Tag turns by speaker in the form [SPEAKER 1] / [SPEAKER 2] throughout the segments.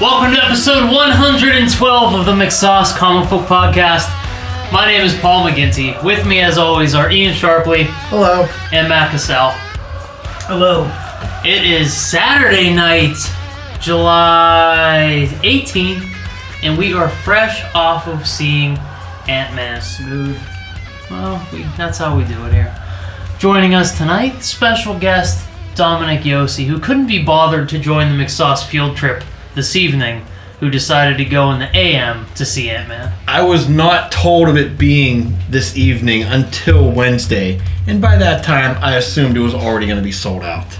[SPEAKER 1] Welcome to episode 112 of the McSauce Comic Book Podcast. My name is Paul McGinty. With me, as always, are Ian Sharpley
[SPEAKER 2] Hello.
[SPEAKER 1] and Matt Cassell.
[SPEAKER 2] Hello.
[SPEAKER 1] It is Saturday night, July 18th, and we are fresh off of seeing Ant Man. Smooth. Well, we, that's how we do it here. Joining us tonight, special guest Dominic Yossi, who couldn't be bothered to join the McSauce field trip this evening, who decided to go in the AM to see Ant Man.
[SPEAKER 2] I was not told of it being this evening until Wednesday, and by that time, I assumed it was already going to be sold out.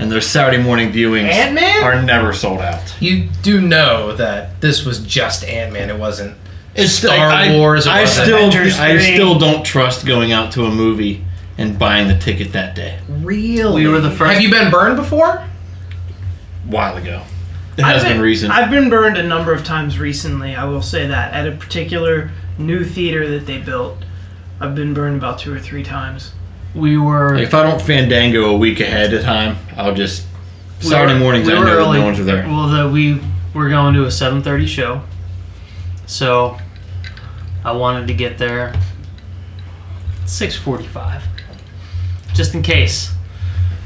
[SPEAKER 2] And their Saturday morning viewings
[SPEAKER 3] Ant-Man?
[SPEAKER 2] are never sold out.
[SPEAKER 3] You do know that this was just Ant Man. It wasn't. Star
[SPEAKER 2] like,
[SPEAKER 3] Wars. It
[SPEAKER 2] I, I
[SPEAKER 3] wasn't
[SPEAKER 2] still,
[SPEAKER 3] Avengers
[SPEAKER 2] I
[SPEAKER 3] 3.
[SPEAKER 2] still don't trust going out to a movie and buying the ticket that day.
[SPEAKER 3] Really?
[SPEAKER 1] We were the first-
[SPEAKER 3] Have you been burned before?
[SPEAKER 2] while ago. It has been, recent.
[SPEAKER 4] I've been burned a number of times recently. I will say that at a particular new theater that they built, I've been burned about two or three times.
[SPEAKER 1] We were.
[SPEAKER 2] if I don't Fandango a week ahead of time, I'll just
[SPEAKER 1] we
[SPEAKER 2] Saturday
[SPEAKER 1] were-
[SPEAKER 2] mornings.
[SPEAKER 1] we
[SPEAKER 2] I
[SPEAKER 1] were
[SPEAKER 2] know that
[SPEAKER 1] early.
[SPEAKER 2] no one's there.
[SPEAKER 1] Well, the, we were going to a 7:30 show, so I wanted to get there 6:45, just in case.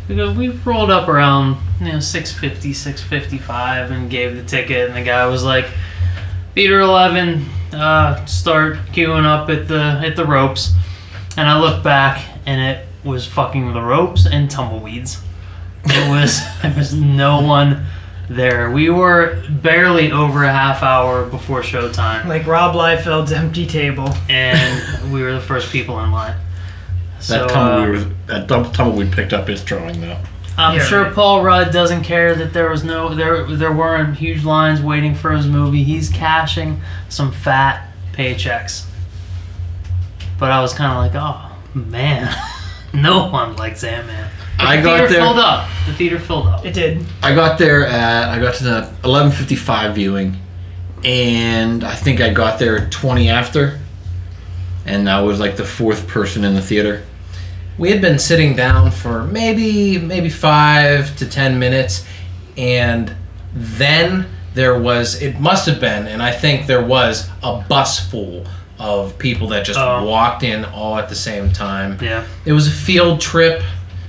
[SPEAKER 1] Because we rolled up around you know 6:50, 6:55, and gave the ticket, and the guy was like, "Theater 11, uh, start queuing up at the at the ropes," and I looked back, and it was fucking the ropes and tumbleweeds. It was there was no one there. We were barely over a half hour before showtime,
[SPEAKER 4] Like Rob Liefeld's empty table.
[SPEAKER 1] and we were the first people in line. So,
[SPEAKER 2] That
[SPEAKER 1] uh,
[SPEAKER 2] tumbleweed, was, that dum- tumbleweed picked up his drawing though.
[SPEAKER 1] I'm
[SPEAKER 4] Yeah,
[SPEAKER 1] sure
[SPEAKER 4] right.
[SPEAKER 1] Paul Rudd doesn't care that there was no there there weren't huge lines waiting for his movie. He's cashing some fat paychecks. But I was kind of like, oh man, no one likes Ant Man.
[SPEAKER 2] I
[SPEAKER 1] the
[SPEAKER 2] got
[SPEAKER 1] theater
[SPEAKER 2] there.
[SPEAKER 1] filled up. The theater filled up.
[SPEAKER 4] It did.
[SPEAKER 2] I got there at I got to the 11:55 viewing, and I think I got there at 20 after, and I was like the fourth person in the theater.
[SPEAKER 3] We had been sitting down for maybe maybe five to ten minutes, and then there was it must have been, and I think there was a bus full of people that just
[SPEAKER 1] Oh.
[SPEAKER 3] walked in all at the same time.
[SPEAKER 1] Yeah.
[SPEAKER 3] It was a field trip.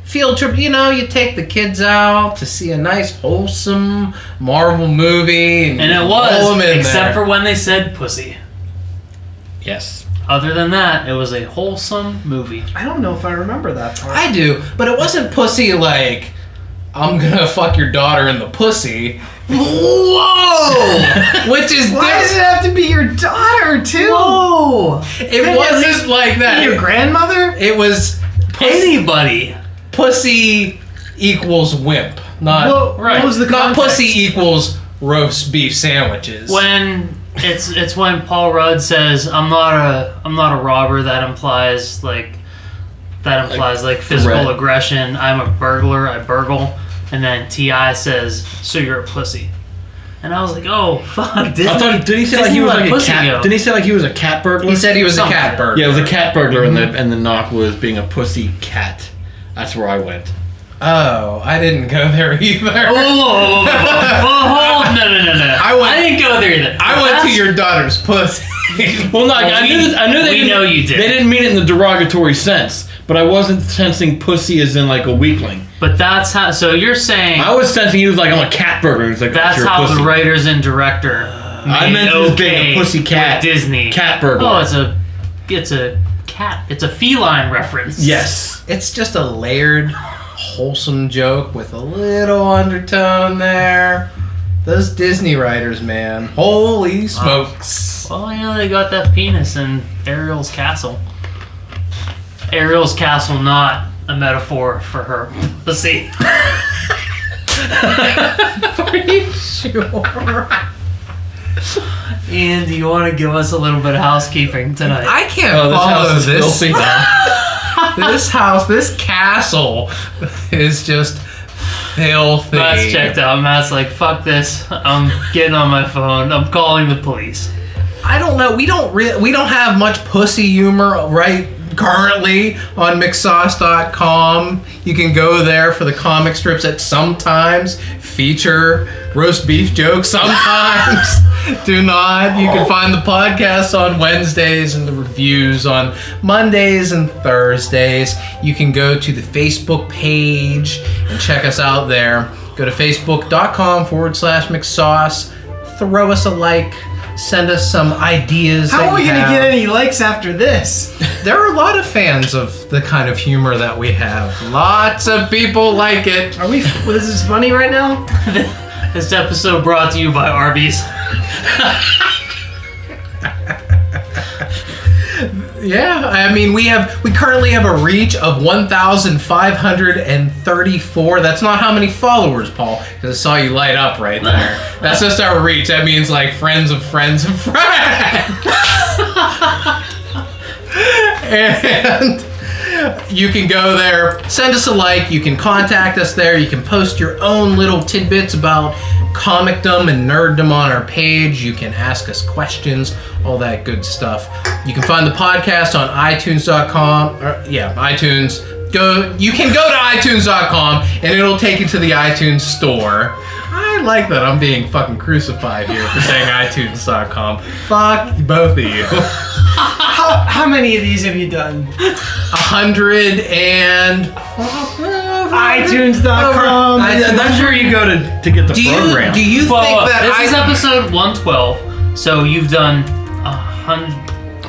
[SPEAKER 3] Field trip, you know, you take the kids out to see a nice, wholesome Marvel movie.
[SPEAKER 1] And it was, except for when they said pussy.
[SPEAKER 2] Yes.
[SPEAKER 1] Other than that, it was a wholesome movie.
[SPEAKER 4] I don't know if I remember that part.
[SPEAKER 3] I do, but it wasn't pussy like, I'm gonna fuck your daughter in the pussy. Whoa! Which is different.
[SPEAKER 4] have to be your daughter too?
[SPEAKER 1] Whoa!
[SPEAKER 3] It wasn't like
[SPEAKER 4] Your
[SPEAKER 3] that.
[SPEAKER 4] grandmother?
[SPEAKER 3] It was pussy,
[SPEAKER 1] Anybody!
[SPEAKER 3] pussy equals wimp, not
[SPEAKER 4] Well,
[SPEAKER 1] right.
[SPEAKER 4] What was the
[SPEAKER 3] not
[SPEAKER 4] context?
[SPEAKER 3] pussy equals roast beef sandwiches.
[SPEAKER 1] When it's it's when Paul Rudd says, "I'm not a I'm not a robber," that implies like that implies like, physical
[SPEAKER 2] threat.
[SPEAKER 1] aggression. I'm a burglar. I burgle. And then Ti says, "So you're a pussy." And I was like, "oh fuck, Disney.
[SPEAKER 2] I thought did he say like he
[SPEAKER 1] Disney
[SPEAKER 2] was
[SPEAKER 1] let
[SPEAKER 2] like a
[SPEAKER 1] pussy
[SPEAKER 2] cat?
[SPEAKER 1] go.
[SPEAKER 2] Didn't he say like he was a cat burglar?
[SPEAKER 3] he said he was a cat bird.
[SPEAKER 2] Yeah, it was a cat burglar,
[SPEAKER 1] Mm-hmm.
[SPEAKER 2] and the and the knock was being a pussy cat. That's where I went.
[SPEAKER 3] Oh, I didn't go there either.
[SPEAKER 1] Whoa, whoa, whoa, whoa, whoa, whoa, no, no, no, no.
[SPEAKER 3] I went-
[SPEAKER 1] I didn't go there either.
[SPEAKER 3] I went to
[SPEAKER 1] That's-
[SPEAKER 3] your daughter's pussy.
[SPEAKER 2] Well, no, I- I
[SPEAKER 1] we-
[SPEAKER 2] knew that- I knew they
[SPEAKER 1] we
[SPEAKER 2] didn't,
[SPEAKER 1] know you did.
[SPEAKER 2] They didn't mean it in the derogatory sense, but I wasn't sensing pussy as in like a weakling.
[SPEAKER 1] But that's how. So you're saying
[SPEAKER 2] I was sensing he was like I'm a cat burglar. It's like
[SPEAKER 1] that's
[SPEAKER 2] oh, you're a
[SPEAKER 1] how
[SPEAKER 2] pussy.
[SPEAKER 1] the writers and director made
[SPEAKER 2] I meant it was being a
[SPEAKER 1] okay
[SPEAKER 2] pussy cat.
[SPEAKER 1] with Disney
[SPEAKER 2] Cat burglar.
[SPEAKER 1] Oh, it's a it's a cat. It's a feline reference.
[SPEAKER 2] yes.
[SPEAKER 3] It's just a layered, wholesome joke with a little undertone there. Those Disney writers, man. Holy smokes.
[SPEAKER 1] Well, you know they got that penis in Ariel's castle. Ariel's castle, not a metaphor for her pussy.
[SPEAKER 3] Are you sure?
[SPEAKER 1] And do you want to give us a little bit of housekeeping tonight?
[SPEAKER 3] I can't
[SPEAKER 2] Oh, this
[SPEAKER 3] follow
[SPEAKER 2] house is
[SPEAKER 3] this.
[SPEAKER 2] filthy.
[SPEAKER 3] this house, this castle is just filthy.
[SPEAKER 1] Matt's checked out. Matt's like, fuck this. I'm getting on my phone. I'm calling the police.
[SPEAKER 3] I don't know. We don't re- we don't have much pussy humor right currently on mixsauce.com. You can go there for the comic strips that sometimes feature roast beef jokes, sometimes do not. You can find the podcast on Wednesdays and the reviews on Mondays and Thursdays. You can go to the Facebook page and check us out there. Go to facebook.com forward slash mixsauce. Throw us a like. Send us some ideas.
[SPEAKER 4] How
[SPEAKER 3] that
[SPEAKER 4] are we
[SPEAKER 3] you
[SPEAKER 4] gonna
[SPEAKER 3] have.
[SPEAKER 4] get any likes after this?
[SPEAKER 3] There are a lot of fans of the kind of humor that we have. Lots of people like it.
[SPEAKER 4] Are we? well, this is funny right now.
[SPEAKER 1] This episode brought to you by Arby's.
[SPEAKER 3] Yeah, I mean we have we currently have a reach of 1,534. That's not how many followers, Paul, because I saw you light up right there. That's just our reach. That means like friends of friends of friends. and you can go there, send us a like, you can contact us there, you can post your own little tidbits about comicdom and nerddom on our page, you can ask us questions, all that good stuff. You can find the podcast on iTunes.com, or, yeah, iTunes. Go, you can go to iTunes.com and it'll take you to the iTunes store. I like that I'm being fucking crucified here for saying iTunes.com. Fuck both of you.
[SPEAKER 4] How, how many of these have you done?
[SPEAKER 3] hundred and
[SPEAKER 4] iTunes.com.
[SPEAKER 2] I, that's where you go to, to get the
[SPEAKER 3] Do you
[SPEAKER 2] program.
[SPEAKER 3] do you
[SPEAKER 1] Well,
[SPEAKER 3] think that
[SPEAKER 1] this is
[SPEAKER 3] I
[SPEAKER 1] episode 112, so you've done a hundred.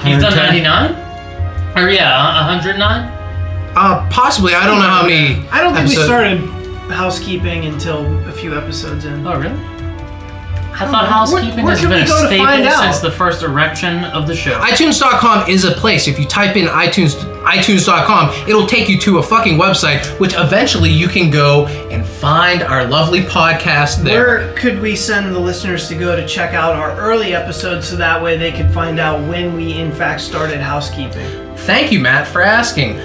[SPEAKER 1] You've done
[SPEAKER 2] 110?
[SPEAKER 1] 99? Or yeah, a 109?
[SPEAKER 3] uh, possibly? I don't know how many.
[SPEAKER 4] I don't think we
[SPEAKER 3] episode-
[SPEAKER 4] started housekeeping until a few episodes in.
[SPEAKER 1] Oh, really? I thought housekeeping
[SPEAKER 4] where
[SPEAKER 1] has
[SPEAKER 4] can
[SPEAKER 1] been
[SPEAKER 4] we
[SPEAKER 1] a
[SPEAKER 4] go to find
[SPEAKER 1] staple
[SPEAKER 4] out?
[SPEAKER 1] since the first erection of the show.
[SPEAKER 3] iTunes.com is a place. If you type in iTunes iTunes.com, it'll take you to a fucking website, which eventually you can go and find our lovely podcast there.
[SPEAKER 4] Where could we send the listeners to go to check out our early episodes so that way they could find out when we in fact started housekeeping?
[SPEAKER 3] Thank you, Matt, for asking.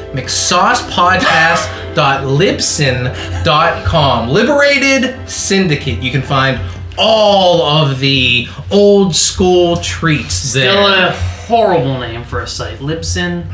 [SPEAKER 3] McSaucePodcast.libsyn.com. Liberated Syndicate. You can find all of the old school treats there.
[SPEAKER 1] Still a horrible name for a site. Libsyn.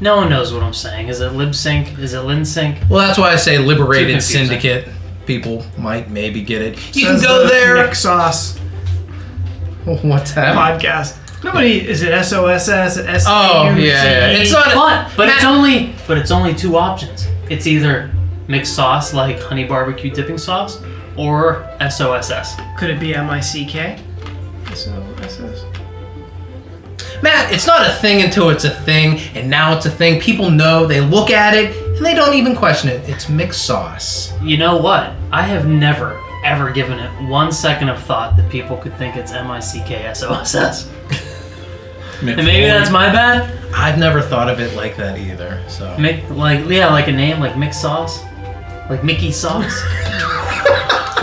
[SPEAKER 1] No one knows what I'm saying. Is it Libsync? Is it Linsync?
[SPEAKER 3] well, that's why I say Liberated
[SPEAKER 1] Too confusing.
[SPEAKER 3] Syndicate. People might maybe get it. You can
[SPEAKER 4] Says
[SPEAKER 3] go
[SPEAKER 4] the
[SPEAKER 3] there.
[SPEAKER 4] Nick Sauce
[SPEAKER 3] What's that?
[SPEAKER 4] podcast. Nobody is it S O S S S.
[SPEAKER 3] Oh, yeah, yeah. It's not a-
[SPEAKER 1] But but it's
[SPEAKER 3] Matt-
[SPEAKER 1] only but it's only two options. It's either mixed sauce like honey barbecue dipping sauce or SOSS.
[SPEAKER 4] Could it be M I C K? S O S S.
[SPEAKER 3] Matt, it's not a thing until it's a thing, and now it's a thing. People know, they look at it, and they don't even question it. It's mixed sauce.
[SPEAKER 1] You know what? I have never ever given it one second of thought that people could think it's M I C K S O S S. And maybe that's my bad.
[SPEAKER 3] I've never thought of it like that either, so.
[SPEAKER 1] Mick, like yeah, like a name like mixed sauce, like Mickey sauce,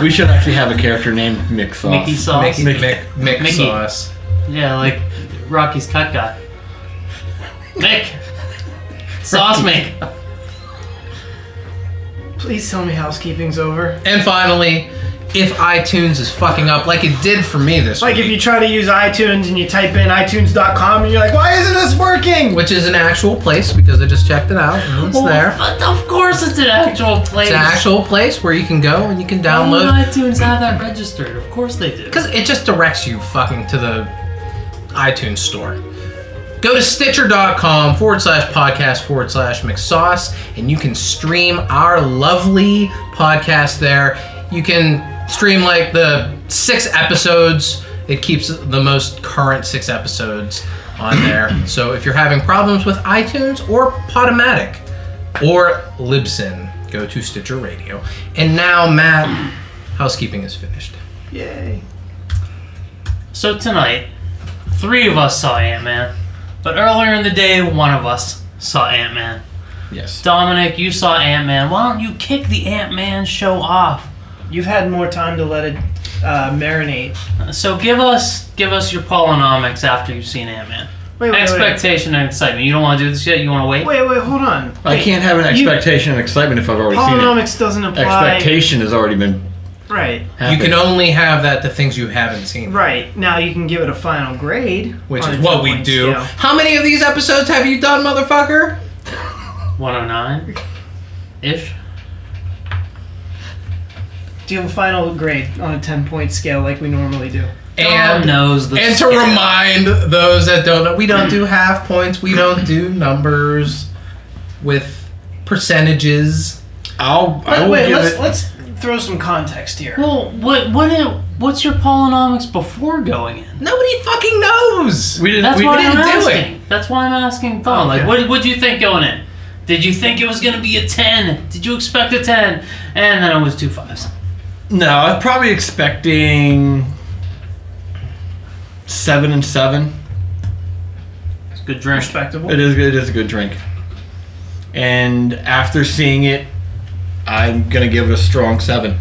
[SPEAKER 2] we should actually have a character named Mick Sauce.
[SPEAKER 1] Mickey sauce.
[SPEAKER 3] Mickey, Mick, Mick,
[SPEAKER 1] Mickey.
[SPEAKER 3] sauce.
[SPEAKER 1] Yeah, like Rocky's cut guy. Mick! Sauce Mick!
[SPEAKER 4] Please tell me housekeeping's over.
[SPEAKER 3] And finally, if iTunes is fucking up like it did for me this
[SPEAKER 4] Like
[SPEAKER 3] week,
[SPEAKER 4] if you try to use iTunes and you type in iTunes.com and you're like, why isn't this working?
[SPEAKER 3] which is an actual place because I just checked it out and it's
[SPEAKER 1] Oh,
[SPEAKER 3] there.
[SPEAKER 1] but of course it's an actual place.
[SPEAKER 3] It's an actual place where you can go and you can
[SPEAKER 1] Why would
[SPEAKER 3] download
[SPEAKER 1] iTunes have that registered? Of course they do.
[SPEAKER 3] because it just directs you fucking to the iTunes store. Go to stitcher.com forward slash podcast forward slash McSauce and you can stream our lovely podcast there. You can stream like the six episodes, it keeps the most current six episodes on there. so if you're having problems with iTunes or Podomatic or Libsyn, go to Stitcher Radio. And now, Matt, housekeeping is finished.
[SPEAKER 4] Yay.
[SPEAKER 1] So tonight, three of us saw Ant Man. But earlier in the day, one of us saw Ant Man.
[SPEAKER 2] Yes.
[SPEAKER 1] Dominic, you saw Ant Man. Why don't you kick the Ant Man show off?
[SPEAKER 4] You've had more time to let it uh, marinate.
[SPEAKER 1] So give us give us your polynomics after you've seen Ant Man.
[SPEAKER 4] Wait, wait, wait.
[SPEAKER 1] Expectation and excitement. You don't want to do this yet. You want to wait.
[SPEAKER 4] Wait, wait, hold on.
[SPEAKER 2] I can't have an
[SPEAKER 4] You-
[SPEAKER 2] expectation and excitement if I've already seen it.
[SPEAKER 4] Polynomics doesn't apply.
[SPEAKER 2] Expectation has already been
[SPEAKER 4] Right.
[SPEAKER 2] happen.
[SPEAKER 3] You can only have that the things you haven't seen,
[SPEAKER 4] Right. Now you can give it a final grade.
[SPEAKER 3] which
[SPEAKER 4] on
[SPEAKER 3] is
[SPEAKER 4] a
[SPEAKER 3] what we
[SPEAKER 4] two-point
[SPEAKER 3] do.
[SPEAKER 4] scale.
[SPEAKER 3] How many of these episodes have you done, motherfucker?
[SPEAKER 1] 109 ish.
[SPEAKER 4] Do you have a final grade on a 10 point scale like we normally do?
[SPEAKER 1] Dom knows the
[SPEAKER 3] And to
[SPEAKER 1] scale.
[SPEAKER 3] remind those that don't know, we don't do half points. We don't do numbers with percentages.
[SPEAKER 2] I'll. I
[SPEAKER 4] But
[SPEAKER 2] will
[SPEAKER 4] wait,
[SPEAKER 2] give
[SPEAKER 4] let's,
[SPEAKER 2] it.
[SPEAKER 4] let's throw some context here.
[SPEAKER 1] Well, what what it, what's your polynomics before going in?
[SPEAKER 3] Nobody fucking knows.
[SPEAKER 2] we didn't.
[SPEAKER 1] That's
[SPEAKER 2] we
[SPEAKER 1] why
[SPEAKER 2] didn't
[SPEAKER 1] I'm
[SPEAKER 3] do it.
[SPEAKER 1] asking. That's why I'm asking Tom. Oh,
[SPEAKER 4] Okay.
[SPEAKER 1] Like, what what you think going in? Did you think it was gonna be a ten? Did you expect a ten? And then it was two fives.
[SPEAKER 2] No, I was probably expecting seven and seven.
[SPEAKER 1] It's a good drink.
[SPEAKER 4] Respectable.
[SPEAKER 2] It is. It is a good drink. And after seeing it, I'm gonna give it a strong seven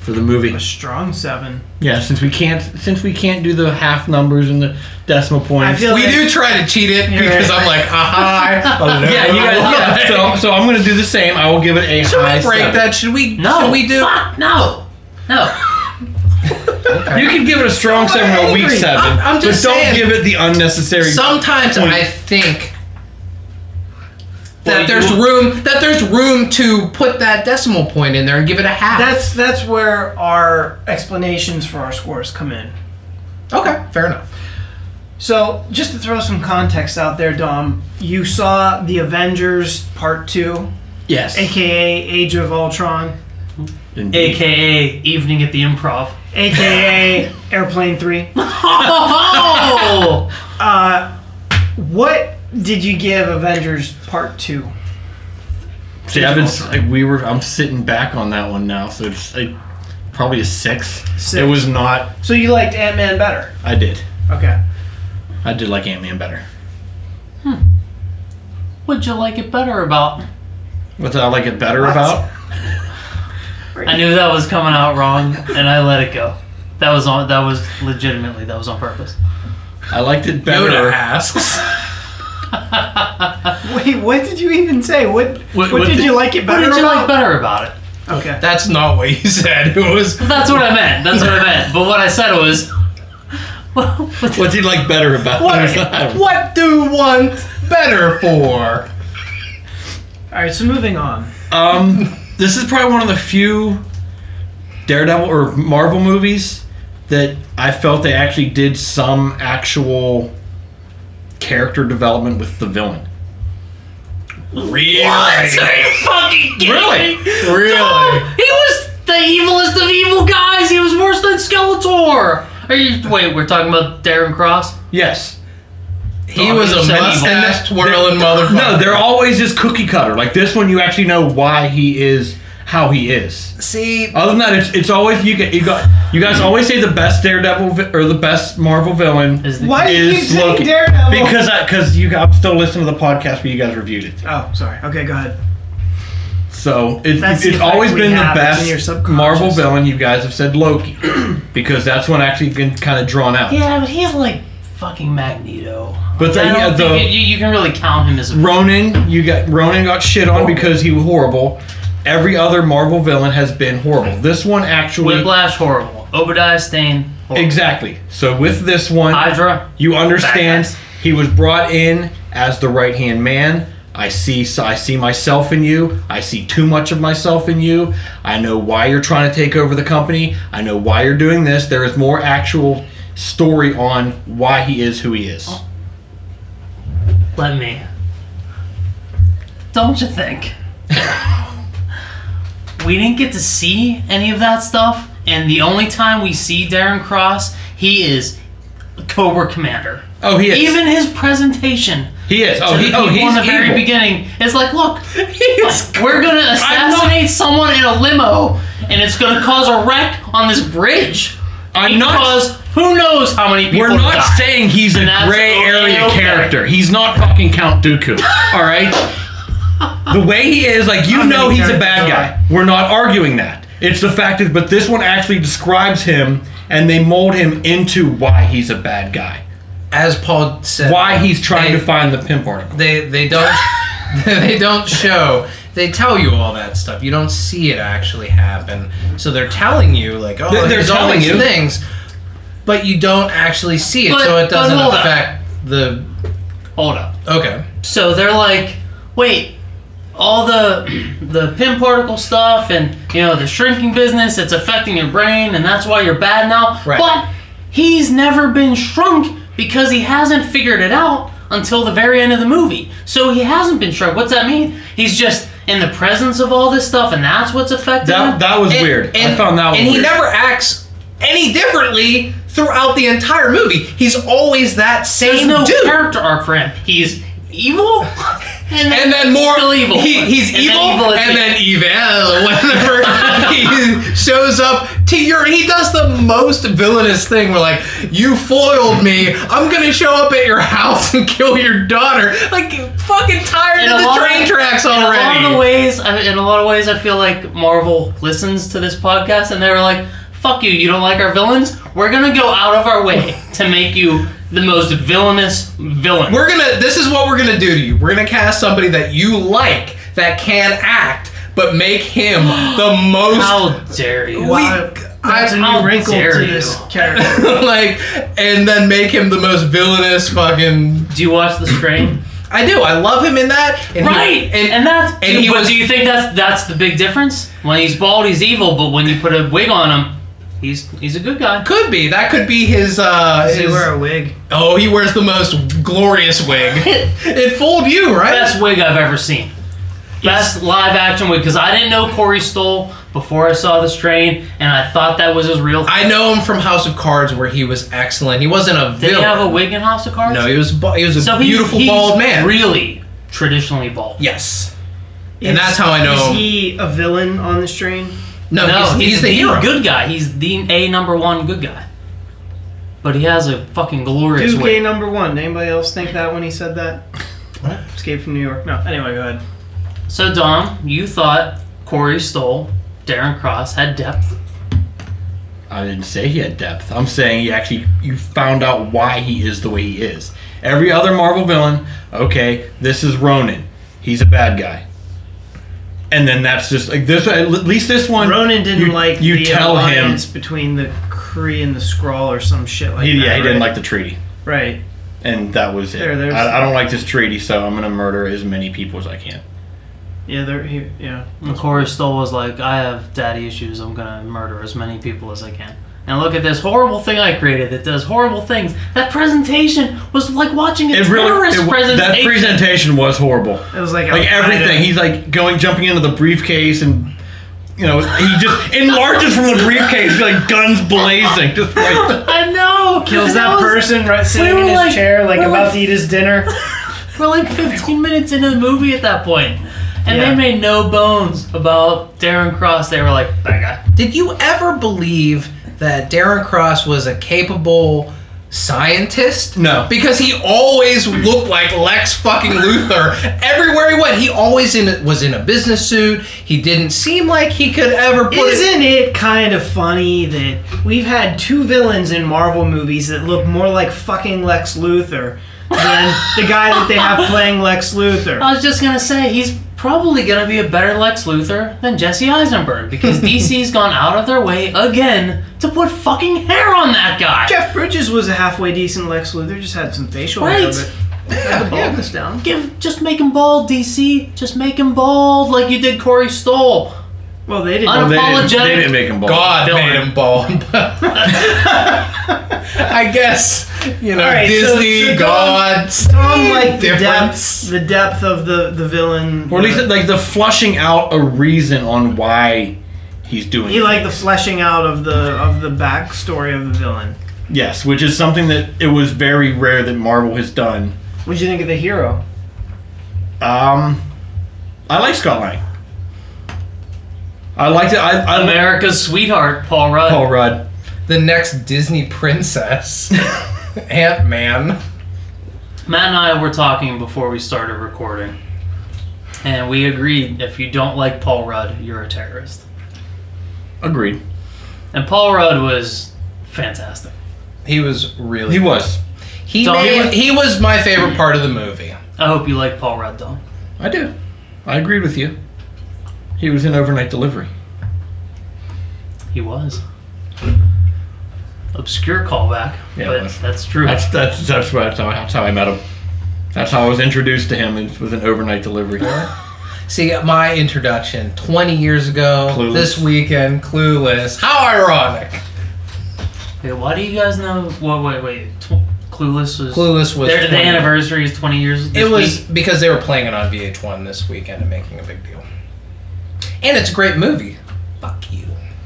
[SPEAKER 2] for the movie.
[SPEAKER 4] A strong seven.
[SPEAKER 2] Yeah, since we can't since we can't do the half numbers and the decimal points.
[SPEAKER 4] I feel-
[SPEAKER 3] We do try to cheat it
[SPEAKER 4] You're
[SPEAKER 3] because
[SPEAKER 4] right.
[SPEAKER 3] I'm like, aha.
[SPEAKER 2] yeah, you guys, yeah. So, so I'm gonna do the same. I will give it a
[SPEAKER 3] Should
[SPEAKER 2] high
[SPEAKER 3] we break
[SPEAKER 2] seven.
[SPEAKER 3] that? Should we?
[SPEAKER 1] No,
[SPEAKER 3] Should we do?
[SPEAKER 1] Fuck, no, no.
[SPEAKER 2] You can give it a strong
[SPEAKER 3] So
[SPEAKER 2] seven or a weak
[SPEAKER 3] angry.
[SPEAKER 2] 7
[SPEAKER 3] I'm- I'm just
[SPEAKER 2] but don't
[SPEAKER 3] saying.
[SPEAKER 2] give it the unnecessary.
[SPEAKER 3] Sometimes
[SPEAKER 2] Point.
[SPEAKER 3] I think
[SPEAKER 1] Well,
[SPEAKER 3] that
[SPEAKER 1] you-
[SPEAKER 3] there's room that there's room to put that decimal point in there and give it a half.
[SPEAKER 4] That's that's where our explanations for our scores come in.
[SPEAKER 3] okay. Fair enough.
[SPEAKER 4] So, just to throw some context out there, Dom, you saw The Avengers Part 2,
[SPEAKER 2] yes.
[SPEAKER 4] aka Age of Ultron,
[SPEAKER 2] Indeed.
[SPEAKER 1] AKA evening at the improv.
[SPEAKER 4] aka Airplane 3.
[SPEAKER 1] Oh,
[SPEAKER 4] Uh, what did you give Avengers Part 2?
[SPEAKER 2] See, I've been like, we were. I'm sitting back on that one now, so it's like, probably a six. It
[SPEAKER 4] Six.
[SPEAKER 2] was not.
[SPEAKER 4] So, you liked Ant Man better.
[SPEAKER 2] I did.
[SPEAKER 4] Okay.
[SPEAKER 2] I did like Ant Man better.
[SPEAKER 1] what'd you like it better about?
[SPEAKER 2] What did I like it better
[SPEAKER 4] What?
[SPEAKER 2] about?
[SPEAKER 1] I knew that was coming out wrong, and I let it go. That was on. That was legitimately. That was on purpose.
[SPEAKER 2] I liked it
[SPEAKER 3] Yoda
[SPEAKER 2] better.
[SPEAKER 3] asks.
[SPEAKER 4] Wait, what did you even say? What What,
[SPEAKER 2] what
[SPEAKER 4] did
[SPEAKER 2] did-
[SPEAKER 4] you like it
[SPEAKER 1] What
[SPEAKER 4] better
[SPEAKER 1] did you like
[SPEAKER 4] about?
[SPEAKER 1] better about it?
[SPEAKER 4] Okay.
[SPEAKER 3] That's not what you said. It was
[SPEAKER 1] That's what I meant. That's what I meant. But what I said was, well, what
[SPEAKER 2] What did you like better about?
[SPEAKER 3] what, what do you want better for?
[SPEAKER 4] All right, so moving on.
[SPEAKER 2] Um, this is probably one of the few Daredevil or Marvel movies that I felt they actually did some actual character development with the villain.
[SPEAKER 3] Really?
[SPEAKER 1] are you fucking kidding
[SPEAKER 2] Really?
[SPEAKER 1] me?
[SPEAKER 3] Really?
[SPEAKER 1] He was the evilest of evil guys. He was worse than Skeletor. Are you? Wait, we're talking about Darren Cross.
[SPEAKER 2] Yes.
[SPEAKER 3] He was a
[SPEAKER 1] Evil.
[SPEAKER 3] mustache twirling motherfucker.
[SPEAKER 2] No, they're always just cookie cutter. Like this one, you actually know why he is how he is.
[SPEAKER 3] see.
[SPEAKER 2] Other than that, it's, it's always you get you got you guys always say the best Daredevil vi- or the best Marvel villain
[SPEAKER 1] Is the
[SPEAKER 4] Why do you keep
[SPEAKER 2] is
[SPEAKER 4] saying
[SPEAKER 2] Loki
[SPEAKER 4] Daredevil?
[SPEAKER 2] because I because you I'm still listening to the podcast where you guys reviewed it.
[SPEAKER 4] Oh, sorry. Okay, go ahead.
[SPEAKER 2] So it,
[SPEAKER 4] That's the
[SPEAKER 2] it's
[SPEAKER 4] effect
[SPEAKER 2] always
[SPEAKER 4] we
[SPEAKER 2] been the
[SPEAKER 4] have. It's in your
[SPEAKER 2] best
[SPEAKER 4] subconscious.
[SPEAKER 2] Marvel villain. You guys have said Loki because that's when actually been kind of drawn out.
[SPEAKER 1] Yeah, but he's like fucking Magneto.
[SPEAKER 2] But
[SPEAKER 1] I
[SPEAKER 2] then
[SPEAKER 1] don't
[SPEAKER 2] yeah,
[SPEAKER 1] think
[SPEAKER 2] the
[SPEAKER 1] you, you can really count him as a.
[SPEAKER 2] Ronan, you got Ronan got shit on because he was horrible. Every other Marvel villain has been horrible. This one actually
[SPEAKER 1] Whiplash horrible. Obadiah Stane horrible.
[SPEAKER 2] exactly. So with this one,
[SPEAKER 1] Hydra.
[SPEAKER 2] you understand
[SPEAKER 1] Badass.
[SPEAKER 2] he was brought in as the right hand man. I see, so I see myself in you. I see too much of myself in you. I know why you're trying to take over the company. I know why you're doing this. There is more actual story on why he is who he is.
[SPEAKER 1] Oh, Let me. Don't you think? we didn't get to see any of that stuff, and the only time we see Darren Cross, he is Cobra Commander.
[SPEAKER 2] Oh, he is.
[SPEAKER 1] Even his presentation
[SPEAKER 2] he is.
[SPEAKER 1] to
[SPEAKER 2] Oh, he,
[SPEAKER 1] the
[SPEAKER 2] oh,
[SPEAKER 1] people
[SPEAKER 2] he's
[SPEAKER 1] in the very
[SPEAKER 2] evil.
[SPEAKER 1] beginning is like, look, we're gonna assassinate someone in a limo, and it's gonna cause a wreck on this bridge.
[SPEAKER 2] I'm not.
[SPEAKER 1] because who knows how many people
[SPEAKER 2] We're not
[SPEAKER 1] die.
[SPEAKER 2] saying he's a
[SPEAKER 1] And that's
[SPEAKER 2] gray area
[SPEAKER 1] okay.
[SPEAKER 2] character. He's not fucking Count Dooku. All right. The way he is, like you
[SPEAKER 4] How many
[SPEAKER 2] know, he's a
[SPEAKER 4] characters
[SPEAKER 2] bad
[SPEAKER 4] are
[SPEAKER 2] guy. We're not arguing that. It's the fact that, but this one actually describes him, and they mold him into why he's a bad guy,
[SPEAKER 3] As Paul said,
[SPEAKER 2] why he's trying
[SPEAKER 3] They-
[SPEAKER 2] to find the pimp article.
[SPEAKER 3] they they don't they don't show they tell you all that stuff. You don't see it actually happen. So they're telling you like, oh,
[SPEAKER 2] They're- they're
[SPEAKER 3] there's all
[SPEAKER 2] telling
[SPEAKER 3] these
[SPEAKER 2] you.
[SPEAKER 3] things, but you don't actually see it,
[SPEAKER 1] But-
[SPEAKER 3] so it
[SPEAKER 1] but
[SPEAKER 3] doesn't
[SPEAKER 1] hold on.
[SPEAKER 3] affect the.
[SPEAKER 1] Hold up.
[SPEAKER 3] Okay.
[SPEAKER 1] So they're like, wait, all the the pin particle stuff and you know the shrinking business, it's affecting your brain, and that's why you're bad now.
[SPEAKER 3] Right.
[SPEAKER 1] But he's never been shrunk because he hasn't figured it out until the very end of the movie. So he hasn't been shrunk. What's that mean? He's just in the presence of all this stuff, and that's what's affecting him.
[SPEAKER 2] That that was
[SPEAKER 3] And-
[SPEAKER 2] weird.
[SPEAKER 3] And,
[SPEAKER 2] I found that one
[SPEAKER 3] And he
[SPEAKER 2] weird.
[SPEAKER 3] never acts any differently throughout the entire movie. He's always that
[SPEAKER 1] There's
[SPEAKER 3] same
[SPEAKER 1] no
[SPEAKER 3] dude.
[SPEAKER 1] character arc for him. He's evil, and
[SPEAKER 3] and then more
[SPEAKER 1] still evil.
[SPEAKER 3] He, he's
[SPEAKER 1] And then
[SPEAKER 3] evil,
[SPEAKER 1] evil at
[SPEAKER 3] and
[SPEAKER 1] the-
[SPEAKER 3] then evil whenever he shows up to your he does the most villainous thing where like you foiled me i'm gonna show up at your house and kill your daughter like fucking tired
[SPEAKER 1] In
[SPEAKER 3] of
[SPEAKER 1] a
[SPEAKER 3] the
[SPEAKER 1] lot
[SPEAKER 3] train
[SPEAKER 1] of-
[SPEAKER 3] tracks
[SPEAKER 1] in
[SPEAKER 3] already
[SPEAKER 1] a lot of ways, I- in a lot of ways, I feel like Marvel listens to this podcast and they're like, "Fuck you! You don't like our villains? We're gonna go out of our way to make you the most villainous villain."
[SPEAKER 3] we're gonna this is what we're gonna do to you we're gonna cast somebody that you like that can act but make him the most
[SPEAKER 1] How dare you?
[SPEAKER 3] We-
[SPEAKER 4] Wow, that's a
[SPEAKER 1] how
[SPEAKER 4] new wrinkle
[SPEAKER 1] dare
[SPEAKER 4] to
[SPEAKER 1] you.
[SPEAKER 4] this character.
[SPEAKER 3] like and then make him the most villainous fucking
[SPEAKER 1] Do you watch The Strain?
[SPEAKER 3] I do. I love him in that. And he-
[SPEAKER 1] right, and,
[SPEAKER 3] and,
[SPEAKER 1] that's.
[SPEAKER 3] and he
[SPEAKER 1] but
[SPEAKER 3] was-
[SPEAKER 1] do you think that's that's the big difference? When he's bald, he's evil, but when you put a wig on him, he's he's a good guy.
[SPEAKER 3] could be that could be his. uh
[SPEAKER 4] Does he
[SPEAKER 3] his-
[SPEAKER 4] wear a wig?
[SPEAKER 3] Oh, he wears the most glorious wig. it fooled you, right?
[SPEAKER 1] Best wig I've ever seen. Best live action wig because I didn't know Corey Stoll before I saw The Strain, and I thought that was his real.
[SPEAKER 3] I know him from House of Cards, where he was excellent. He wasn't a
[SPEAKER 1] Did
[SPEAKER 3] villain.
[SPEAKER 1] he have a wig in House of Cards?
[SPEAKER 3] no, he was. ba- He was a
[SPEAKER 1] so he-
[SPEAKER 3] beautiful
[SPEAKER 1] he's
[SPEAKER 3] bald man.
[SPEAKER 1] Really, traditionally bald.
[SPEAKER 3] yes. And that's how I know
[SPEAKER 4] Is
[SPEAKER 3] him.
[SPEAKER 4] he a villain on the strain?
[SPEAKER 3] No,
[SPEAKER 1] No,
[SPEAKER 3] he's,
[SPEAKER 1] he's,
[SPEAKER 3] he's the hero.
[SPEAKER 1] good guy. He's the a number one good guy. But he has a fucking glorious
[SPEAKER 4] Duke
[SPEAKER 1] wig.
[SPEAKER 4] number one. Anybody else think that when he said that?
[SPEAKER 3] What?
[SPEAKER 4] Escape from New York. No. Anyway, go ahead.
[SPEAKER 1] So Dom, you thought Corey Stoll, Darren Cross had depth.
[SPEAKER 2] I didn't say he had depth. I'm saying he actually you found out why he is the way he is. Every other Marvel villain, okay, this is Ronan. He's a bad guy. And then that's just like this. At least this one,
[SPEAKER 4] Ronan didn't
[SPEAKER 2] you-
[SPEAKER 4] like
[SPEAKER 2] You
[SPEAKER 4] the
[SPEAKER 2] tell him.
[SPEAKER 4] alliance between the Kree and the Skrull or some shit like
[SPEAKER 2] He,
[SPEAKER 4] that.
[SPEAKER 2] yeah, he
[SPEAKER 4] right?
[SPEAKER 2] didn't like the treaty,
[SPEAKER 4] Right.
[SPEAKER 2] and that was it.
[SPEAKER 4] There, there's-
[SPEAKER 2] I, I don't like this treaty, so I'm gonna murder as many people as I can.
[SPEAKER 4] Yeah. There. He, yeah.
[SPEAKER 1] And Corey Stoll was like, I have daddy issues. I'm gonna murder as many people as I can. And look at this horrible thing I created that does horrible things. That presentation was like watching a
[SPEAKER 2] It really,
[SPEAKER 1] terrorist
[SPEAKER 2] it wa- that
[SPEAKER 1] presentation.
[SPEAKER 2] presentation was horrible.
[SPEAKER 4] It was like
[SPEAKER 2] like
[SPEAKER 4] Al-Qaeda.
[SPEAKER 2] everything. He's like going, jumping into the briefcase, and you know, he just enlarges from the briefcase, like guns blazing, just like
[SPEAKER 1] I know.
[SPEAKER 4] kills
[SPEAKER 1] And
[SPEAKER 4] that,
[SPEAKER 1] was-
[SPEAKER 4] person right sitting
[SPEAKER 1] were
[SPEAKER 4] in his
[SPEAKER 1] like-
[SPEAKER 4] chair, like
[SPEAKER 1] we're
[SPEAKER 4] about
[SPEAKER 1] like-
[SPEAKER 4] to eat his dinner.
[SPEAKER 1] We're like 15 minutes into the movie at that point, and
[SPEAKER 4] Yeah.
[SPEAKER 1] they made no bones about Darren Cross. They were like, that guy.
[SPEAKER 3] Did you ever believe that Darren Cross was a capable scientist?
[SPEAKER 2] No.
[SPEAKER 3] Because he always looked like Lex fucking Luthor everywhere he went. He always in was in a business suit. He didn't seem like he could ever put it-
[SPEAKER 4] Isn't it kind of funny that we've had two villains in Marvel movies that look more like fucking Lex Luthor than the guy that they have playing Lex Luthor?
[SPEAKER 1] I was just gonna say he's probably gonna be a better Lex Luthor than Jesse Eisenberg because DC's gone out of their way again to put fucking hair on that guy.
[SPEAKER 4] Jeff Bridges was a halfway decent Lex Luthor, just had some facial hair,
[SPEAKER 1] Right.
[SPEAKER 4] but had the baldness down.
[SPEAKER 1] Give, just make him bald, DC. Just make him bald like you did Corey Stoll.
[SPEAKER 4] Well, they
[SPEAKER 1] Unapologetic.
[SPEAKER 4] didn't.
[SPEAKER 2] they didn't, they didn't make him bald.
[SPEAKER 3] God
[SPEAKER 1] Villain.
[SPEAKER 3] made him bald. I guess you know
[SPEAKER 4] All right, so-
[SPEAKER 3] Disney
[SPEAKER 4] so Tom-
[SPEAKER 3] God.
[SPEAKER 4] Tom like the
[SPEAKER 3] difference.
[SPEAKER 4] depth, the depth of the the villain.
[SPEAKER 2] Or at least like the flushing out a reason on why he's doing.
[SPEAKER 4] he liked the
[SPEAKER 2] things.
[SPEAKER 4] fleshing out of the of the backstory of the villain.
[SPEAKER 2] yes, which is something that it was very rare that Marvel has done.
[SPEAKER 4] What'd you think of the hero?
[SPEAKER 2] Um, I like Scott Lang. I liked it. I, I
[SPEAKER 1] America's sweetheart, Paul Rudd.
[SPEAKER 2] Paul Rudd.
[SPEAKER 3] The next Disney princess, Ant Man.
[SPEAKER 1] Matt and I were talking before we started recording, and we agreed if you don't like Paul Rudd, you're a terrorist.
[SPEAKER 2] Agreed.
[SPEAKER 1] And Paul Rudd was fantastic.
[SPEAKER 3] He was really
[SPEAKER 2] He was.
[SPEAKER 3] He,
[SPEAKER 1] Dom-
[SPEAKER 3] made- he was my favorite part of the movie.
[SPEAKER 1] I hope you like Paul Rudd, though.
[SPEAKER 2] I do. I agreed with you. He was in overnight delivery.
[SPEAKER 1] He was. Obscure callback,
[SPEAKER 2] Yeah,
[SPEAKER 1] but
[SPEAKER 2] that's-
[SPEAKER 1] that's, true.
[SPEAKER 2] That's that's that's, what, that's, how, that's how I met him. That's how I was introduced to him. It was an overnight delivery.
[SPEAKER 3] See, my introduction 20 years ago,
[SPEAKER 2] Clueless.
[SPEAKER 3] this weekend, clueless. How ironic.
[SPEAKER 1] Wait, why do you guys know? Wait, wait, wait. Tw- Clueless was.
[SPEAKER 3] Clueless was.
[SPEAKER 1] Their, the
[SPEAKER 3] 20
[SPEAKER 1] anniversary is 20 years.
[SPEAKER 3] It
[SPEAKER 1] this
[SPEAKER 3] was
[SPEAKER 1] week.
[SPEAKER 3] because they were playing it on VH1 this weekend and making a big deal. And it's a great movie. Fuck you.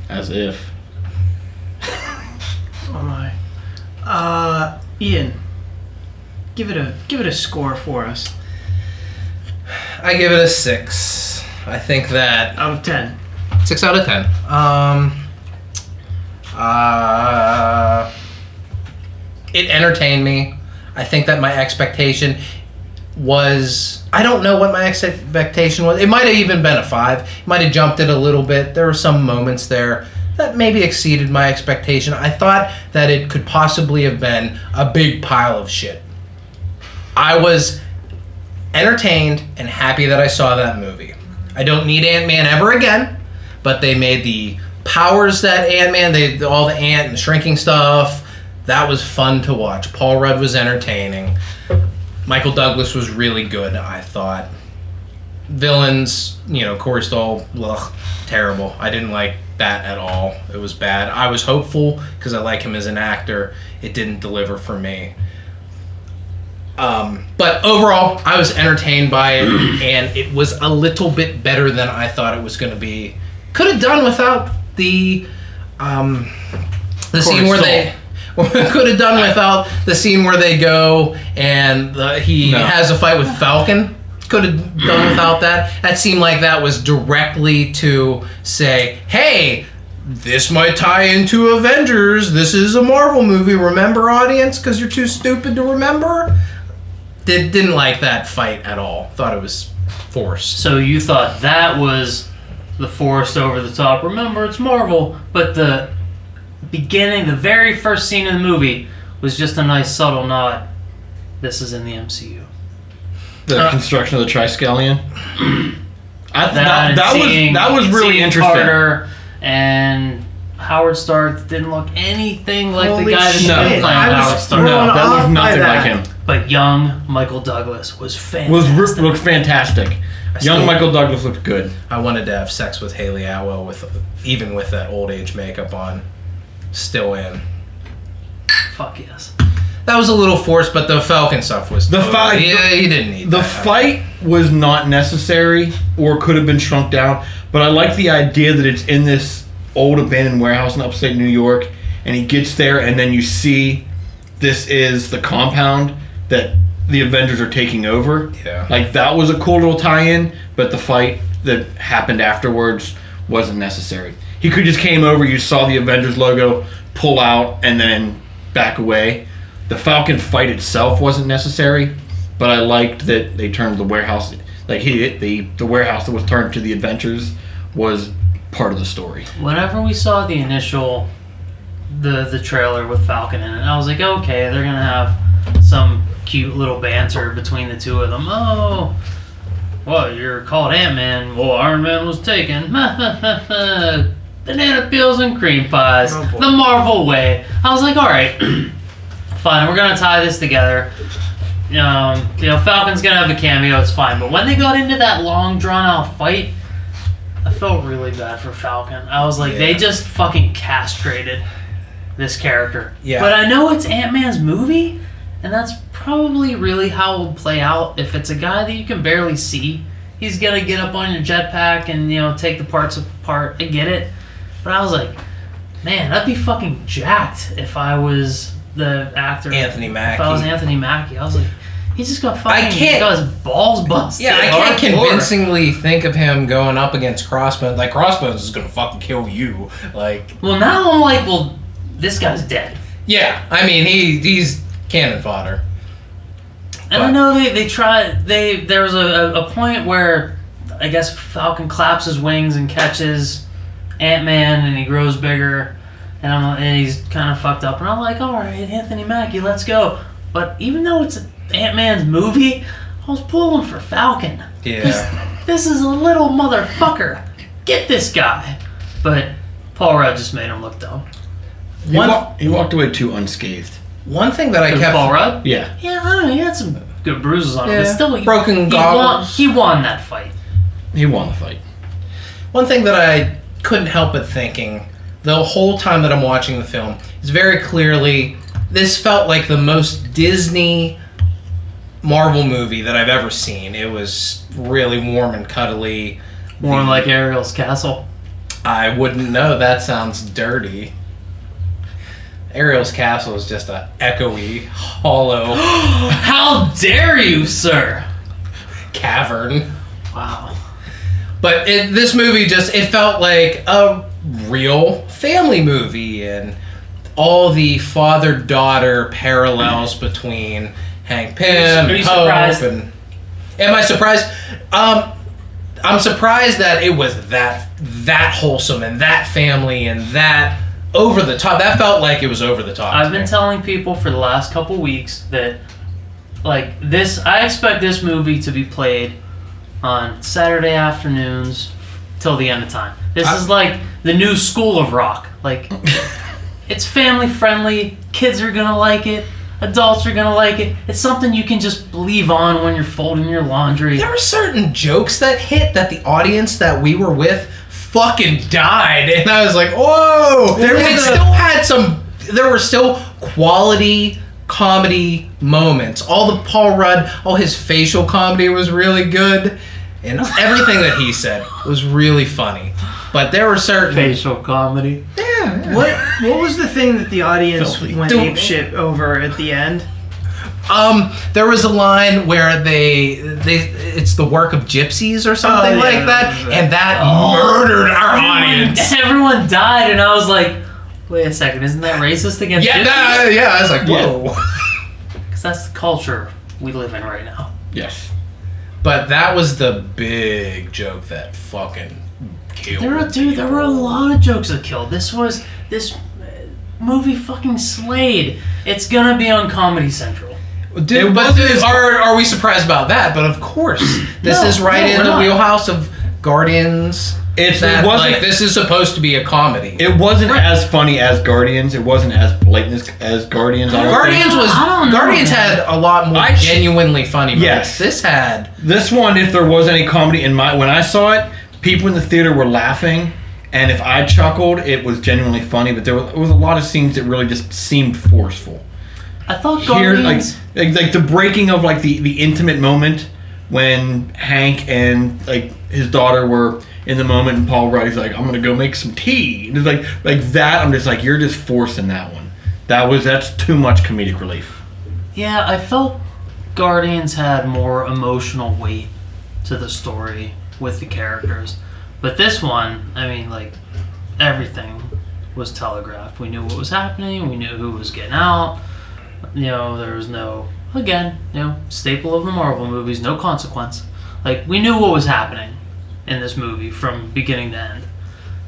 [SPEAKER 2] As if.
[SPEAKER 4] Oh my. Uh, Ian, give it a give it a score for us
[SPEAKER 3] I give it a six. I think that
[SPEAKER 4] out of ten.
[SPEAKER 3] Six out of ten. Um. Uh, it entertained me. I think that my expectation was. I don't know what my expectation was. It might have even been a five. It might have jumped it a little bit. There were some moments there that maybe exceeded my expectation. I thought that it could possibly have been a big pile of shit. I was entertained and happy that I saw that movie. I don't need Ant Man ever again, but they made the powers that Ant Man, they all the ant and shrinking stuff. That was fun to watch. Paul Rudd was entertaining. Michael Douglas was really good. I thought villains, you know, Corey Stoll, ugh, terrible. I didn't like that at all. It was bad. I was hopeful because I like him as an actor. It didn't deliver for me. Um, but overall, I was entertained by it, and it was a little bit better than I thought it was going to be. Could have done without the um, the scene where they. Could have done without the scene where they go and the, he
[SPEAKER 2] No.
[SPEAKER 3] has a fight with Falcon. Could have done without that. That seemed like that was directly to say, "Hey, this might tie into Avengers. This is a Marvel movie. Remember, audience, because you're too stupid to remember." Did, didn't like that fight at all. Thought it was forced.
[SPEAKER 1] So you thought that was the forest over the top. Remember, it's Marvel, but the beginning, the very first scene of the movie was just a nice subtle nod. This is in the MCU.
[SPEAKER 2] The
[SPEAKER 3] Uh,
[SPEAKER 2] construction of the Triskelion. I,
[SPEAKER 1] That,
[SPEAKER 2] that, that
[SPEAKER 1] and
[SPEAKER 2] was
[SPEAKER 1] seeing-
[SPEAKER 2] that was really
[SPEAKER 1] seeing
[SPEAKER 2] interesting.
[SPEAKER 1] Carter and Howard Stark didn't look anything like the
[SPEAKER 4] Holy
[SPEAKER 1] guy that's
[SPEAKER 4] shit.
[SPEAKER 2] No.
[SPEAKER 1] been playing
[SPEAKER 4] I was
[SPEAKER 1] Howard
[SPEAKER 2] No,
[SPEAKER 1] Stark.
[SPEAKER 4] Thrown
[SPEAKER 2] that
[SPEAKER 4] off
[SPEAKER 2] looked
[SPEAKER 4] by
[SPEAKER 2] nothing
[SPEAKER 4] that.
[SPEAKER 2] like him.
[SPEAKER 1] But young Michael Douglas was fantastic.
[SPEAKER 2] Was re- looked fantastic. Young
[SPEAKER 3] still-
[SPEAKER 2] Michael Douglas looked good.
[SPEAKER 3] I wanted to have sex with Haley Atwell with even with that old age makeup on. Still in.
[SPEAKER 1] Fuck yes.
[SPEAKER 3] That was a little forced, but the Falcon stuff was
[SPEAKER 2] The fi-
[SPEAKER 3] Yeah, he didn't need
[SPEAKER 2] The
[SPEAKER 3] that. uh,
[SPEAKER 2] fight was not necessary or could have been shrunk down, but I like the idea that it's in this old abandoned warehouse in upstate New York, and he gets there, and then you see this is the compound that the Avengers are taking over.
[SPEAKER 3] Yeah.
[SPEAKER 2] Like, that was a cool little tie in, but the fight that happened afterwards wasn't necessary. He could just came over, you saw the Avengers logo, pull out, and then back away. The Falcon fight itself wasn't necessary, but I liked that they turned the warehouse like he the the warehouse that was turned to the adventures was part of the story.
[SPEAKER 1] Whenever we saw the initial the the trailer with Falcon in it, I was like, okay, they're gonna have some cute little banter between the two of them. Oh, well, you're called Ant Man. Well, Iron Man was taken. Banana peels and cream pies,
[SPEAKER 4] Oh, boy.
[SPEAKER 1] the Marvel way. I was like, all right, fine, we're gonna tie this together. Um, you know, Falcon's gonna have a cameo. It's fine, but when they got into that long, drawn-out fight. I felt really bad for Falcon. I was like, they
[SPEAKER 3] Yeah.
[SPEAKER 1] just fucking castrated this character.
[SPEAKER 3] Yeah.
[SPEAKER 1] But I know it's Ant Man's movie, and that's probably really how it'll play out. If it's a guy that you can barely see, he's gonna get up on your jetpack and you know take the parts apart. I get it, but I was like, man, I'd be fucking jacked if I was the actor.
[SPEAKER 3] Anthony
[SPEAKER 1] If I was
[SPEAKER 3] Mackie.
[SPEAKER 1] Anthony Mackie, I was like, he just got fucking.
[SPEAKER 3] can't-
[SPEAKER 1] Got his balls busted.
[SPEAKER 3] Yeah, I can't
[SPEAKER 1] hardcore.
[SPEAKER 3] convincingly think of him going up against Crossbones. Like Crossbones is gonna fucking kill you. Like,
[SPEAKER 1] Well, now I'm like, well, this guy's dead.
[SPEAKER 3] yeah, I mean he he's cannon fodder.
[SPEAKER 1] And I know they, they tried they there was a, a, a point where I guess Falcon claps his wings and catches Ant Man and he grows bigger and I'm and he's kind of fucked up and I'm like all right Anthony Mackie let's go but even though it's Ant Man's movie I was pulling for Falcon
[SPEAKER 3] Yeah,
[SPEAKER 1] this is a little motherfucker get this guy. But Paul Rudd just made him look dumb.
[SPEAKER 2] He,
[SPEAKER 3] One-
[SPEAKER 2] wa- he walked away too unscathed.
[SPEAKER 3] One thing that I
[SPEAKER 1] Who,
[SPEAKER 3] kept
[SPEAKER 1] Paul Rudd?
[SPEAKER 2] Yeah.
[SPEAKER 1] Yeah, I don't know. He had some good bruises on him,
[SPEAKER 3] Yeah.
[SPEAKER 1] but still, he,
[SPEAKER 3] Broken
[SPEAKER 1] he won,
[SPEAKER 3] goggles.
[SPEAKER 1] he won that fight.
[SPEAKER 2] He won the fight.
[SPEAKER 3] One thing that I couldn't help but thinking the whole time that I'm watching the film is very clearly this felt like the most Disney Marvel movie that I've ever seen. It was really warm and cuddly.
[SPEAKER 1] More like Ariel's castle.
[SPEAKER 3] I wouldn't know. That sounds dirty. Ariel's castle is just a echoey, hollow
[SPEAKER 1] How dare you, sir?
[SPEAKER 3] cavern.
[SPEAKER 1] Wow.
[SPEAKER 3] But it, this movie just it felt like a real family movie and all the father daughter parallels between Hank Pym
[SPEAKER 1] Are you-
[SPEAKER 3] and
[SPEAKER 1] are you
[SPEAKER 3] Hope
[SPEAKER 1] surprised?
[SPEAKER 3] and Am I surprised? Um I'm surprised that it was that that wholesome and that family and that over the top. That felt like it was over the top.
[SPEAKER 1] I've
[SPEAKER 3] to me.
[SPEAKER 1] been telling people for the last couple weeks that, like this, I expect this movie to be played on Saturday afternoons till the end of time. This
[SPEAKER 3] I-
[SPEAKER 1] is like the new School of Rock. Like, it's family friendly. Kids are gonna like it. Adults are gonna like it. It's something you can just leave on when you're folding your laundry.
[SPEAKER 3] there were certain jokes that hit that the audience that we were with fucking died and i was like whoa
[SPEAKER 4] There
[SPEAKER 3] there
[SPEAKER 4] was
[SPEAKER 3] it
[SPEAKER 4] a-
[SPEAKER 3] still had some there were still quality comedy moments all the paul rudd all his facial comedy was really good and everything that he said was really funny but there were certain
[SPEAKER 1] Facial comedy.
[SPEAKER 3] yeah,
[SPEAKER 4] What what was the thing that the audience
[SPEAKER 2] Filthy.
[SPEAKER 4] went
[SPEAKER 3] Don't-
[SPEAKER 4] ape shit over at the end?
[SPEAKER 3] Um, there was a line where they they it's the work of gypsies or something
[SPEAKER 4] Oh, yeah,
[SPEAKER 3] like that, and that
[SPEAKER 1] Oh.
[SPEAKER 3] murdered our
[SPEAKER 1] Everyone,
[SPEAKER 3] audience.
[SPEAKER 1] everyone died, and I was like, wait a second, isn't that racist against
[SPEAKER 3] Yeah,
[SPEAKER 1] gypsies?
[SPEAKER 3] that, yeah, I was like, whoa.
[SPEAKER 1] Because that's the culture we live in right now.
[SPEAKER 2] Yes.
[SPEAKER 3] But that was the big joke that fucking killed.
[SPEAKER 1] There were dude, there were a lot of jokes that killed. This was this uh, movie fucking slayed. It's gonna be on Comedy Central.
[SPEAKER 3] Dude, but dude, are, are we surprised about that? But of course, this
[SPEAKER 1] No,
[SPEAKER 3] is right
[SPEAKER 1] no,
[SPEAKER 3] in
[SPEAKER 1] we're
[SPEAKER 3] the
[SPEAKER 1] not.
[SPEAKER 3] wheelhouse of Guardians.
[SPEAKER 2] It's,
[SPEAKER 3] That,
[SPEAKER 2] it wasn't.
[SPEAKER 3] like, this is supposed to be a comedy.
[SPEAKER 2] it wasn't as funny as Guardians. It wasn't as blatant as, as Guardians. I don't think.
[SPEAKER 3] Guardians was
[SPEAKER 1] I don't know,
[SPEAKER 3] Guardians
[SPEAKER 1] man.
[SPEAKER 3] had a lot more
[SPEAKER 2] I-
[SPEAKER 3] genuinely funny. Moments.
[SPEAKER 2] Yes.
[SPEAKER 3] this had
[SPEAKER 2] This one, if there was any comedy in my when I saw it, people in the theater were laughing, and if I chuckled, it was genuinely funny. But there was, there was a lot of scenes that really just seemed forceful.
[SPEAKER 1] I thought
[SPEAKER 2] Here, like,
[SPEAKER 1] Guardians.
[SPEAKER 2] like like the breaking of like the the intimate moment when Hank and like his daughter were in the moment, and Paul Rudd is like, "I'm gonna go make some tea." And it's like like that. I'm just like, you're just forcing that one. That was that's too much comedic relief.
[SPEAKER 1] yeah, I felt Guardians had more emotional weight to the story with the characters, but this one, I mean, like everything was telegraphed. We knew what was happening. We knew who was getting out. You know, there was no again, you know, staple of the Marvel movies, no consequence. Like we knew what was happening in this movie from beginning to end.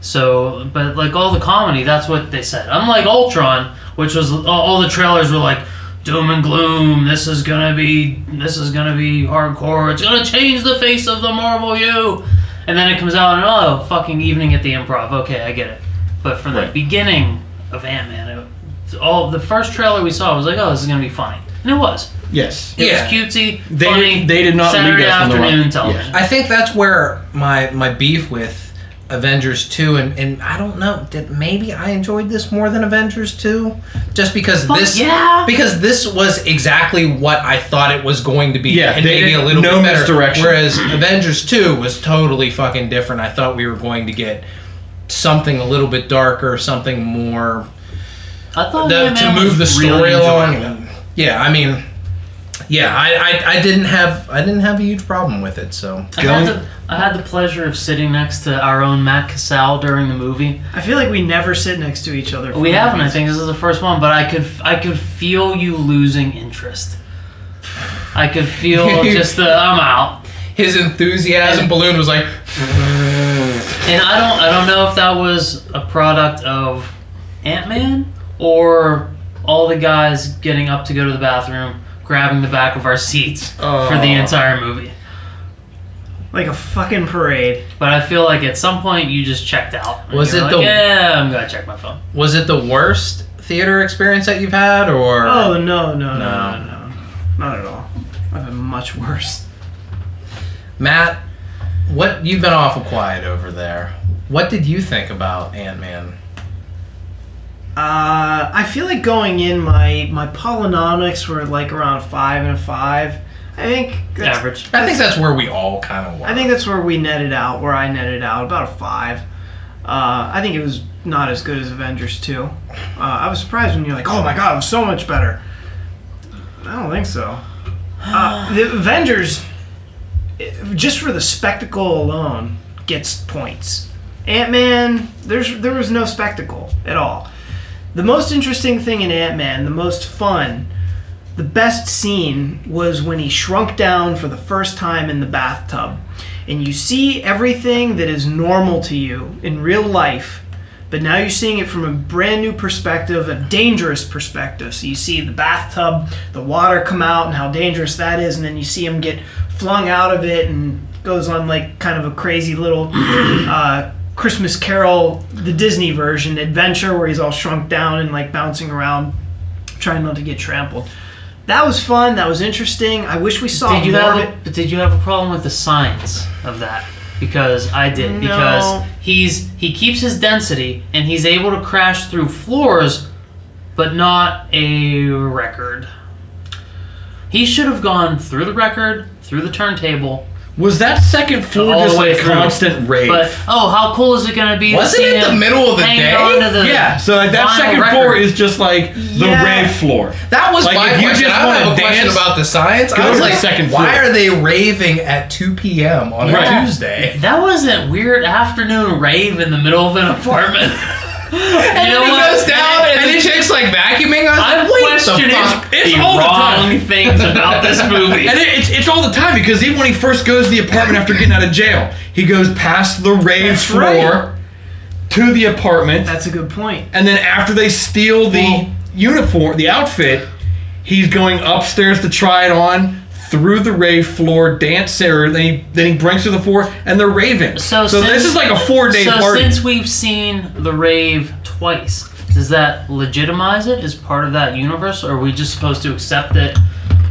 [SPEAKER 1] So, but like all the comedy, that's what they said. Unlike Ultron, which was all, all the trailers were like doom and gloom. This is gonna be this is gonna be hardcore. It's gonna change the face of the Marvel U. And then it comes out and oh, fucking evening at the Improv. Okay, I get it. But from the
[SPEAKER 2] Right.
[SPEAKER 1] beginning of Ant Man, all the first trailer we saw was like, oh, this is gonna be funny, and it was.
[SPEAKER 2] Yes.
[SPEAKER 1] It
[SPEAKER 3] Yeah.
[SPEAKER 1] was cutesy,
[SPEAKER 2] They-
[SPEAKER 1] funny.
[SPEAKER 2] they did not lead
[SPEAKER 1] Saturday
[SPEAKER 2] us in the
[SPEAKER 1] afternoon
[SPEAKER 2] wrong-
[SPEAKER 1] television.
[SPEAKER 3] I think that's where my my beef with Avengers two and, and I don't know that maybe I enjoyed this more than Avengers two just because
[SPEAKER 1] Fuck
[SPEAKER 3] this
[SPEAKER 1] yeah.
[SPEAKER 3] because this was exactly what I thought it was going to be
[SPEAKER 2] Yeah,
[SPEAKER 3] and
[SPEAKER 2] they
[SPEAKER 3] maybe a
[SPEAKER 2] didn't-
[SPEAKER 3] little
[SPEAKER 2] no
[SPEAKER 3] bit better
[SPEAKER 2] misdirection.
[SPEAKER 3] whereas Avengers two was totally fucking different I thought we were going to get something a little bit darker something more
[SPEAKER 1] I thought
[SPEAKER 3] the,
[SPEAKER 1] Ant-Man
[SPEAKER 3] to move the
[SPEAKER 1] was
[SPEAKER 3] story
[SPEAKER 1] really enjoyable.
[SPEAKER 3] along. Yeah, I mean, yeah, I, I, I didn't have I didn't have a huge problem with it. So
[SPEAKER 1] I had,
[SPEAKER 2] Going-
[SPEAKER 1] the, I had the pleasure of sitting next to our own Matt Casal during the movie.
[SPEAKER 4] I feel like we never sit next to each other. for
[SPEAKER 1] We haven't, I
[SPEAKER 4] movies.
[SPEAKER 1] think this is the first one, but I could I could feel you losing interest. I could feel just the I'm out,
[SPEAKER 3] his enthusiasm balloon was like,
[SPEAKER 1] and I don't I don't know if that was a product of Ant Man or all the guys getting up to go to
[SPEAKER 3] Oh.
[SPEAKER 1] the bathroom, grabbing the back of our seats for the entire movie.
[SPEAKER 4] like a fucking parade.
[SPEAKER 1] But I feel like at some point you just checked out. And
[SPEAKER 3] Was
[SPEAKER 1] you're
[SPEAKER 3] it
[SPEAKER 1] like,
[SPEAKER 3] the-
[SPEAKER 1] Yeah, I'm gonna check my phone.
[SPEAKER 3] Was it the worst theater experience that you've had, or
[SPEAKER 4] Oh no, no, no,
[SPEAKER 3] No.
[SPEAKER 4] no, no, not at all. I've been much worse.
[SPEAKER 3] Matt? What you've been awful quiet over there. What did you think about Ant Man?
[SPEAKER 4] Uh, I feel like going in, my my polynomics were like around a five and a five. I think that's,
[SPEAKER 1] Average.
[SPEAKER 3] I think that's where we all kind of were.
[SPEAKER 4] I think that's where we netted out, where I netted out about a five. Uh, I think it was not as good as Avengers two. Uh, I was surprised when you're like, "Oh my god, it was so much better." I don't think so. Uh, the Avengers, eh, just for the spectacle alone, gets points. Ant Man, there's there was no spectacle at all. The most interesting thing in Ant Man, the most fun, the best scene was when he shrunk down for the first time in the bathtub. And you see everything that is normal to you in real life, but now you're seeing it from a brand new perspective, a dangerous perspective. So you see the bathtub, the water come out, and how dangerous that is, and then you see him get flung out of it and goes on like kind of a crazy little uh, Christmas Carol, the Disney version adventure where he's all shrunk down and like bouncing around, trying not to get trampled. That was fun. That was interesting. I wish we saw
[SPEAKER 1] Did you
[SPEAKER 4] more
[SPEAKER 1] have
[SPEAKER 4] of
[SPEAKER 1] a,
[SPEAKER 4] it.
[SPEAKER 1] but did you have a problem with the signs of that? Because I did.
[SPEAKER 4] No.
[SPEAKER 1] Because he's he keeps his density and he's able to crash through floors, but not a record. He should have gone through the record, through the turntable,
[SPEAKER 2] Was that second floor
[SPEAKER 1] All the
[SPEAKER 2] just
[SPEAKER 1] way
[SPEAKER 2] a
[SPEAKER 1] through.
[SPEAKER 2] constant rave?
[SPEAKER 1] But oh, how cool is it gonna be? to
[SPEAKER 3] Wasn't
[SPEAKER 1] see
[SPEAKER 3] it the
[SPEAKER 1] him
[SPEAKER 3] middle of the
[SPEAKER 1] hanging
[SPEAKER 3] day?
[SPEAKER 1] on to the
[SPEAKER 2] yeah, so like that
[SPEAKER 1] vinyl
[SPEAKER 2] second
[SPEAKER 1] record?
[SPEAKER 2] floor is just like the
[SPEAKER 4] Yeah.
[SPEAKER 2] rave floor.
[SPEAKER 3] That was
[SPEAKER 2] Like,
[SPEAKER 3] my
[SPEAKER 2] if you
[SPEAKER 3] question.
[SPEAKER 2] just
[SPEAKER 3] I don't
[SPEAKER 2] wanna
[SPEAKER 3] have a question
[SPEAKER 2] dance,
[SPEAKER 3] about the science.
[SPEAKER 2] go
[SPEAKER 3] I was
[SPEAKER 2] to the
[SPEAKER 3] like,
[SPEAKER 2] second
[SPEAKER 3] why
[SPEAKER 2] floor."
[SPEAKER 3] are they raving at 2 p.m. on
[SPEAKER 2] Right.
[SPEAKER 3] a Tuesday?
[SPEAKER 1] That wasn't weird afternoon rave in the middle of an apartment. you know
[SPEAKER 3] It
[SPEAKER 1] what?
[SPEAKER 3] goes down and, the chick's like vacuuming. I
[SPEAKER 1] I'm
[SPEAKER 3] was like, what the
[SPEAKER 1] questioning
[SPEAKER 3] fuck?
[SPEAKER 2] It's
[SPEAKER 1] the
[SPEAKER 2] all the
[SPEAKER 1] wrong
[SPEAKER 2] time.
[SPEAKER 1] things about this movie.
[SPEAKER 2] And it, it's, it's all the time because even when he first goes to the apartment after getting out of jail, he goes past the rave
[SPEAKER 4] That's
[SPEAKER 2] floor
[SPEAKER 4] right.
[SPEAKER 2] to the apartment,
[SPEAKER 4] That's a good point.
[SPEAKER 2] and then after they steal the
[SPEAKER 4] Well-
[SPEAKER 2] uniform, the outfit, he's going upstairs to try it on through the rave floor, dance area. Then he then he brings to the floor, and they're raving.
[SPEAKER 1] So since-
[SPEAKER 2] this is like a four day
[SPEAKER 1] so
[SPEAKER 2] party.
[SPEAKER 1] since we've seen the rave twice, does that legitimize it as part of that universe, or are we just supposed to accept that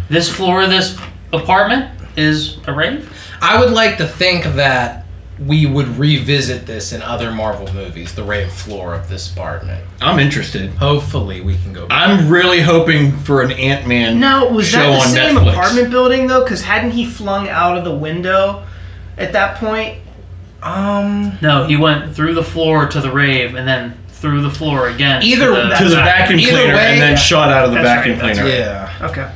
[SPEAKER 1] this floor of this apartment is a rave?
[SPEAKER 3] I would like to think that we would revisit this in other Marvel movies, the rave floor of this apartment.
[SPEAKER 2] I'm interested.
[SPEAKER 3] Hopefully, we can go. back.
[SPEAKER 2] I'm really hoping for an Ant Man.
[SPEAKER 4] Now, was
[SPEAKER 2] Show
[SPEAKER 4] that the
[SPEAKER 2] on
[SPEAKER 4] same
[SPEAKER 2] Netflix.
[SPEAKER 4] apartment building though? Because hadn't he flung out of the window at that point?
[SPEAKER 3] Um,
[SPEAKER 1] No, he went through the floor to the rave and then through the floor again.
[SPEAKER 3] Either-
[SPEAKER 1] to the,
[SPEAKER 2] to the vacuum
[SPEAKER 3] Either
[SPEAKER 2] cleaner
[SPEAKER 3] way-
[SPEAKER 2] and then shot out of the
[SPEAKER 4] That's right,
[SPEAKER 2] vacuum
[SPEAKER 4] that's
[SPEAKER 2] cleaner.
[SPEAKER 3] yeah.
[SPEAKER 4] Okay.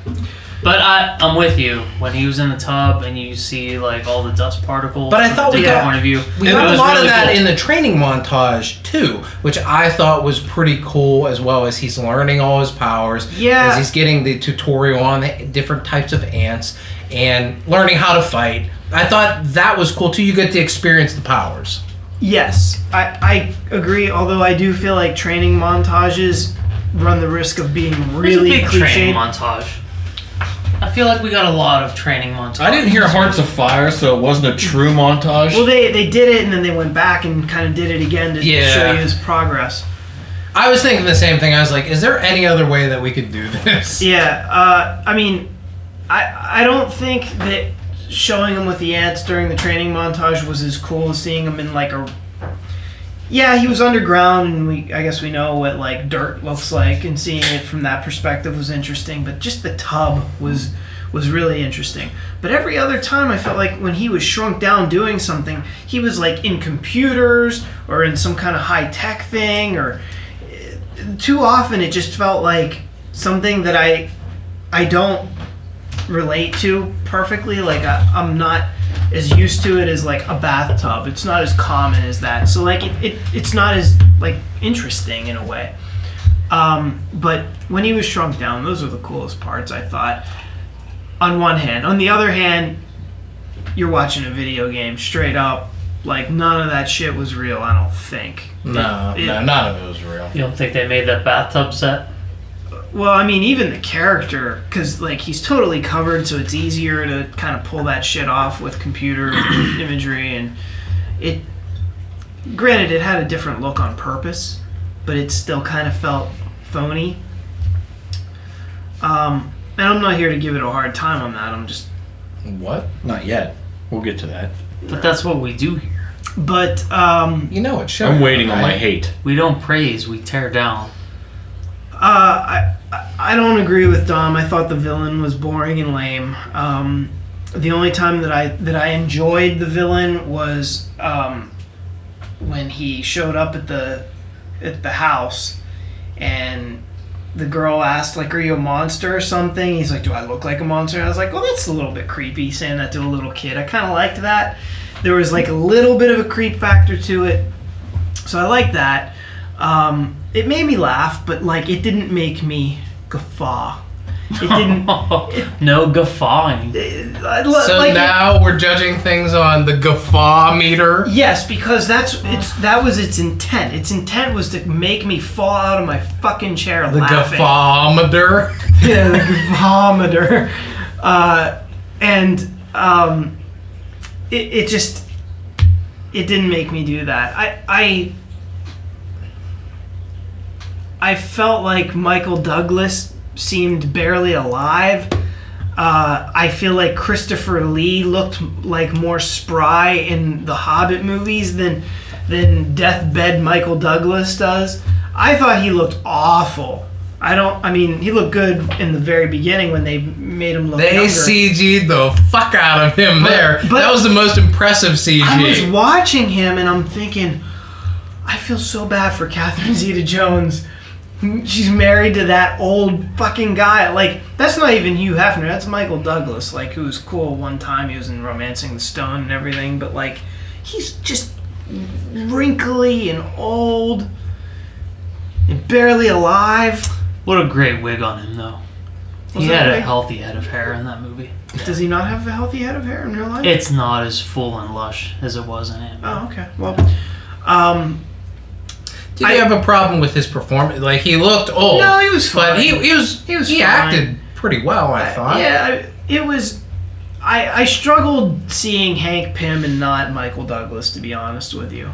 [SPEAKER 1] But I, I'm with you. When he was in the tub and you see like all the dust particles.
[SPEAKER 3] But I
[SPEAKER 1] from
[SPEAKER 3] thought
[SPEAKER 1] the
[SPEAKER 3] we
[SPEAKER 1] different
[SPEAKER 3] got-
[SPEAKER 1] point of view.
[SPEAKER 3] We
[SPEAKER 1] it
[SPEAKER 3] got a
[SPEAKER 1] was
[SPEAKER 3] lot
[SPEAKER 1] really
[SPEAKER 3] of that
[SPEAKER 1] cool.
[SPEAKER 3] in the training montage too, which I thought was pretty cool as well as he's learning all his powers.
[SPEAKER 4] Yeah.
[SPEAKER 3] As he's getting the tutorial on the different types of ants and learning how to fight. I thought that was cool too. You get to experience the powers.
[SPEAKER 4] Yes, I, I agree. Although I do feel like training montages run the risk of being
[SPEAKER 1] There's a
[SPEAKER 4] really
[SPEAKER 1] big
[SPEAKER 4] cliche.
[SPEAKER 1] training montage. I feel like we got a lot of training montage.
[SPEAKER 2] I didn't hear Hearts of Fire, so it wasn't a true montage.
[SPEAKER 4] well, they they did it and then they went back and kind of did it again to
[SPEAKER 3] Yeah.
[SPEAKER 4] show you his progress.
[SPEAKER 3] I was thinking the same thing. I was like, is there any other way that we could do this?
[SPEAKER 4] Yeah, uh, I mean, I I don't think that showing him with the ants during the training montage was as cool as seeing him in like a. Yeah, he was underground, and we I guess we know what like dirt looks like, and seeing it from that perspective was interesting. But just the tub was was really interesting. But every other time, I felt like when he was shrunk down doing something, he was like in computers or in some kind of high tech thing or too often it just felt like something that I I don't relate to perfectly. Like I, I'm not as used to it as like a bathtub. It's not as common as that. So like it, it it's not as like interesting in a way. Um, but when he was shrunk down, those were the coolest parts I thought. On one hand, on the other hand, you're watching a video game straight up. Like none of that shit was real. I don't think.
[SPEAKER 3] No,
[SPEAKER 4] It-
[SPEAKER 3] no, none of it was real.
[SPEAKER 1] You don't think they made that bathtub set?
[SPEAKER 4] Well, I mean, even the character, because like he's totally covered, so it's easier to kind of pull that shit off with computer imagery, and it. Granted, it had a different look on purpose, but it still kind of felt phony. Um, and I'm not here to give it a hard time on that. I'm just,
[SPEAKER 3] What?
[SPEAKER 2] Not yet. We'll get to that.
[SPEAKER 1] But that's what we do here.
[SPEAKER 4] but um,
[SPEAKER 3] You know it. Sure.
[SPEAKER 2] I'm waiting on my
[SPEAKER 3] right?
[SPEAKER 2] hate.
[SPEAKER 1] We don't praise, we tear down.
[SPEAKER 4] uh, I I- I don't agree with Dom. I thought the villain was boring and lame. Um, the only time that I that I enjoyed the villain was um, when he showed up at the at the house and the girl asked like are you a monster or something he's like do i look like a monster and i was like well that's a little bit creepy saying that to a little kid i kind of liked that there was like a little bit of a creep factor to it so i like that um, it made me laugh but like it didn't make me guffaw it didn't
[SPEAKER 1] no guffawing.
[SPEAKER 4] I lo-
[SPEAKER 3] So
[SPEAKER 4] like, it-
[SPEAKER 3] now we're judging things on the guffaw meter.
[SPEAKER 4] Yes, because that's it's that was its intent. Its intent was to make me fall out of my fucking chair
[SPEAKER 3] The
[SPEAKER 4] laughing.
[SPEAKER 3] guffawmeter.
[SPEAKER 4] yeah, the guffawometer. Uh, and um, it, it just it didn't make me do that. I I I felt like Michael Douglas seemed barely alive. Uh, I feel like Christopher Lee looked like more spry in the Hobbit movies than than deathbed Michael Douglas does. I thought he looked awful. I don't. I mean, he looked good in the very beginning when they made him look.
[SPEAKER 3] They
[SPEAKER 4] younger.
[SPEAKER 3] CG'd the fuck out of him there.
[SPEAKER 4] but-
[SPEAKER 3] that was the most impressive CG.
[SPEAKER 4] I was watching him and I'm thinking, I feel so bad for Catherine Zeta Jones. She's married to that old fucking guy. Like, that's not even Hugh Hefner. That's Michael Douglas, like, who was cool one time. He was in Romancing the Stone and everything, but, like, he's just wrinkly and old and barely alive.
[SPEAKER 1] What a great wig on him, though.
[SPEAKER 4] Was
[SPEAKER 1] he
[SPEAKER 4] that
[SPEAKER 1] had
[SPEAKER 4] a
[SPEAKER 1] a
[SPEAKER 4] wig?
[SPEAKER 1] healthy head of hair in that movie.
[SPEAKER 4] Does he not have a healthy head of hair in real life?
[SPEAKER 1] It's not as full and lush as it was in Ant Man.
[SPEAKER 4] oh, okay. Well, um,
[SPEAKER 3] Did you
[SPEAKER 4] I-
[SPEAKER 3] have a problem with his performance? Like he looked old.
[SPEAKER 4] No, he was
[SPEAKER 3] Oh, But
[SPEAKER 4] fine.
[SPEAKER 3] he, he was he
[SPEAKER 4] was fine. Uh,
[SPEAKER 3] acted pretty well. I thought.
[SPEAKER 4] Yeah, I, it was. I I struggled seeing Hank Pym and not Michael Douglas, to be honest with you.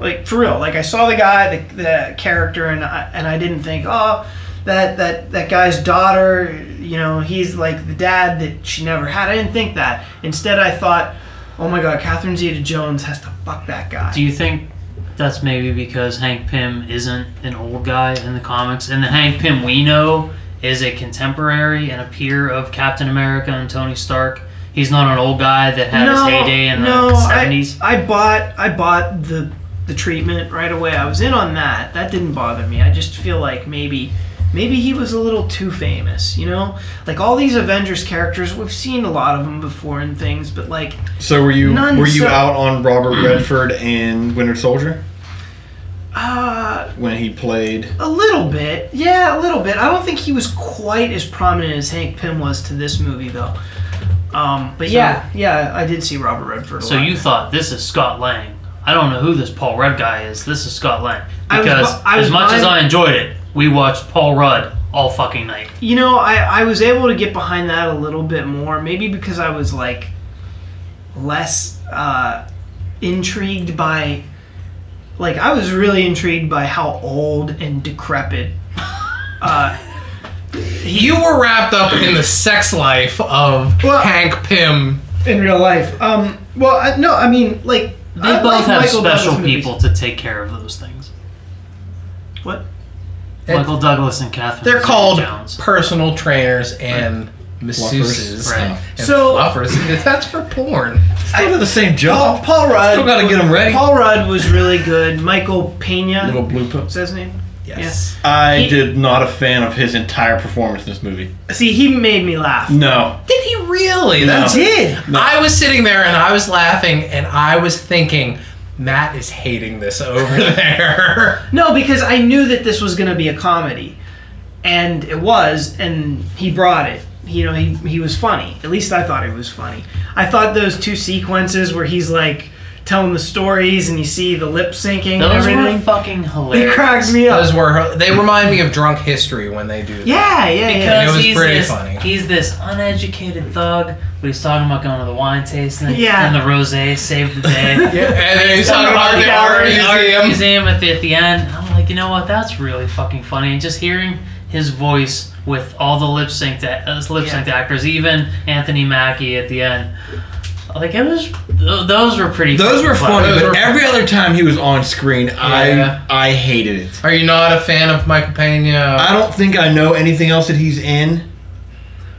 [SPEAKER 4] Like for real, like I saw the guy, the, the character, and I, and I didn't think, oh, that that that guy's daughter, you know, he's like the dad that she never had. I didn't think that. Instead, I thought, oh my God, Catherine Zeta-Jones has to fuck that guy.
[SPEAKER 1] Do you think that's maybe because Hank Pym isn't an old guy in the comics, and the Hank Pym we know is a contemporary and a peer of Captain America and Tony Stark? He's not an old guy that had his heyday in the seventies.
[SPEAKER 4] I, I bought I bought the the treatment right away. I was in on that. That didn't bother me. I just feel like maybe maybe he was a little too famous, you know? Like all these Avengers characters, we've seen a lot of them before and things, but like
[SPEAKER 2] So were you
[SPEAKER 4] None
[SPEAKER 2] were you
[SPEAKER 4] so-
[SPEAKER 2] out on Robert Redford and Winter Soldier
[SPEAKER 4] uh
[SPEAKER 2] when he played?
[SPEAKER 4] a little bit. Yeah, a little bit. I don't think he was quite as prominent as Hank Pym was to this movie though. Um, but yeah, yeah, I did see Robert Redford. A
[SPEAKER 1] So
[SPEAKER 4] lot.
[SPEAKER 1] you thought this is Scott Lang? I don't know who this Paul Rudd guy is. This is Scott Lang
[SPEAKER 4] I was
[SPEAKER 1] because
[SPEAKER 4] bu- I was
[SPEAKER 1] as much as
[SPEAKER 4] buying-
[SPEAKER 1] I enjoyed it, we watched Paul Rudd all fucking night.
[SPEAKER 4] You know, I, I was able to get behind that a little bit more, maybe because I was like less uh, intrigued by. Like, I was really intrigued by how old and decrepit. uh,
[SPEAKER 3] You were wrapped up in the sex life of
[SPEAKER 4] Well-
[SPEAKER 3] Hank Pym.
[SPEAKER 4] In real life. Um, well, I, no, I mean, like.
[SPEAKER 1] They both have special people to take care of those things.
[SPEAKER 4] What?
[SPEAKER 3] And-
[SPEAKER 1] Michael Douglas and Catherine.
[SPEAKER 3] They're called
[SPEAKER 1] Jones.
[SPEAKER 3] personal trainers and masseuses.
[SPEAKER 1] Right.
[SPEAKER 3] And
[SPEAKER 4] So-
[SPEAKER 3] fluffers. That's for porn.
[SPEAKER 2] Still did the same
[SPEAKER 4] Paul,
[SPEAKER 2] job.
[SPEAKER 4] Paul Rudd.
[SPEAKER 2] Still gotta get him ready.
[SPEAKER 4] Paul Rudd was really good. Michael Pena.
[SPEAKER 2] Little blue
[SPEAKER 4] is
[SPEAKER 2] pups.
[SPEAKER 4] that his name? Yes.
[SPEAKER 2] I
[SPEAKER 4] He-
[SPEAKER 2] did not a fan of his entire performance in this movie.
[SPEAKER 4] See, he made me laugh.
[SPEAKER 2] No.
[SPEAKER 3] Did he really?
[SPEAKER 2] No.
[SPEAKER 3] That's
[SPEAKER 4] Did.
[SPEAKER 3] I was sitting there and I was laughing and I was thinking, Matt is hating this over there.
[SPEAKER 4] No, because I knew that this was going to be a comedy, and it was, and he brought it. You know, he he was funny. At least I thought he was funny. I thought those two sequences where he's like telling the stories and you see the lip syncing and
[SPEAKER 1] Those were
[SPEAKER 4] everything.
[SPEAKER 1] fucking
[SPEAKER 4] It
[SPEAKER 1] hilarious.
[SPEAKER 4] cracks me up.
[SPEAKER 3] Those were they remind me of drunk history when they do. that.
[SPEAKER 4] Yeah, yeah, yeah.
[SPEAKER 3] it
[SPEAKER 1] Because
[SPEAKER 3] was
[SPEAKER 1] he's
[SPEAKER 3] pretty
[SPEAKER 1] this,
[SPEAKER 3] funny.
[SPEAKER 1] he's this uneducated thug, but he's talking about going to the wine tasting
[SPEAKER 4] Yeah.
[SPEAKER 1] and the rosé saved the day.
[SPEAKER 3] Yeah, and then he's talking about the art
[SPEAKER 1] The art
[SPEAKER 3] museum.
[SPEAKER 1] museum at the, at the end. And I'm like, you know what? That's really fucking funny. And just hearing his voice with all the lip sync uh, lip synced actors, even Anthony Mackie at the end. Like it was, th- those were pretty.
[SPEAKER 2] Those were
[SPEAKER 1] fucking
[SPEAKER 2] funny,
[SPEAKER 3] Those
[SPEAKER 2] but
[SPEAKER 3] were-
[SPEAKER 2] every other time he was on screen,
[SPEAKER 3] Yeah.
[SPEAKER 2] I I hated it.
[SPEAKER 3] Are you not a fan of Michael Pena?
[SPEAKER 2] I don't think I know anything else that he's in,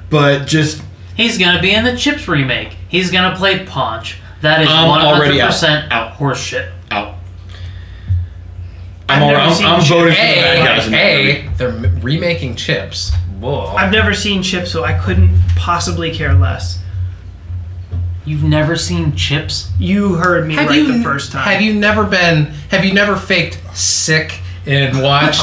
[SPEAKER 2] but just
[SPEAKER 1] He's gonna be in the Chips remake. He's gonna play Punch. That is
[SPEAKER 2] I'm
[SPEAKER 1] one
[SPEAKER 2] already
[SPEAKER 1] hundred
[SPEAKER 2] out.
[SPEAKER 1] percent out horseshit.
[SPEAKER 2] out.
[SPEAKER 4] I've
[SPEAKER 2] I'm all,
[SPEAKER 4] never
[SPEAKER 2] I'm,
[SPEAKER 4] seen
[SPEAKER 2] I'm
[SPEAKER 4] Chip.
[SPEAKER 2] voting for the bad guys.
[SPEAKER 3] Hey,
[SPEAKER 2] in that movie.
[SPEAKER 3] hey, they're m- remaking Chips. Whoa.
[SPEAKER 4] I've never seen Chip, so I couldn't possibly care less.
[SPEAKER 1] You've never seen Chips?
[SPEAKER 4] You heard me right the first time.
[SPEAKER 3] Have you never been? Have you never faked sick and watched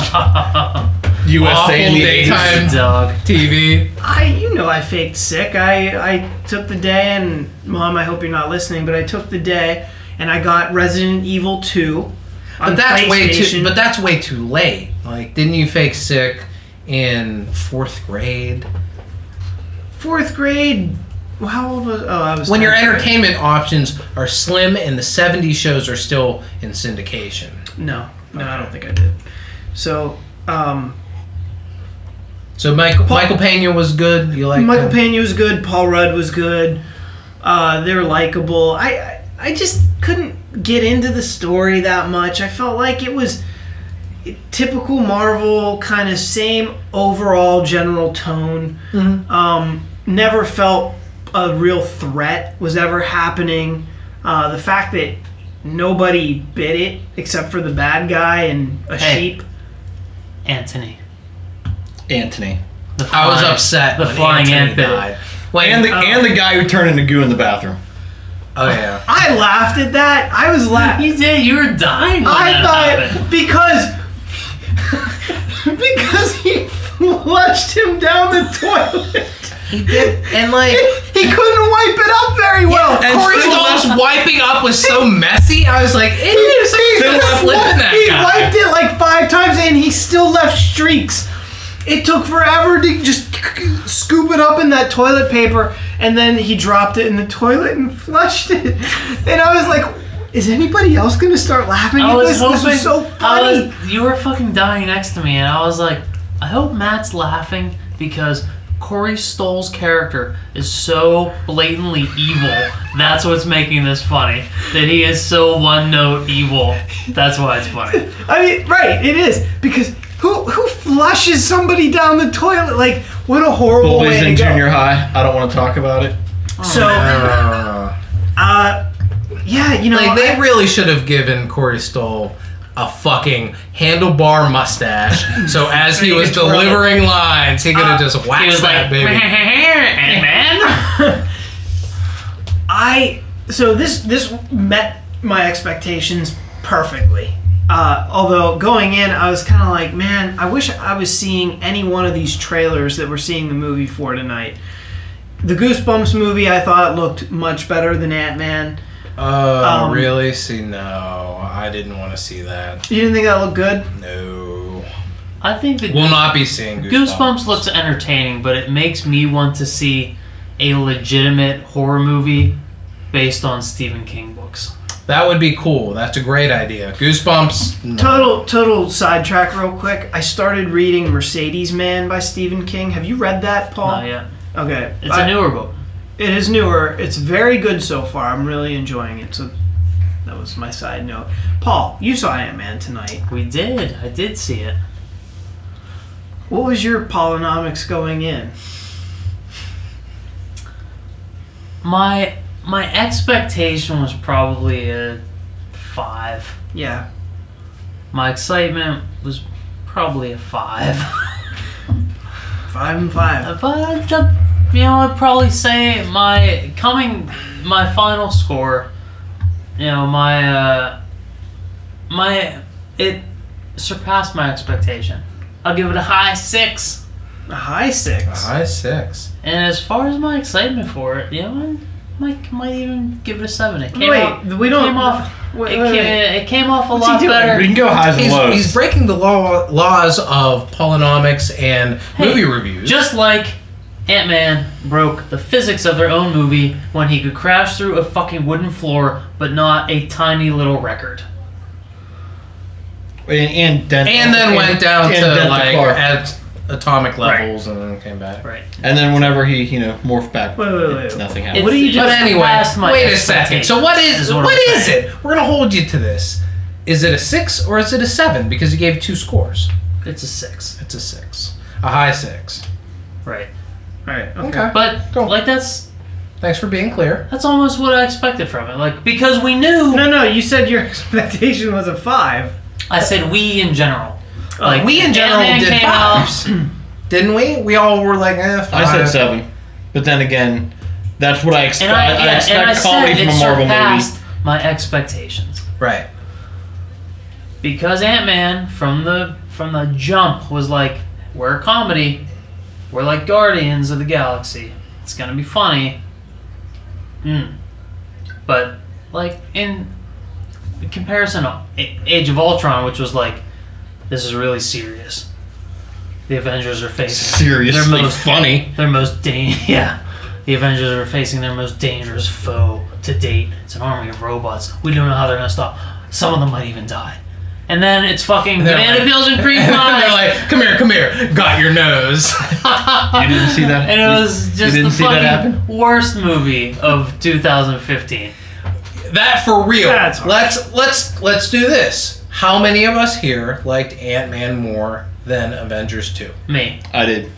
[SPEAKER 2] USA in
[SPEAKER 3] Awful
[SPEAKER 2] the
[SPEAKER 3] daytime.
[SPEAKER 2] 80s.
[SPEAKER 3] I'm-
[SPEAKER 1] dog.
[SPEAKER 3] TV?
[SPEAKER 4] I, you know, I faked sick. I, I took the day, and Mom, I hope you're not listening, but I took the day, and I got Resident Evil Two.
[SPEAKER 3] But
[SPEAKER 4] on
[SPEAKER 3] that's way too.
[SPEAKER 4] PlayStation.
[SPEAKER 3] But that's way too late. Like, didn't you fake sick in fourth grade?
[SPEAKER 4] fourth grade. well, How old was? Oh, I was.
[SPEAKER 3] When your
[SPEAKER 4] tenth grade.
[SPEAKER 3] entertainment options are slim and the '70s shows are still in syndication.
[SPEAKER 4] No, no, I don't think I did. So, um,
[SPEAKER 3] So Michael Michael Pena was good. You like
[SPEAKER 4] Michael
[SPEAKER 3] him?
[SPEAKER 4] Pena was good. Paul Rudd was good. Uh, they're likable. I, I I just couldn't get into the story that much. I felt like it was typical Marvel kind of same overall general tone. Um, never felt a real threat was ever happening. Uh, the fact that nobody bit it except for the bad guy and a
[SPEAKER 1] Hey.
[SPEAKER 4] sheep.
[SPEAKER 1] Anthony.
[SPEAKER 2] Anthony.
[SPEAKER 1] The
[SPEAKER 3] I was
[SPEAKER 1] flying-
[SPEAKER 3] upset.
[SPEAKER 1] The
[SPEAKER 3] when
[SPEAKER 1] flying
[SPEAKER 3] Anthony
[SPEAKER 1] ant bit.
[SPEAKER 3] died. Wait,
[SPEAKER 2] And the
[SPEAKER 4] Oh.
[SPEAKER 2] and the guy who turned into goo in the bathroom.
[SPEAKER 3] oh yeah.
[SPEAKER 4] I laughed at that. I was laughing.
[SPEAKER 1] You did. You were dying. When
[SPEAKER 4] I
[SPEAKER 1] that
[SPEAKER 4] thought
[SPEAKER 1] happened.
[SPEAKER 4] because because he flushed him down the toilet.
[SPEAKER 3] He did, and like
[SPEAKER 4] He couldn't wipe it up very well.
[SPEAKER 2] and
[SPEAKER 3] Corey
[SPEAKER 2] still-
[SPEAKER 3] Stoll's wiping up was so messy. I was like, it's
[SPEAKER 2] still
[SPEAKER 3] like flipping that
[SPEAKER 4] he
[SPEAKER 3] guy.
[SPEAKER 4] wiped it like five times and he still left streaks. It took forever to just scoop it up in that toilet paper and then he dropped it in the toilet and flushed it. And I was like, is anybody else gonna start laughing
[SPEAKER 1] I
[SPEAKER 4] at
[SPEAKER 1] was
[SPEAKER 4] this?
[SPEAKER 1] hoping.
[SPEAKER 4] This was so
[SPEAKER 1] I
[SPEAKER 4] funny.
[SPEAKER 1] was, you were fucking dying next to me, and I was like, I hope Matt's laughing because Corey Stoll's character is so blatantly evil. That's what's making this funny. That he is so one note evil. That's why it's funny.
[SPEAKER 4] I mean, right? It is because who who flushes somebody down the toilet? Like, what a horrible
[SPEAKER 2] Bullies
[SPEAKER 4] way
[SPEAKER 2] in
[SPEAKER 4] to go.
[SPEAKER 2] junior high. I don't want to talk about it.
[SPEAKER 4] So,
[SPEAKER 3] Uh,
[SPEAKER 4] uh, yeah, you know,
[SPEAKER 3] like
[SPEAKER 4] I-
[SPEAKER 3] they really should have given Corey Stoll a fucking handlebar mustache. So as he was delivering lines, Uh, he could have just
[SPEAKER 1] He
[SPEAKER 3] waxed
[SPEAKER 1] was
[SPEAKER 3] that
[SPEAKER 1] like,
[SPEAKER 3] baby.
[SPEAKER 1] and man.
[SPEAKER 4] I so this this met my expectations perfectly. Uh, although going in, I was kind of like, man, I wish I was seeing any one of these trailers that we're seeing the movie for tonight. The Goosebumps movie, I thought looked much better than Ant Man.
[SPEAKER 3] Oh,
[SPEAKER 4] Um,
[SPEAKER 3] really? See, no, I didn't want to see that.
[SPEAKER 4] You didn't think that looked good?
[SPEAKER 3] No,
[SPEAKER 1] I think that
[SPEAKER 3] we'll not be seeing Goosebumps.
[SPEAKER 1] Goosebumps looks entertaining, but it makes me want to see a legitimate horror movie based on Stephen King books.
[SPEAKER 3] That would be cool. That's a great idea. Goosebumps. no.
[SPEAKER 4] Total total sidetrack real quick. I started reading Mercedes Man by Stephen King. Have you read that, Paul?
[SPEAKER 1] Not yet.
[SPEAKER 4] Okay.
[SPEAKER 1] It's
[SPEAKER 4] Oh. I-
[SPEAKER 1] a newer book.
[SPEAKER 4] It is newer. It's very good so far. I'm really enjoying it. So that was my side note. Paul, you saw Ant Man tonight.
[SPEAKER 1] We did. I did see it.
[SPEAKER 4] What was your Paulinomics going in?
[SPEAKER 1] My my expectation was probably a five.
[SPEAKER 4] Yeah.
[SPEAKER 1] My excitement was probably a five.
[SPEAKER 4] Five and five.
[SPEAKER 1] but uh, you know, I'd probably say my coming my final score. You know, my uh, my it surpassed my expectation. I'll give it a high six.
[SPEAKER 4] A high six.
[SPEAKER 3] High six.
[SPEAKER 1] And as far as my excitement for it, you know, I'm, Mike might even give it a seven. It came
[SPEAKER 4] Wait,
[SPEAKER 1] off.
[SPEAKER 4] we don't.
[SPEAKER 1] came off.
[SPEAKER 4] Wait,
[SPEAKER 1] it,
[SPEAKER 4] wait,
[SPEAKER 1] came,
[SPEAKER 4] wait.
[SPEAKER 1] it came off a
[SPEAKER 4] What's he
[SPEAKER 1] lot
[SPEAKER 4] doing?
[SPEAKER 1] better.
[SPEAKER 2] We can go highs and
[SPEAKER 3] He's,
[SPEAKER 2] lows.
[SPEAKER 3] he's breaking the law, laws of polynomics and movie reviews.
[SPEAKER 1] Just like Ant Man broke the physics of their own movie when he could crash through a fucking wooden floor, but not a tiny little record.
[SPEAKER 2] and, and, dent-
[SPEAKER 3] and then went down
[SPEAKER 2] and
[SPEAKER 3] to
[SPEAKER 2] dent
[SPEAKER 3] like
[SPEAKER 2] car.
[SPEAKER 3] at atomic levels and then came back.
[SPEAKER 1] Right.
[SPEAKER 2] and then whenever he you know morphed back,
[SPEAKER 4] Wait, wait, wait.
[SPEAKER 2] nothing happened.
[SPEAKER 1] It's
[SPEAKER 3] What are you
[SPEAKER 1] just
[SPEAKER 3] doing anyway?
[SPEAKER 1] past my
[SPEAKER 3] Wait a second. So what is
[SPEAKER 1] expectations, what
[SPEAKER 3] what
[SPEAKER 1] I'm
[SPEAKER 3] is it? We're gonna hold you to this. Is it a six or is it a seven? Because you gave two scores.
[SPEAKER 1] It's a six.
[SPEAKER 3] It's a six. A high six.
[SPEAKER 1] Right.
[SPEAKER 4] Right. Okay.
[SPEAKER 1] But
[SPEAKER 3] Go.
[SPEAKER 1] like that's
[SPEAKER 3] Thanks for being clear.
[SPEAKER 1] that's almost what I expected from it. Like because we knew
[SPEAKER 4] No, no. You said your expectation was a five.
[SPEAKER 1] I said we in general.
[SPEAKER 4] Like,
[SPEAKER 3] Uh, we in general
[SPEAKER 1] Ant-Man
[SPEAKER 3] did
[SPEAKER 1] came
[SPEAKER 3] fives, didn't we? We all were like, eh,
[SPEAKER 2] I
[SPEAKER 3] five.
[SPEAKER 2] said seven, but then again, that's what I expect.
[SPEAKER 1] And I, yeah,
[SPEAKER 2] I, expect
[SPEAKER 1] and I
[SPEAKER 2] comedy
[SPEAKER 1] said
[SPEAKER 2] from a
[SPEAKER 1] it
[SPEAKER 2] Marvel
[SPEAKER 1] surpassed
[SPEAKER 2] movie.
[SPEAKER 1] my expectations.
[SPEAKER 3] Right.
[SPEAKER 1] because Ant Man from the from the jump was like, we're a comedy, we're like Guardians of the Galaxy. It's gonna be funny. Mm. But like in comparison, to A- Age of Ultron, which was like, this is really serious. The Avengers are facing
[SPEAKER 2] Seriously
[SPEAKER 1] their most
[SPEAKER 2] funny.
[SPEAKER 1] their most dang yeah. The Avengers are facing their most dangerous foe to date. It's an army of robots. We don't know how they're gonna stop. Some of them might even die. And then it's fucking
[SPEAKER 3] They're
[SPEAKER 1] banana
[SPEAKER 3] like-
[SPEAKER 1] peels and cream
[SPEAKER 3] And they're
[SPEAKER 1] pie.
[SPEAKER 3] like, come here, come here. Got your nose.
[SPEAKER 2] You didn't see that.
[SPEAKER 1] and it was just
[SPEAKER 2] didn't
[SPEAKER 1] the
[SPEAKER 2] see that
[SPEAKER 1] fucking worst movie of 2015.
[SPEAKER 3] that for real.
[SPEAKER 4] That's hard.
[SPEAKER 3] let's let's let's do this. How many of us here liked Ant Man more than Avengers Two?
[SPEAKER 1] Me.
[SPEAKER 2] I did.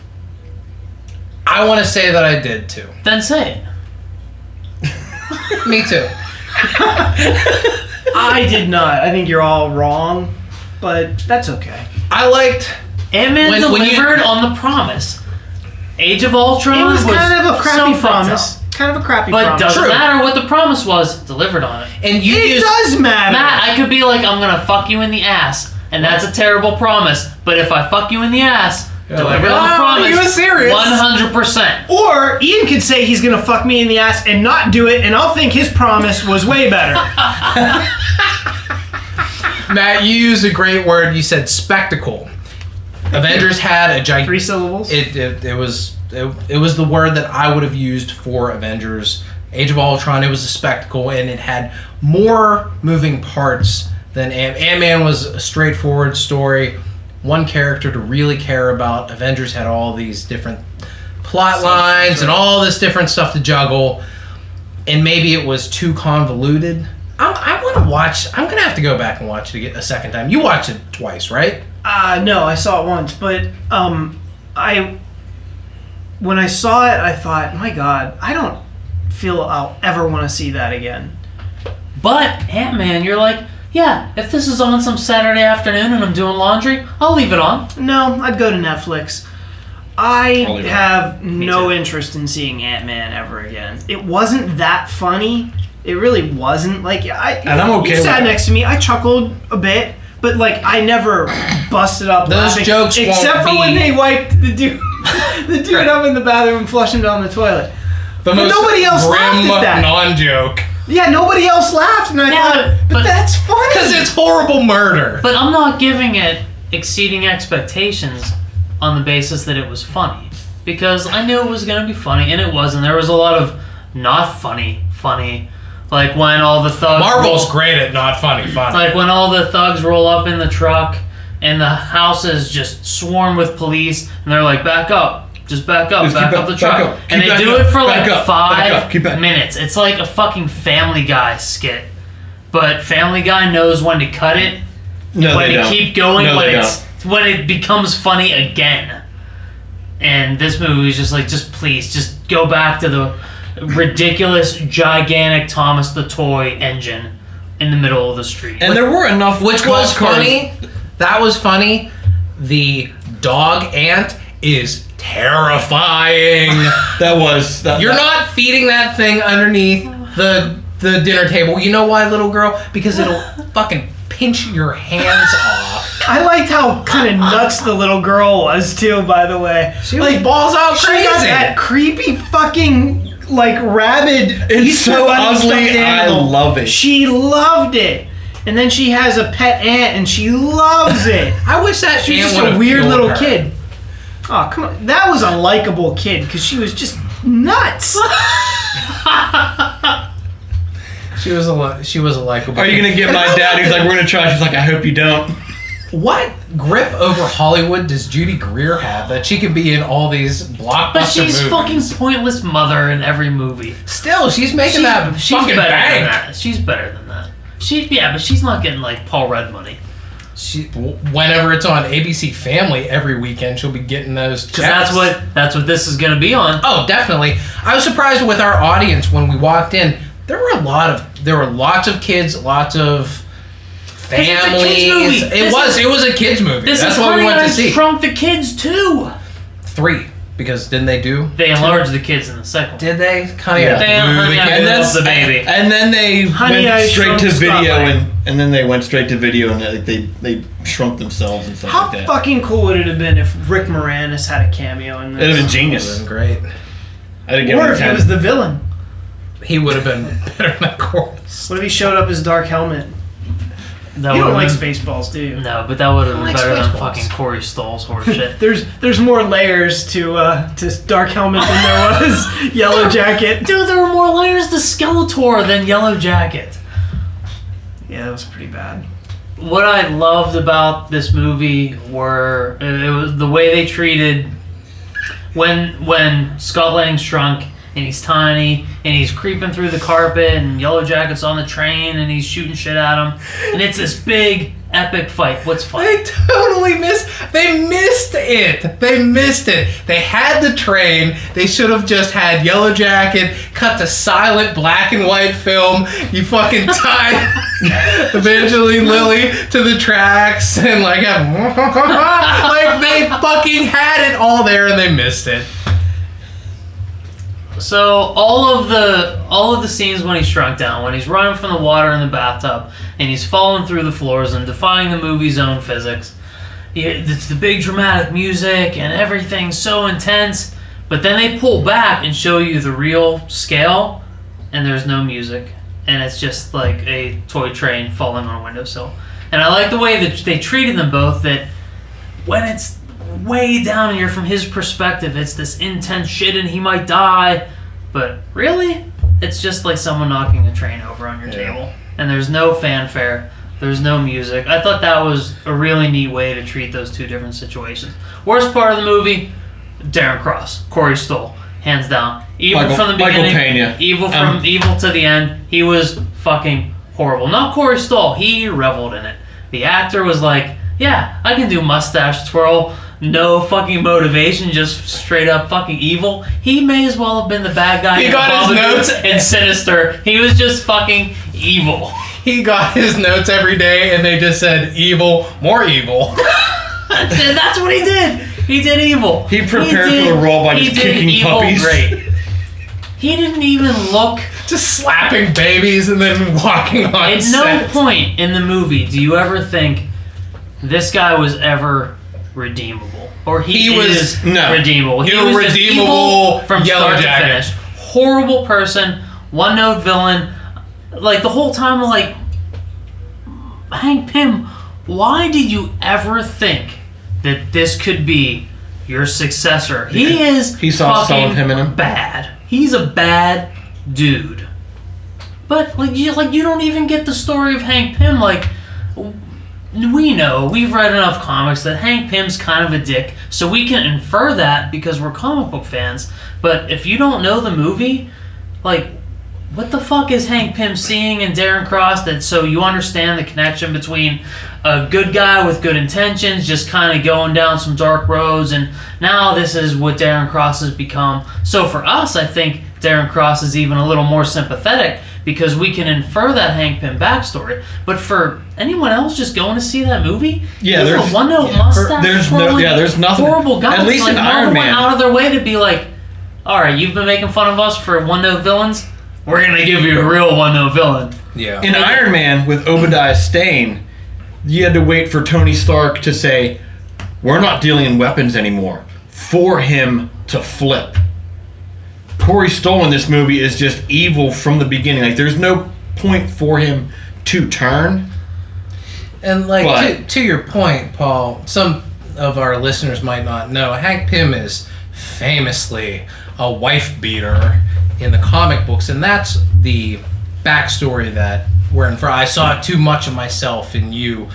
[SPEAKER 3] I want to say that I did too.
[SPEAKER 1] Then say it.
[SPEAKER 3] Me too.
[SPEAKER 4] I did not. I think you're all wrong, but that's okay.
[SPEAKER 3] I liked.
[SPEAKER 1] Ant Man
[SPEAKER 3] When-
[SPEAKER 1] delivered
[SPEAKER 3] when you-
[SPEAKER 1] on the promise. Age of Ultron
[SPEAKER 4] It was, kind of a
[SPEAKER 1] so
[SPEAKER 4] crappy
[SPEAKER 1] fucked up.
[SPEAKER 4] promise. Kind of a crappy
[SPEAKER 1] But
[SPEAKER 4] promise.
[SPEAKER 1] doesn't
[SPEAKER 3] True.
[SPEAKER 1] matter what the promise was, it delivered on it.
[SPEAKER 3] And you
[SPEAKER 4] It
[SPEAKER 3] used
[SPEAKER 4] does matter.
[SPEAKER 1] Matt, I could be like, I'm gonna fuck you in the ass, and that's a terrible promise. But if I fuck you in the ass, deliver
[SPEAKER 3] like,
[SPEAKER 1] on the
[SPEAKER 4] "Wow,
[SPEAKER 1] promise.
[SPEAKER 4] he was serious."
[SPEAKER 1] One hundred percent.
[SPEAKER 4] Or Ian could say he's gonna fuck me in the ass and not do it, and I'll think his promise was way better.
[SPEAKER 3] Matt. You used a great word. You said spectacle. Avengers had a gigantic.
[SPEAKER 4] Three syllables.
[SPEAKER 3] It, it, it was it, it was the word that I would have used for Avengers Age of Ultron. It was a spectacle and it had more moving parts than Ant Man was a straightforward story, one character to really care about. Avengers had all these different plot lines and all this different stuff to juggle, and maybe it was too convoluted. I'm, I want to watch. I'm gonna have to go back and watch it a second time. You watched it twice, right?
[SPEAKER 4] Uh, no, I saw it once, but um, I when I saw it, I thought, my God, I don't feel I'll ever want to see that again.
[SPEAKER 1] But Ant Man, you're like, yeah. If this is on some Saturday afternoon and I'm doing laundry, I'll leave it on.
[SPEAKER 4] No, I'd go to Netflix. I
[SPEAKER 2] I'll leave it.
[SPEAKER 4] have no
[SPEAKER 1] too.
[SPEAKER 4] interest in seeing Ant Man ever again. It wasn't that funny. It really wasn't. Like I,
[SPEAKER 2] And I'm okay
[SPEAKER 4] You
[SPEAKER 2] with
[SPEAKER 4] sat
[SPEAKER 2] it.
[SPEAKER 4] next to me. I chuckled a bit, but like I never busted up.
[SPEAKER 3] Those
[SPEAKER 4] laughing,
[SPEAKER 3] jokes won't
[SPEAKER 4] except for when
[SPEAKER 3] be-
[SPEAKER 4] they wiped the dude, the dude up in the bathroom and flushed him down the toilet.
[SPEAKER 3] The
[SPEAKER 4] But nobody else laughed at that.
[SPEAKER 3] non-joke.
[SPEAKER 4] Yeah, nobody else laughed, and I
[SPEAKER 1] Yeah,
[SPEAKER 4] thought, but,
[SPEAKER 1] but-
[SPEAKER 4] that's funny.
[SPEAKER 3] Because it's horrible murder.
[SPEAKER 1] But I'm not giving it exceeding expectations on the basis that it was funny, because I knew it was gonna be funny, and it was, and there was a lot of not funny, funny, like when all the thugs
[SPEAKER 3] Marvel's great at not funny funny.
[SPEAKER 1] Like when all the thugs roll up in the truck and the house is just swarmed with police and they're like, back up. Just back up,
[SPEAKER 2] Just
[SPEAKER 1] back
[SPEAKER 2] keep
[SPEAKER 1] up,
[SPEAKER 2] up,
[SPEAKER 1] the
[SPEAKER 2] back
[SPEAKER 1] truck.
[SPEAKER 2] up,
[SPEAKER 1] and
[SPEAKER 2] keep
[SPEAKER 1] they
[SPEAKER 2] back
[SPEAKER 1] do
[SPEAKER 2] up,
[SPEAKER 1] it for
[SPEAKER 2] back
[SPEAKER 1] like
[SPEAKER 2] up, back
[SPEAKER 1] five
[SPEAKER 2] up, keep back-
[SPEAKER 1] minutes. It's like a fucking Family Guy skit. But Family Guy knows when to cut it,
[SPEAKER 2] No,
[SPEAKER 1] when
[SPEAKER 2] they
[SPEAKER 1] to
[SPEAKER 2] don't.
[SPEAKER 1] keep going,
[SPEAKER 2] No,
[SPEAKER 1] when
[SPEAKER 2] they
[SPEAKER 1] it's when it becomes funny again. And this movie is just like, just please, just go back to the ridiculous, gigantic Thomas the Toy engine in the middle of the street.
[SPEAKER 2] And there were enough,
[SPEAKER 3] Which was
[SPEAKER 2] golf carts-
[SPEAKER 3] funny. That was funny. The dog ant is terrifying.
[SPEAKER 2] That was. That,
[SPEAKER 3] You're
[SPEAKER 2] that-
[SPEAKER 3] not feeding that thing underneath the the dinner table. You know why, little girl? Because it'll fucking pinch your hands off.
[SPEAKER 4] I liked how kind of nuts the little girl was too. By the way,
[SPEAKER 3] She was balls out
[SPEAKER 4] She
[SPEAKER 3] crazy.
[SPEAKER 4] got that creepy fucking like rabid.
[SPEAKER 2] It's
[SPEAKER 4] Easter
[SPEAKER 2] so
[SPEAKER 4] Bunny
[SPEAKER 2] ugly.
[SPEAKER 4] stuffed
[SPEAKER 2] I
[SPEAKER 4] animal.
[SPEAKER 2] love it.
[SPEAKER 4] She loved it. And then she has a pet ant, and she loves it.
[SPEAKER 3] I wish that
[SPEAKER 4] She's
[SPEAKER 3] ant
[SPEAKER 4] just
[SPEAKER 3] would've
[SPEAKER 4] a weird
[SPEAKER 3] killed
[SPEAKER 4] little
[SPEAKER 3] her.
[SPEAKER 4] kid. Oh come on, that was a likable kid because she was just nuts.
[SPEAKER 3] She was a li- she was a likable.
[SPEAKER 2] Are you
[SPEAKER 3] kid.
[SPEAKER 2] gonna get my dad? He's like, we're gonna try. She's like, I hope you don't.
[SPEAKER 3] What grip over Hollywood does Judy Greer have that she can be in all these blockbuster
[SPEAKER 1] But she's
[SPEAKER 3] movies?
[SPEAKER 1] fucking pointless mother in every movie.
[SPEAKER 3] still she's making
[SPEAKER 1] She's,
[SPEAKER 3] that
[SPEAKER 1] she's
[SPEAKER 3] fucking
[SPEAKER 1] better than
[SPEAKER 3] bank.
[SPEAKER 1] that. She's better than that. She yeah, but she's not getting like Paul Rudd money.
[SPEAKER 3] She, w- whenever it's on ABC Family every weekend, she'll be getting those.
[SPEAKER 1] Because that's
[SPEAKER 3] checks.
[SPEAKER 1] what that's what this is gonna be on.
[SPEAKER 3] Oh, definitely. I was surprised with our audience when we walked in. There were a lot of there were lots of kids, lots of
[SPEAKER 1] it's a kids'
[SPEAKER 3] families.
[SPEAKER 1] movie.
[SPEAKER 3] It
[SPEAKER 1] This
[SPEAKER 3] was
[SPEAKER 1] is-
[SPEAKER 3] it was a kids movie.
[SPEAKER 1] This
[SPEAKER 3] That's
[SPEAKER 1] is
[SPEAKER 3] what we went to see.
[SPEAKER 1] Trump the kids too.
[SPEAKER 3] Three because didn't they do?
[SPEAKER 1] They enlarged the kids in the second. one.
[SPEAKER 3] Did they? Honey,
[SPEAKER 2] Yeah.
[SPEAKER 3] I
[SPEAKER 1] They
[SPEAKER 3] blew
[SPEAKER 1] honey,
[SPEAKER 3] the
[SPEAKER 1] I
[SPEAKER 3] kid.
[SPEAKER 1] love the baby.
[SPEAKER 2] And then they
[SPEAKER 4] Honey,
[SPEAKER 2] went
[SPEAKER 4] I
[SPEAKER 2] straight
[SPEAKER 4] Shrunk
[SPEAKER 2] to video,
[SPEAKER 4] Scotland.
[SPEAKER 2] and and then they went straight to video, and they they, they shrunk themselves and stuff
[SPEAKER 4] How
[SPEAKER 2] like that.
[SPEAKER 4] fucking cool would it have been if Rick Moranis had a cameo in
[SPEAKER 2] It'd have been
[SPEAKER 3] Would've
[SPEAKER 4] this?
[SPEAKER 2] genius.
[SPEAKER 3] been great.
[SPEAKER 2] I didn't give
[SPEAKER 4] Or
[SPEAKER 2] it a
[SPEAKER 4] if he
[SPEAKER 2] ten.
[SPEAKER 4] was the villain.
[SPEAKER 3] He would have been better than Chorus.
[SPEAKER 4] What if he showed up as Dark Helmet?
[SPEAKER 1] That
[SPEAKER 4] You
[SPEAKER 1] would've
[SPEAKER 4] don't like
[SPEAKER 1] been-
[SPEAKER 4] Spaceballs, do you?
[SPEAKER 1] No, but that would have been
[SPEAKER 4] like
[SPEAKER 1] better than
[SPEAKER 4] Spaceballs.
[SPEAKER 1] fucking Corey Stoll's horseshit.
[SPEAKER 4] There's there's more layers to uh, to Dark Helmet than there was Yellow Jacket.
[SPEAKER 1] Dude, there were more layers to Skeletor than Yellow Jacket.
[SPEAKER 4] Yeah, that was pretty bad.
[SPEAKER 1] What I loved about this movie were it was the way they treated when when Scott Lang's drunk and he's tiny and he's creeping through the carpet and Yellow Jacket's on the train and he's shooting shit at him and it's this big epic fight. What's fun?
[SPEAKER 3] They totally missed. They missed it. They missed it. They had the train. They should have just had Yellow Jacket cut to silent black and white film. You fucking tie Evangeline Lilly to the tracks and like have like they fucking had it all there and they missed it.
[SPEAKER 1] So all of the all of the scenes when he's shrunk down, when he's running from the water in the bathtub, and he's falling through the floors and defying the movie's own physics. Yeah, It's the big dramatic music and everything's so intense, but then they pull back and show you the real scale, and there's no music, and it's just like a toy train falling on a windowsill. And I like the way that they treated them both. That when it's way down here from his perspective, it's this intense shit and he might die. But really, it's just like someone knocking a train over on your table. And there's no fanfare, there's no music. I thought that was a really neat way to treat those two different situations. Worst part of the movie Darren Cross, Corey Stoll, hands down. Evil
[SPEAKER 2] Michael-
[SPEAKER 1] from the
[SPEAKER 2] Michael
[SPEAKER 1] beginning,
[SPEAKER 2] Pena.
[SPEAKER 1] evil from
[SPEAKER 2] Um,
[SPEAKER 1] evil to the end. He was fucking horrible. Not Corey Stoll, he reveled in it. The actor was like, yeah, I can do mustache twirl, no fucking motivation, just straight up fucking evil. He may as well have been the bad guy
[SPEAKER 3] He
[SPEAKER 1] in
[SPEAKER 3] got his
[SPEAKER 1] Babadook
[SPEAKER 3] notes.
[SPEAKER 1] and Sinister. He was just fucking evil.
[SPEAKER 3] He got his notes every day and they just said evil, more evil.
[SPEAKER 1] and that's what he did. He did evil.
[SPEAKER 2] He prepared for the role by
[SPEAKER 1] he
[SPEAKER 2] just
[SPEAKER 1] did
[SPEAKER 2] kicking
[SPEAKER 1] evil
[SPEAKER 2] puppies.
[SPEAKER 1] Great. He didn't even look
[SPEAKER 3] just slapping babies and then walking on
[SPEAKER 1] At no
[SPEAKER 3] set.
[SPEAKER 1] point in the movie do you ever think this guy was ever redeemable, or he,
[SPEAKER 3] He was-
[SPEAKER 1] is
[SPEAKER 2] no.
[SPEAKER 1] redeemable. He was just
[SPEAKER 3] Irredeemable
[SPEAKER 1] evil from
[SPEAKER 3] Yellow
[SPEAKER 1] start
[SPEAKER 3] Jacket.
[SPEAKER 1] to finish. Horrible person, one note villain. Like the whole time, I'm like Hank Pym, why did you ever think that this could be your successor? He is
[SPEAKER 2] he saw some of
[SPEAKER 1] fucking
[SPEAKER 2] him in him.
[SPEAKER 1] bad. He's a bad dude. But like you like you don't even get the story of Hank Pym. Like w- we know we've read enough comics that Hank Pym's kind of a dick, so we can infer that because we're comic book fans. But if you don't know the movie, like what the fuck is Hank Pym seeing in Darren Cross that so you understand the connection between a good guy with good intentions just kind of going down some dark roads and now this is what Darren Cross has become. So for us, I think Darren Cross is even a little more sympathetic because we can infer that Hank Pym backstory. But for anyone else just going to see that movie,
[SPEAKER 2] Yeah,
[SPEAKER 1] he's
[SPEAKER 2] there's-
[SPEAKER 1] a one note
[SPEAKER 2] yeah.
[SPEAKER 1] mustache.
[SPEAKER 2] There's no-
[SPEAKER 1] twirling,
[SPEAKER 2] yeah, there's nothing.
[SPEAKER 1] Horrible guy.
[SPEAKER 2] At least
[SPEAKER 1] like,
[SPEAKER 2] in
[SPEAKER 1] no one
[SPEAKER 2] Iron
[SPEAKER 1] went
[SPEAKER 2] Man.
[SPEAKER 1] out of their way to be like, all right, you've been making fun of us for one note villains. We're gonna give you a real one note villain.
[SPEAKER 3] Yeah.
[SPEAKER 2] In Iron Man with Obadiah Stane, you had to wait for Tony Stark to say, "We're not dealing in weapons anymore," for him to flip. Corey Stoll in this movie is just evil from the beginning. Like there's no point for him to turn.
[SPEAKER 3] And like
[SPEAKER 2] But-
[SPEAKER 3] to, to your point, Paul, some of our listeners might not know Hank Pym is famously a wife beater in the comic books, and that's the backstory that we're in for. I saw too much of myself in you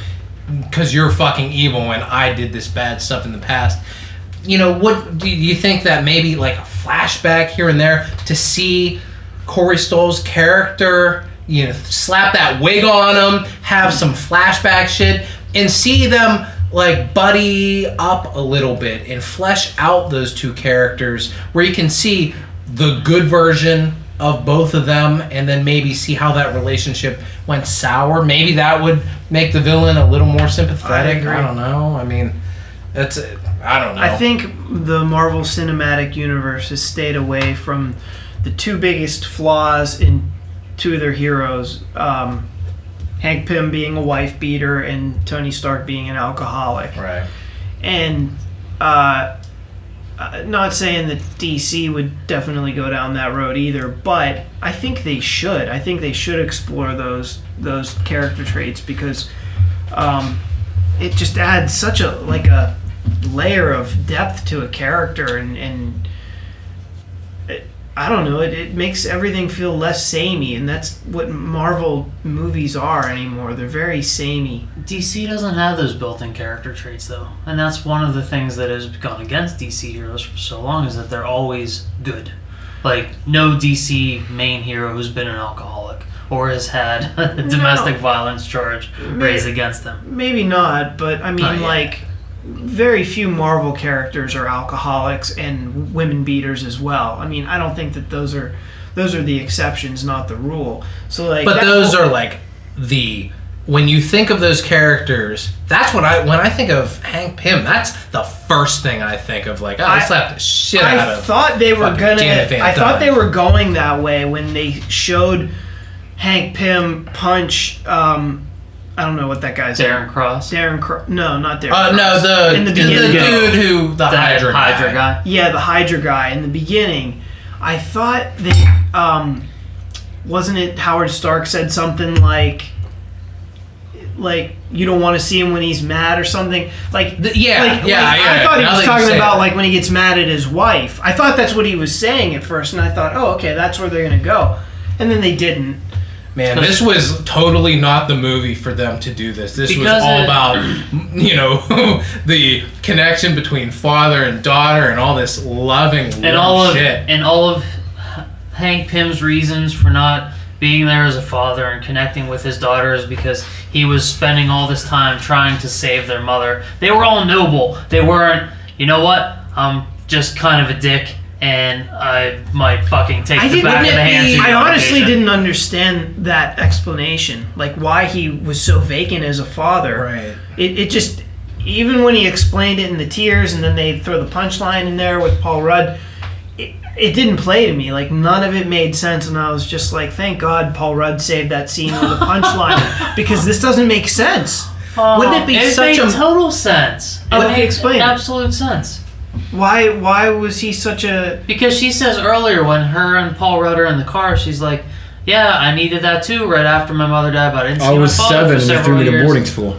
[SPEAKER 3] because you're fucking evil when I did this bad stuff in the past. You know, what do you think that maybe like a flashback here and there to see Corey Stoll's character, you know, slap that wig on him, have some flashback shit, and see them like buddy up a little bit and flesh out those two characters where you can see the good version of both of them and then maybe see how that relationship went sour. Maybe that would make the villain a little more sympathetic.
[SPEAKER 4] agree.
[SPEAKER 3] I, don't know. I mean, that's I don't know.
[SPEAKER 4] I think the Marvel Cinematic Universe has stayed away from the two biggest flaws in two of their heroes um, Hank Pym being a wife beater and Tony Stark being an alcoholic.
[SPEAKER 3] right.
[SPEAKER 4] And uh, uh, not saying that DC would definitely go down that road either, but I think they should. I think they should explore those those character traits because um, it just adds such a like a layer of depth to a character and and it, I don't know it, it makes everything feel less samey and that's what Marvel movies are anymore they're very samey
[SPEAKER 1] DC doesn't have those built-in character traits though, and that's one of the things that has gone against DC heroes for so long is that they're always good. Like no DC main hero who's been an alcoholic or has had a domestic violence charge raised against them.
[SPEAKER 4] Maybe not, but I mean,
[SPEAKER 1] Not yet.
[SPEAKER 4] like, very few Marvel characters are alcoholics and women beaters as well. I mean, I don't think that those are those are the exceptions, not the rule. So like,
[SPEAKER 3] But
[SPEAKER 4] that-
[SPEAKER 3] those are like the when you think of those characters, that's what I when I think of Hank Pym, that's the first thing I think of. Like, oh, I,
[SPEAKER 4] I-
[SPEAKER 3] slapped the shit out
[SPEAKER 4] I
[SPEAKER 3] of.
[SPEAKER 4] thought they were
[SPEAKER 3] fucking
[SPEAKER 4] gonna.
[SPEAKER 3] Janet Van
[SPEAKER 4] I thought
[SPEAKER 3] Dyne.
[SPEAKER 4] they were going that way when they showed Hank Pym punch. Um, I don't know what that guy's
[SPEAKER 1] Darren Cross,
[SPEAKER 4] name. Darren. Cro- no, not Darren.
[SPEAKER 3] uh, no,
[SPEAKER 4] Cross.
[SPEAKER 3] the
[SPEAKER 4] in the
[SPEAKER 3] the, the
[SPEAKER 4] beginning.
[SPEAKER 3] dude who the
[SPEAKER 1] that
[SPEAKER 3] Hydra,
[SPEAKER 1] Hydra guy.
[SPEAKER 4] Yeah, the Hydra guy in the beginning. I thought they um wasn't it Howard Stark said something like like you don't want to see him when he's mad or something like
[SPEAKER 3] Th- yeah,
[SPEAKER 4] like,
[SPEAKER 3] yeah,
[SPEAKER 4] like,
[SPEAKER 3] yeah,
[SPEAKER 4] I thought he
[SPEAKER 3] now that
[SPEAKER 4] was
[SPEAKER 3] you
[SPEAKER 4] talking
[SPEAKER 3] say
[SPEAKER 4] about
[SPEAKER 3] it.
[SPEAKER 4] like when he gets mad at his wife I thought that's what he was saying at first and I thought oh okay that's where they're gonna go and then they didn't
[SPEAKER 3] Man, this was totally not the movie for them to do this. This was
[SPEAKER 1] Because
[SPEAKER 3] all
[SPEAKER 1] it-
[SPEAKER 3] about, you know, the connection between father and daughter and all this loving
[SPEAKER 1] and all of
[SPEAKER 3] shit.
[SPEAKER 1] and all of Hank Pym's reasons for not being there as a father and connecting with his daughter is because he was spending all this time trying to save their mother. They were all noble. They weren't. You know what? I'm just kind of a dick, and I might fucking take
[SPEAKER 4] I
[SPEAKER 1] the
[SPEAKER 4] didn't.
[SPEAKER 1] back of the hand. to
[SPEAKER 4] I
[SPEAKER 1] you on
[SPEAKER 4] honestly
[SPEAKER 1] occasion.
[SPEAKER 4] didn't understand that explanation, like why he was so vacant as a father.
[SPEAKER 3] Right.
[SPEAKER 4] It, it just even when he explained it in the tears, and then they throw the punchline in there with Paul Rudd. It, it didn't play to me. Like none of it made sense, and I was just like, "Thank God Paul Rudd saved that scene with the punchline because this doesn't make sense." Wouldn't it be
[SPEAKER 1] it made
[SPEAKER 4] such a
[SPEAKER 1] total sense? It
[SPEAKER 4] Okay,
[SPEAKER 1] made
[SPEAKER 4] explain it.
[SPEAKER 1] absolute sense.
[SPEAKER 4] why? Why was he such a?
[SPEAKER 1] Because she says earlier when her and Paul Rudd are in the car, she's like, "Yeah, I needed that too right after my mother died, but I didn't see
[SPEAKER 2] I was
[SPEAKER 1] my father
[SPEAKER 2] seven
[SPEAKER 1] for
[SPEAKER 2] and they
[SPEAKER 1] several
[SPEAKER 2] threw me to
[SPEAKER 1] years."
[SPEAKER 2] boarding school.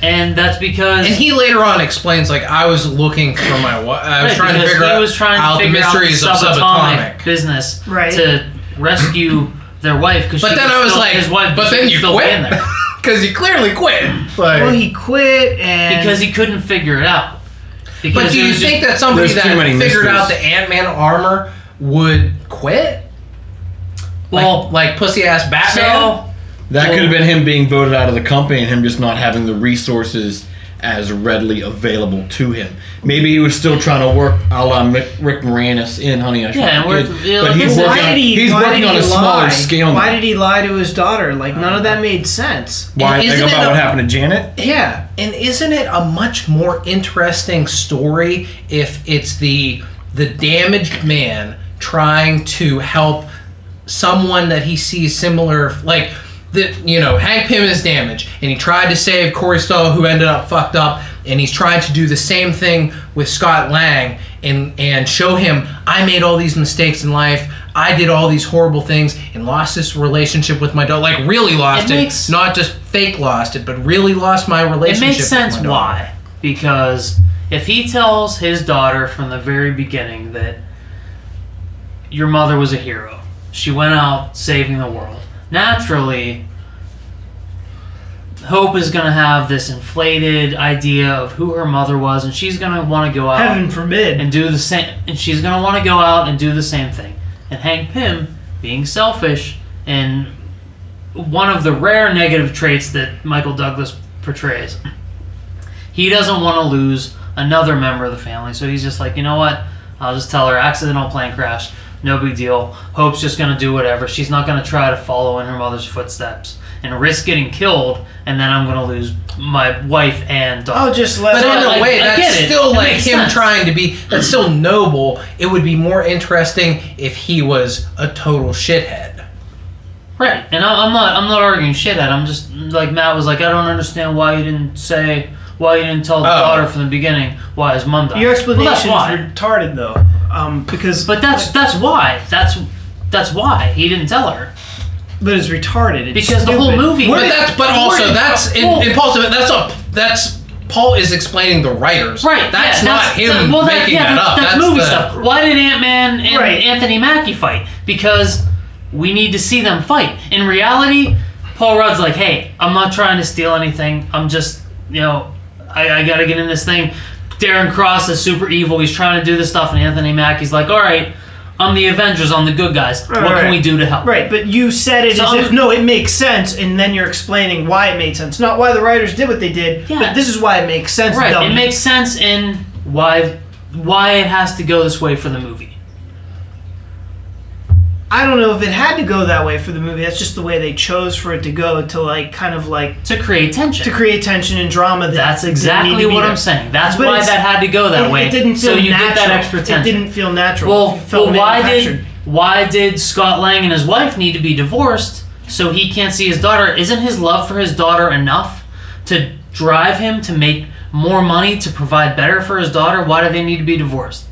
[SPEAKER 1] And that's because
[SPEAKER 3] And he later on explains, like, I was looking for my wife. I was
[SPEAKER 1] Right,
[SPEAKER 3] trying to
[SPEAKER 1] because
[SPEAKER 3] figure
[SPEAKER 1] he
[SPEAKER 3] out,
[SPEAKER 1] was trying to
[SPEAKER 3] out
[SPEAKER 1] figure
[SPEAKER 3] the mysteries
[SPEAKER 1] out the
[SPEAKER 3] of
[SPEAKER 1] subatomic,
[SPEAKER 3] subatomic.
[SPEAKER 1] business
[SPEAKER 4] Right.
[SPEAKER 1] to rescue their wife. 'cause
[SPEAKER 3] But
[SPEAKER 1] she
[SPEAKER 3] then I was
[SPEAKER 1] still,
[SPEAKER 3] like,
[SPEAKER 1] his wife,
[SPEAKER 3] but
[SPEAKER 1] she
[SPEAKER 3] then
[SPEAKER 1] could
[SPEAKER 3] you
[SPEAKER 1] still be in
[SPEAKER 3] quit.
[SPEAKER 1] there
[SPEAKER 3] Because you clearly quit. Like,
[SPEAKER 4] Well, he quit, and
[SPEAKER 1] because he couldn't figure it out. Because
[SPEAKER 3] But do
[SPEAKER 1] it
[SPEAKER 3] you
[SPEAKER 1] was
[SPEAKER 3] think that somebody
[SPEAKER 2] There's too
[SPEAKER 3] that
[SPEAKER 2] many
[SPEAKER 3] figured
[SPEAKER 2] mysteries.
[SPEAKER 3] out the Ant Man armor would quit?
[SPEAKER 1] just,
[SPEAKER 3] Like,
[SPEAKER 1] well,
[SPEAKER 3] like pussy ass Batman?
[SPEAKER 1] so
[SPEAKER 2] That
[SPEAKER 1] Well-
[SPEAKER 2] could have been him being voted out of the company and him just not having the resources as readily available to him. Maybe he was still trying to work a la Mick- Rick Moranis in Honey I Shrunk
[SPEAKER 1] Yeah, and
[SPEAKER 2] the
[SPEAKER 1] we're-
[SPEAKER 2] Kids,
[SPEAKER 1] yeah,
[SPEAKER 2] but
[SPEAKER 1] like,
[SPEAKER 2] he's
[SPEAKER 1] why
[SPEAKER 2] working,
[SPEAKER 4] why
[SPEAKER 2] on,
[SPEAKER 4] did he,
[SPEAKER 2] he's
[SPEAKER 4] why
[SPEAKER 2] working
[SPEAKER 4] did
[SPEAKER 2] on
[SPEAKER 4] he
[SPEAKER 2] a smaller
[SPEAKER 4] lie?
[SPEAKER 2] scale.
[SPEAKER 4] Why
[SPEAKER 2] now.
[SPEAKER 4] did he lie to his daughter? Like none of that made sense.
[SPEAKER 2] Why
[SPEAKER 3] Isn't
[SPEAKER 2] think
[SPEAKER 3] it
[SPEAKER 2] about
[SPEAKER 3] a-
[SPEAKER 2] what happened to Janet?
[SPEAKER 3] Yeah. And isn't it a much more interesting story if it's the the damaged man trying to help someone that he sees similar like the you know, Hank Pym is damaged and he tried to save Corey Stoll who ended up fucked up and he's trying to do the same thing with Scott Lang and and show him I made all these mistakes in life. I did all these horrible things and lost this relationship with my daughter. Like really
[SPEAKER 1] It
[SPEAKER 3] lost it,
[SPEAKER 1] makes-
[SPEAKER 3] not just fake lost it, but really lost my
[SPEAKER 1] It
[SPEAKER 3] relationship.
[SPEAKER 1] makes sense
[SPEAKER 3] with my daughter.
[SPEAKER 1] why. Because if he tells his daughter from the very beginning that your mother was a hero, she went out saving the world, naturally, Hope is going to have this inflated idea of who her mother was, and she's going to want to go out
[SPEAKER 4] Heaven forbid.
[SPEAKER 1] and do the same and she's going to want to go out and do the same thing and hank pym being selfish and one of the rare negative traits that michael douglas portrays he doesn't want to lose another member of the family so he's just like you know what i'll just tell her accidental plane crash no big deal hope's just going to do whatever she's not going to try to follow in her mother's footsteps and risk getting killed and then i'm going to lose my wife and daughter
[SPEAKER 4] Oh, just let.
[SPEAKER 3] But
[SPEAKER 1] So,
[SPEAKER 3] in a
[SPEAKER 1] like,
[SPEAKER 3] way,
[SPEAKER 1] I
[SPEAKER 3] that's
[SPEAKER 1] get it.
[SPEAKER 3] still
[SPEAKER 1] It
[SPEAKER 3] like him
[SPEAKER 1] makes sense.
[SPEAKER 3] trying to be. That's still noble. It would be more interesting if he was a total shithead.
[SPEAKER 1] Right, and I, I'm not. I'm not arguing shit at. I'm just like Matt was like, I don't understand why you didn't say, why you didn't tell the
[SPEAKER 3] Oh.
[SPEAKER 1] daughter from the beginning why his mom died.
[SPEAKER 4] Your explanation
[SPEAKER 1] Well, that's why.
[SPEAKER 4] is retarded, though, um, because
[SPEAKER 1] But that's that's why. That's that's why he didn't tell her
[SPEAKER 4] but it's retarded. It's
[SPEAKER 1] because the whole
[SPEAKER 4] stupid.
[SPEAKER 1] movie.
[SPEAKER 3] But that's but also
[SPEAKER 1] Right.
[SPEAKER 3] that's in,
[SPEAKER 1] Well-
[SPEAKER 3] impulsive. That's a that's Paul is explaining the writers.
[SPEAKER 1] Right,
[SPEAKER 3] That's
[SPEAKER 1] yeah,
[SPEAKER 3] not him
[SPEAKER 1] that- well, that,
[SPEAKER 3] making
[SPEAKER 1] yeah,
[SPEAKER 3] that,
[SPEAKER 1] that's,
[SPEAKER 3] up.
[SPEAKER 1] That's, movie
[SPEAKER 3] the-
[SPEAKER 1] stuff. Why did Ant Man and
[SPEAKER 4] Right.
[SPEAKER 1] Anthony Mackie fight? Because we need to see them fight. In reality, Paul Rudd's like, "Hey, I'm not trying to steal anything. I'm just, you know, I, I got to get in this thing." Darren Cross is super evil. He's trying to do this stuff, and Anthony Mackie's like, "All right, I'm the Avengers. I'm the good guys.
[SPEAKER 4] Right,
[SPEAKER 1] what can
[SPEAKER 4] right.
[SPEAKER 1] we do to help?"
[SPEAKER 4] Right, but you said it
[SPEAKER 1] So
[SPEAKER 4] as
[SPEAKER 1] I'm-
[SPEAKER 4] if no, it makes sense, and then you're explaining why it made sense, not why the writers did what they did.
[SPEAKER 1] Yeah.
[SPEAKER 4] But this is why it makes sense.
[SPEAKER 1] Right.
[SPEAKER 4] dummy.
[SPEAKER 1] It makes sense in why why it has to go this way for the movie.
[SPEAKER 4] I don't know if it had to go that way for the movie. That's just the way they chose for it to go to like kind of like
[SPEAKER 1] To create tension.
[SPEAKER 4] to create tension and drama. That
[SPEAKER 1] That's
[SPEAKER 4] didn't need
[SPEAKER 1] exactly
[SPEAKER 4] to be
[SPEAKER 1] what
[SPEAKER 4] there.
[SPEAKER 1] I'm saying. That's
[SPEAKER 4] But
[SPEAKER 1] why
[SPEAKER 4] it's-
[SPEAKER 1] that had to go that
[SPEAKER 4] it,
[SPEAKER 1] way.
[SPEAKER 4] It didn't feel
[SPEAKER 1] so you
[SPEAKER 4] natural.
[SPEAKER 1] get that extra tension.
[SPEAKER 4] It didn't feel natural.
[SPEAKER 1] well,
[SPEAKER 4] It felt
[SPEAKER 1] well, why did
[SPEAKER 4] manufactured.
[SPEAKER 1] why did Scott Lang and his wife need to be divorced so he can't see his daughter? Isn't his love for his daughter enough to drive him to make more money to provide better for his daughter? Why do they need to be divorced?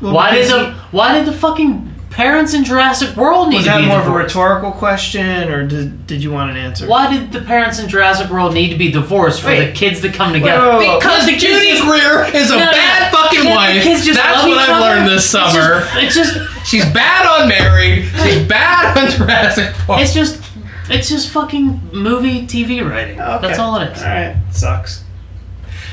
[SPEAKER 4] Well,
[SPEAKER 1] why did
[SPEAKER 4] because
[SPEAKER 1] the why did the fucking parents in Jurassic World
[SPEAKER 4] he-
[SPEAKER 1] need
[SPEAKER 4] was
[SPEAKER 1] to
[SPEAKER 4] that
[SPEAKER 1] be
[SPEAKER 4] more of a
[SPEAKER 1] divorced?
[SPEAKER 4] rhetorical question, or did did you want an answer?
[SPEAKER 1] why did the parents in Jurassic World need to be divorced for the
[SPEAKER 4] Wait.
[SPEAKER 1] kids to come together?
[SPEAKER 4] wait, wait, wait.
[SPEAKER 3] Because
[SPEAKER 1] The kids
[SPEAKER 3] Judy
[SPEAKER 1] just-
[SPEAKER 3] Greer is a
[SPEAKER 1] No, no, no.
[SPEAKER 3] bad fucking
[SPEAKER 1] Kids-
[SPEAKER 3] wife.
[SPEAKER 1] kids just
[SPEAKER 3] That's
[SPEAKER 1] love
[SPEAKER 3] what
[SPEAKER 1] each
[SPEAKER 3] I've
[SPEAKER 1] other.
[SPEAKER 3] learned this summer.
[SPEAKER 1] It's just, it's just
[SPEAKER 3] She's bad on Married. She's bad on Jurassic Park.
[SPEAKER 1] It's just, it's just fucking movie TV writing.
[SPEAKER 4] Okay.
[SPEAKER 1] That's all it is.
[SPEAKER 4] All right, sucks.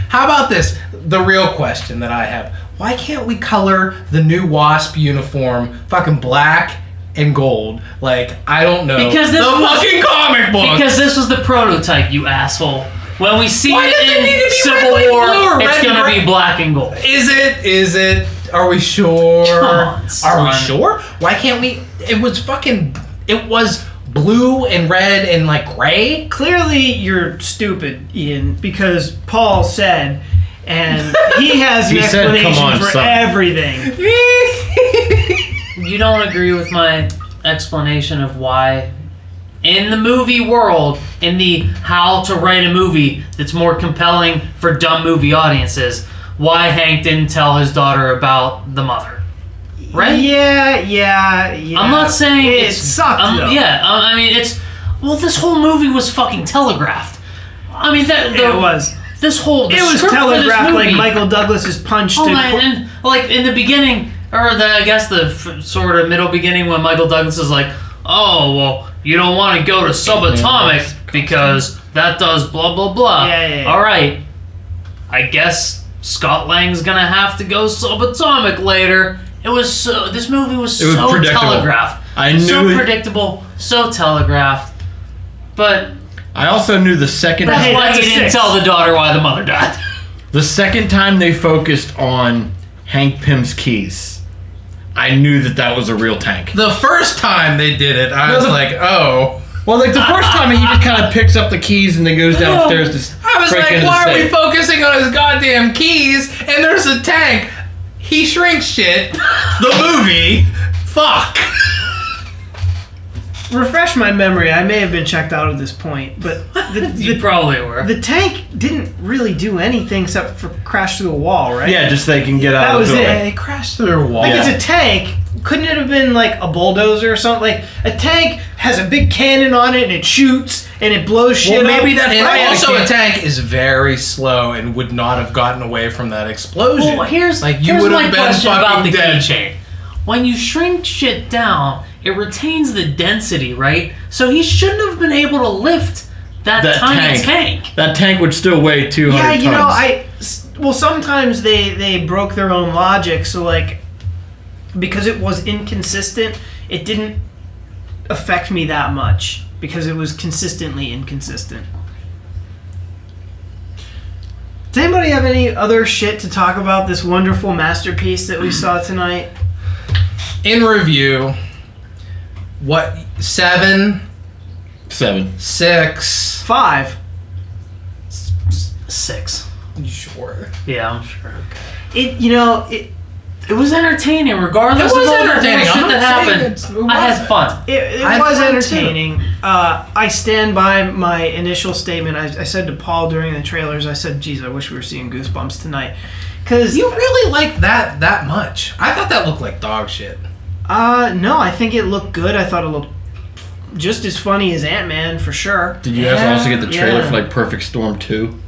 [SPEAKER 3] How about this? The real question that I have: Why can't we color the new Wasp uniform fucking black and gold? Like I don't know.
[SPEAKER 1] Because this
[SPEAKER 3] the
[SPEAKER 1] was-
[SPEAKER 3] fucking comic book.
[SPEAKER 1] Because this was the prototype, you asshole. When we see
[SPEAKER 3] Why
[SPEAKER 1] it
[SPEAKER 3] does it
[SPEAKER 1] in
[SPEAKER 3] need to be
[SPEAKER 1] Civil
[SPEAKER 3] red, white,
[SPEAKER 1] War,
[SPEAKER 3] blue, or
[SPEAKER 1] it's
[SPEAKER 3] red
[SPEAKER 1] gonna
[SPEAKER 3] and
[SPEAKER 1] be
[SPEAKER 3] gray?
[SPEAKER 1] black and gold.
[SPEAKER 3] Is it? Is it? Are we sure?
[SPEAKER 1] Come on,
[SPEAKER 3] are
[SPEAKER 1] son.
[SPEAKER 3] we sure? Why can't we? It was fucking. It was blue and red and like gray.
[SPEAKER 4] Clearly, you're stupid, Ian, because Paul said, and he has an
[SPEAKER 2] He said, "Come
[SPEAKER 4] explanation
[SPEAKER 2] on,
[SPEAKER 4] for
[SPEAKER 2] son."
[SPEAKER 4] everything.
[SPEAKER 1] You don't agree with my explanation of why, in the movie world, in the how to write a movie that's more compelling for dumb movie audiences, why Hank didn't tell his daughter about the mother, right?
[SPEAKER 4] Yeah, yeah, yeah.
[SPEAKER 1] I'm not saying
[SPEAKER 4] it
[SPEAKER 1] it's
[SPEAKER 4] sucked.
[SPEAKER 1] um,
[SPEAKER 4] though.
[SPEAKER 1] Yeah, I, I mean it's. Well, this whole movie was fucking telegraphed. I mean that the,
[SPEAKER 4] it was.
[SPEAKER 1] This whole the
[SPEAKER 4] It was
[SPEAKER 1] script for this
[SPEAKER 4] telegraphed like
[SPEAKER 1] movie-
[SPEAKER 4] Michael Douglas's punch
[SPEAKER 1] Oh
[SPEAKER 4] to.
[SPEAKER 1] my, and like in the beginning, or the I guess the f- sort of middle beginning when Michael Douglas is like, "Oh well, you don't want to go to subatomic because that does blah blah blah."
[SPEAKER 4] Yeah, yeah, yeah.
[SPEAKER 1] All right, I guess Scott Lang's gonna have to go subatomic later. It was so. This movie was,
[SPEAKER 2] was
[SPEAKER 1] so
[SPEAKER 2] predictable.
[SPEAKER 1] telegraphed.
[SPEAKER 2] I knew
[SPEAKER 1] so
[SPEAKER 2] it-
[SPEAKER 1] predictable, so telegraphed. But
[SPEAKER 2] I also knew the second
[SPEAKER 1] that's
[SPEAKER 4] Hey,
[SPEAKER 1] why
[SPEAKER 4] that's
[SPEAKER 1] he
[SPEAKER 4] a
[SPEAKER 1] didn't
[SPEAKER 4] six.
[SPEAKER 1] tell the daughter why the mother died.
[SPEAKER 2] the second time they focused on Hank Pym's keys. I knew that that was a real tank.
[SPEAKER 3] The first time they did it, I
[SPEAKER 2] No,
[SPEAKER 3] was
[SPEAKER 2] the-
[SPEAKER 3] like, oh.
[SPEAKER 2] Well, like the first time he just kind of picks up the keys and then goes downstairs to s-
[SPEAKER 3] I was
[SPEAKER 2] break
[SPEAKER 3] like,
[SPEAKER 2] into
[SPEAKER 3] why
[SPEAKER 2] the
[SPEAKER 3] are we
[SPEAKER 2] safe.
[SPEAKER 3] focusing on his goddamn keys? And there's a tank. He shrinks shit. The movie. Fuck.
[SPEAKER 4] refresh my memory. I may have been checked out at this point, but the,
[SPEAKER 1] You
[SPEAKER 4] the,
[SPEAKER 1] probably were.
[SPEAKER 4] the tank didn't really do anything except for crash through the wall, right?
[SPEAKER 2] Yeah, just they can get out
[SPEAKER 4] That
[SPEAKER 2] of
[SPEAKER 4] was
[SPEAKER 2] the building.
[SPEAKER 4] it.
[SPEAKER 3] They crashed through their wall.
[SPEAKER 4] Like it's a tank. Couldn't it have been like a bulldozer or something? Like a tank has a big cannon on it and it shoots and it blows shit.
[SPEAKER 3] Well,
[SPEAKER 4] up.
[SPEAKER 3] maybe that. And
[SPEAKER 4] Right.
[SPEAKER 3] also, a tank is very slow and would not have gotten away from that explosion.
[SPEAKER 1] Well, here's
[SPEAKER 3] like you
[SPEAKER 1] here's
[SPEAKER 3] would
[SPEAKER 1] my
[SPEAKER 3] have been
[SPEAKER 1] question about the
[SPEAKER 3] fucking dead.
[SPEAKER 1] keychain. When you shrink shit down, it retains the density, right? So he shouldn't have been able to lift that,
[SPEAKER 2] That
[SPEAKER 1] tiny
[SPEAKER 2] tank.
[SPEAKER 1] tank.
[SPEAKER 2] That tank would still weigh 200
[SPEAKER 4] Yeah, you
[SPEAKER 2] tons.
[SPEAKER 4] know, I s- well sometimes they they broke their own logic, so like because it was inconsistent, it didn't affect me that much because it was consistently inconsistent. Does anybody have any other shit to talk about this wonderful masterpiece that we saw tonight?
[SPEAKER 3] In review, what seven,
[SPEAKER 2] Seven.
[SPEAKER 3] six?
[SPEAKER 4] Five.
[SPEAKER 1] Six.
[SPEAKER 3] Sure.
[SPEAKER 1] Yeah, I'm sure.
[SPEAKER 4] It you know it
[SPEAKER 1] It was entertaining, regardless
[SPEAKER 3] It was
[SPEAKER 1] of all the horrible
[SPEAKER 3] entertaining.
[SPEAKER 1] shit
[SPEAKER 3] I'm not
[SPEAKER 1] that
[SPEAKER 3] saying it's- it
[SPEAKER 1] happened. I had
[SPEAKER 3] wasn't.
[SPEAKER 1] fun.
[SPEAKER 4] It, it
[SPEAKER 3] I
[SPEAKER 4] was
[SPEAKER 3] thought too.
[SPEAKER 4] entertaining. Uh, I stand by my initial statement. I, I said to Paul during the trailers, I said, geez, I wish we were seeing Goosebumps tonight. Because,
[SPEAKER 3] You really like that that much? I thought that looked like dog shit.
[SPEAKER 4] uh, no, I think it looked good. I thought it looked just as funny as Ant Man, for sure.
[SPEAKER 2] Did you guys
[SPEAKER 3] Yeah,
[SPEAKER 2] also get the trailer
[SPEAKER 4] yeah.
[SPEAKER 2] for like Perfect Storm 2?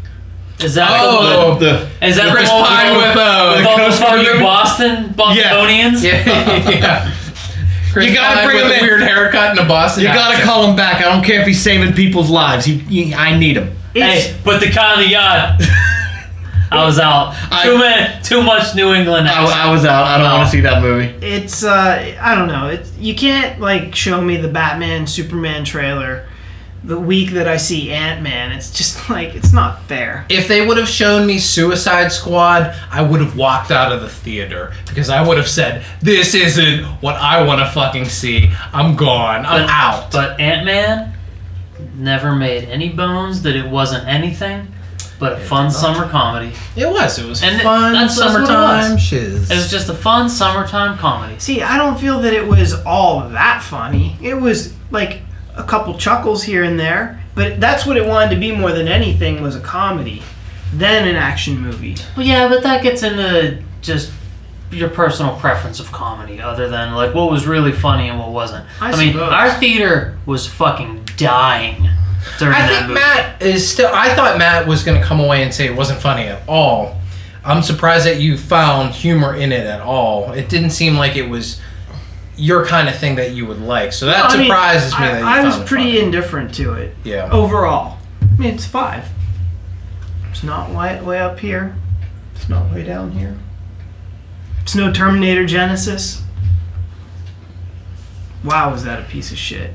[SPEAKER 1] Is that
[SPEAKER 3] Oh,
[SPEAKER 2] the,
[SPEAKER 1] the, is that
[SPEAKER 3] Chris
[SPEAKER 1] the whole-
[SPEAKER 3] Pine with, uh,
[SPEAKER 1] with all the
[SPEAKER 2] Coast Guard?
[SPEAKER 1] fucking Boston Bostonians?
[SPEAKER 3] yeah. Chris
[SPEAKER 2] You gotta
[SPEAKER 3] Pine
[SPEAKER 2] bring
[SPEAKER 3] with
[SPEAKER 2] him
[SPEAKER 3] a
[SPEAKER 2] in.
[SPEAKER 3] weird haircut and a Boston.
[SPEAKER 2] you gotta
[SPEAKER 3] accent.
[SPEAKER 2] call him back. I don't care if he's saving people's lives. He, he I need him.
[SPEAKER 4] It's,
[SPEAKER 1] Hey, put the con in the yard. I was out.
[SPEAKER 2] I-
[SPEAKER 1] too many, too much New England.
[SPEAKER 2] I,
[SPEAKER 1] accent.
[SPEAKER 2] I was out. I don't want to see that movie.
[SPEAKER 4] it's uh, I don't know. It's, you can't, like, show me the Batman, Superman trailer the week that I see Ant Man. It's just, like, it's not fair.
[SPEAKER 3] If they would have shown me Suicide Squad, I would have walked out of the theater because I would have said, "This isn't what I want to fucking see. I'm gone. I'm
[SPEAKER 1] But-
[SPEAKER 3] out."
[SPEAKER 1] But Ant Man never made any bones that it wasn't anything but a fun summer comedy.
[SPEAKER 3] it was. It was
[SPEAKER 1] And
[SPEAKER 3] fun.
[SPEAKER 1] that's- that's what it
[SPEAKER 3] summertime
[SPEAKER 1] was.
[SPEAKER 3] shiz.
[SPEAKER 1] It was just a fun summertime comedy.
[SPEAKER 4] See, I don't feel that it was all that funny. It was like a couple chuckles here and there, but that's what it wanted to be more than anything was a comedy, then an action movie.
[SPEAKER 1] Well, yeah, but that gets into just your personal preference of comedy, other than like what was really funny and what wasn't.
[SPEAKER 4] I
[SPEAKER 1] mean,
[SPEAKER 4] suppose.
[SPEAKER 1] our theater was fucking dying during
[SPEAKER 3] I
[SPEAKER 1] that
[SPEAKER 3] think
[SPEAKER 1] movie.
[SPEAKER 3] Matt is still. I thought Matt was going to come away and say it wasn't funny at all. I'm surprised that you found humor in it at all. It didn't seem like it was your kind of thing that you would like. So that
[SPEAKER 4] I mean,
[SPEAKER 3] surprises me
[SPEAKER 4] I,
[SPEAKER 3] that you
[SPEAKER 4] I
[SPEAKER 3] found
[SPEAKER 4] was
[SPEAKER 3] it
[SPEAKER 4] pretty
[SPEAKER 3] funny.
[SPEAKER 4] indifferent to it
[SPEAKER 3] yeah.
[SPEAKER 4] overall. I mean, it's five. It's not way, way up here. It's not way down here. It's no Terminator Genesis. Wow, was that a piece of shit?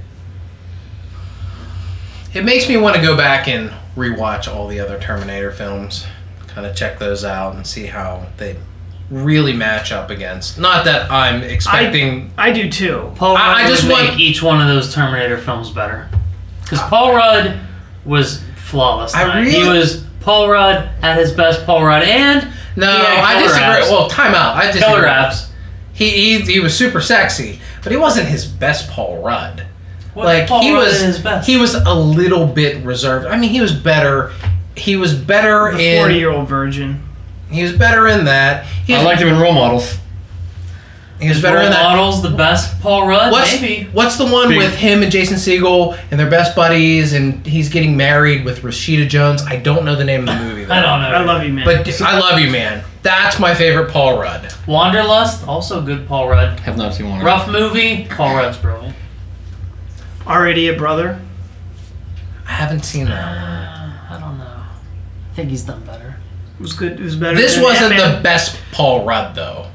[SPEAKER 3] It makes me want to go back and rewatch all the other Terminator films, kind of check those out and see how they really match up against. Not that I'm expecting.
[SPEAKER 4] I do too.
[SPEAKER 1] Paul
[SPEAKER 3] I-
[SPEAKER 1] Rudd
[SPEAKER 3] I
[SPEAKER 1] would
[SPEAKER 3] just
[SPEAKER 1] make
[SPEAKER 3] want- Uh,
[SPEAKER 1] each one of those Terminator films better. Because Paul Rudd was flawless.
[SPEAKER 3] I
[SPEAKER 1] tonight. He
[SPEAKER 3] really-
[SPEAKER 1] was Paul Rudd at his best. Paul Rudd and
[SPEAKER 3] no,
[SPEAKER 1] Yeah,
[SPEAKER 3] I
[SPEAKER 1] killer
[SPEAKER 3] disagree.
[SPEAKER 1] abs.
[SPEAKER 3] Well, time out. I disagree.
[SPEAKER 1] Killer Apps.
[SPEAKER 3] He, he he was super sexy, but he wasn't his best Paul Rudd.
[SPEAKER 1] What
[SPEAKER 3] like
[SPEAKER 1] Paul
[SPEAKER 3] he
[SPEAKER 1] Rudd
[SPEAKER 3] was
[SPEAKER 1] at his best.
[SPEAKER 3] he was a little bit reserved. I mean, he was better. He was better
[SPEAKER 4] The
[SPEAKER 3] in
[SPEAKER 4] forty-year-old virgin.
[SPEAKER 3] he was better in that. He was,
[SPEAKER 2] I liked him in Role Models.
[SPEAKER 3] he was
[SPEAKER 1] His
[SPEAKER 3] better
[SPEAKER 1] role
[SPEAKER 3] in that.
[SPEAKER 1] models the best Paul Rudd.
[SPEAKER 3] What's,
[SPEAKER 1] Maybe.
[SPEAKER 3] what's the one
[SPEAKER 2] Big-
[SPEAKER 3] with him and Jason Segel and they're best buddies and he's getting married with Rashida Jones? I don't know the name of the movie. Though.
[SPEAKER 1] I don't know.
[SPEAKER 4] I love you, man.
[SPEAKER 3] But I love you, man. That's my favorite Paul Rudd.
[SPEAKER 1] Wanderlust. Also good Paul Rudd.
[SPEAKER 2] Have not seen one.
[SPEAKER 1] Rough movie. Paul Rudd's brilliant.
[SPEAKER 4] already a brother.
[SPEAKER 3] I haven't seen that. one.
[SPEAKER 1] I don't know. I think he's done better.
[SPEAKER 4] It was good. It was better.
[SPEAKER 3] This
[SPEAKER 4] than
[SPEAKER 3] wasn't the
[SPEAKER 4] Ant-Man.
[SPEAKER 3] best Paul Rudd though.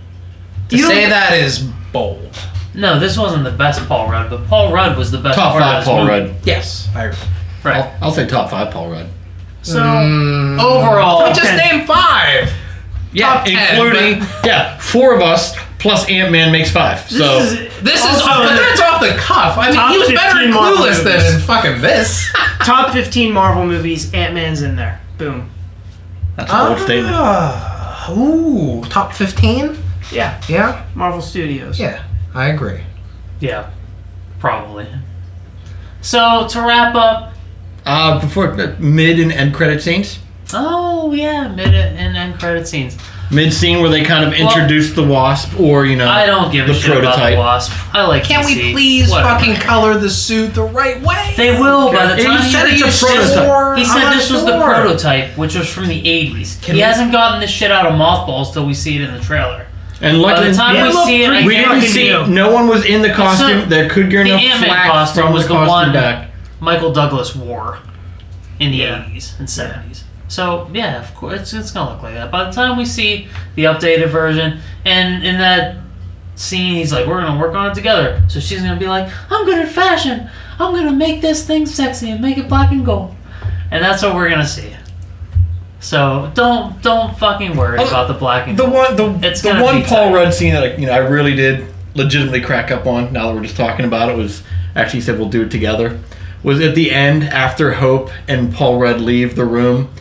[SPEAKER 3] To
[SPEAKER 4] You don't-
[SPEAKER 3] say that is bold.
[SPEAKER 1] No, this wasn't the best Paul Rudd, but Paul Rudd was the best
[SPEAKER 2] Top
[SPEAKER 1] part of
[SPEAKER 2] five
[SPEAKER 1] this
[SPEAKER 2] Paul
[SPEAKER 1] movie.
[SPEAKER 2] Rudd.
[SPEAKER 3] Yes, I.
[SPEAKER 1] Right.
[SPEAKER 2] I'll, I'll say top five Paul Rudd.
[SPEAKER 4] So
[SPEAKER 3] Mm.
[SPEAKER 1] Overall,
[SPEAKER 3] But just name five.
[SPEAKER 2] Yeah,
[SPEAKER 3] Top ten,
[SPEAKER 2] including yeah, four of us plus Ant Man makes five.
[SPEAKER 4] this
[SPEAKER 2] so
[SPEAKER 4] is
[SPEAKER 3] This is,
[SPEAKER 4] Also
[SPEAKER 3] but
[SPEAKER 4] in the-
[SPEAKER 3] that's off the cuff. I mean,
[SPEAKER 4] Top
[SPEAKER 3] he was better
[SPEAKER 4] 15
[SPEAKER 3] in
[SPEAKER 4] Marvel
[SPEAKER 3] Clueless than
[SPEAKER 4] movies.
[SPEAKER 3] in fucking this.
[SPEAKER 4] top fifteen Marvel movies. Ant Man's in there. Boom.
[SPEAKER 2] that's a bold statement.
[SPEAKER 3] Ah, Ooh, top fifteen.
[SPEAKER 4] Yeah,
[SPEAKER 3] Yeah,
[SPEAKER 4] Marvel Studios.
[SPEAKER 3] yeah, I agree.
[SPEAKER 1] yeah, probably. So to wrap up,
[SPEAKER 2] Uh, before mid and end credit scenes.
[SPEAKER 1] oh yeah, mid and end credit scenes.
[SPEAKER 2] Mid scene where they kind of
[SPEAKER 1] Well-
[SPEAKER 2] introduce the wasp, or you know,
[SPEAKER 1] I don't give a
[SPEAKER 2] the
[SPEAKER 1] shit about
[SPEAKER 2] prototype.
[SPEAKER 1] the wasp. I like.
[SPEAKER 3] Can we
[SPEAKER 1] DC.
[SPEAKER 3] please
[SPEAKER 1] Whatever.
[SPEAKER 3] fucking color the suit the right way?
[SPEAKER 1] They will by the
[SPEAKER 2] He
[SPEAKER 1] time
[SPEAKER 2] said
[SPEAKER 1] you
[SPEAKER 2] it's a
[SPEAKER 1] reach
[SPEAKER 2] prototype.
[SPEAKER 1] this-
[SPEAKER 3] Or-
[SPEAKER 1] He
[SPEAKER 3] I'm
[SPEAKER 1] said
[SPEAKER 3] not
[SPEAKER 1] this was the
[SPEAKER 3] sure.
[SPEAKER 1] prototype, which was from the 80s.
[SPEAKER 3] Can
[SPEAKER 1] he
[SPEAKER 3] we-
[SPEAKER 1] hasn't gotten this shit out of mothballs till we see it in the trailer.
[SPEAKER 2] and
[SPEAKER 1] By
[SPEAKER 2] luckily,
[SPEAKER 1] the time we
[SPEAKER 4] look
[SPEAKER 1] see it, I
[SPEAKER 4] pretty-
[SPEAKER 2] we didn't
[SPEAKER 1] guarantee
[SPEAKER 2] see
[SPEAKER 1] you,
[SPEAKER 2] no one was in the costume
[SPEAKER 1] So,
[SPEAKER 2] that could get
[SPEAKER 1] the
[SPEAKER 2] enough
[SPEAKER 1] Ant-Man
[SPEAKER 2] flack
[SPEAKER 1] costume
[SPEAKER 2] from
[SPEAKER 1] was
[SPEAKER 2] the
[SPEAKER 1] the
[SPEAKER 2] costume
[SPEAKER 1] one-
[SPEAKER 2] back.
[SPEAKER 1] Michael Douglas wore in the
[SPEAKER 4] Yeah.
[SPEAKER 1] 80s and 70s. So yeah, of course it's, it's gonna look like that. By the time we see the updated version, and in that scene, he's like, "We're gonna work on it together." So she's gonna be like, "I'm good at fashion. I'm gonna make this thing sexy and make it black and gold," and that's what we're gonna see. So don't don't fucking worry
[SPEAKER 2] Oh,
[SPEAKER 1] about the black and
[SPEAKER 2] The
[SPEAKER 1] gold.
[SPEAKER 2] one, the,
[SPEAKER 1] It's
[SPEAKER 2] the
[SPEAKER 1] gonna
[SPEAKER 2] one
[SPEAKER 1] be
[SPEAKER 2] Paul
[SPEAKER 1] tight.
[SPEAKER 2] Rudd scene that I, you know I really did legitimately crack up on. Now that we're just talking about it, was actually he said we'll do it together. Was at the end after Hope and Paul Rudd leave the room,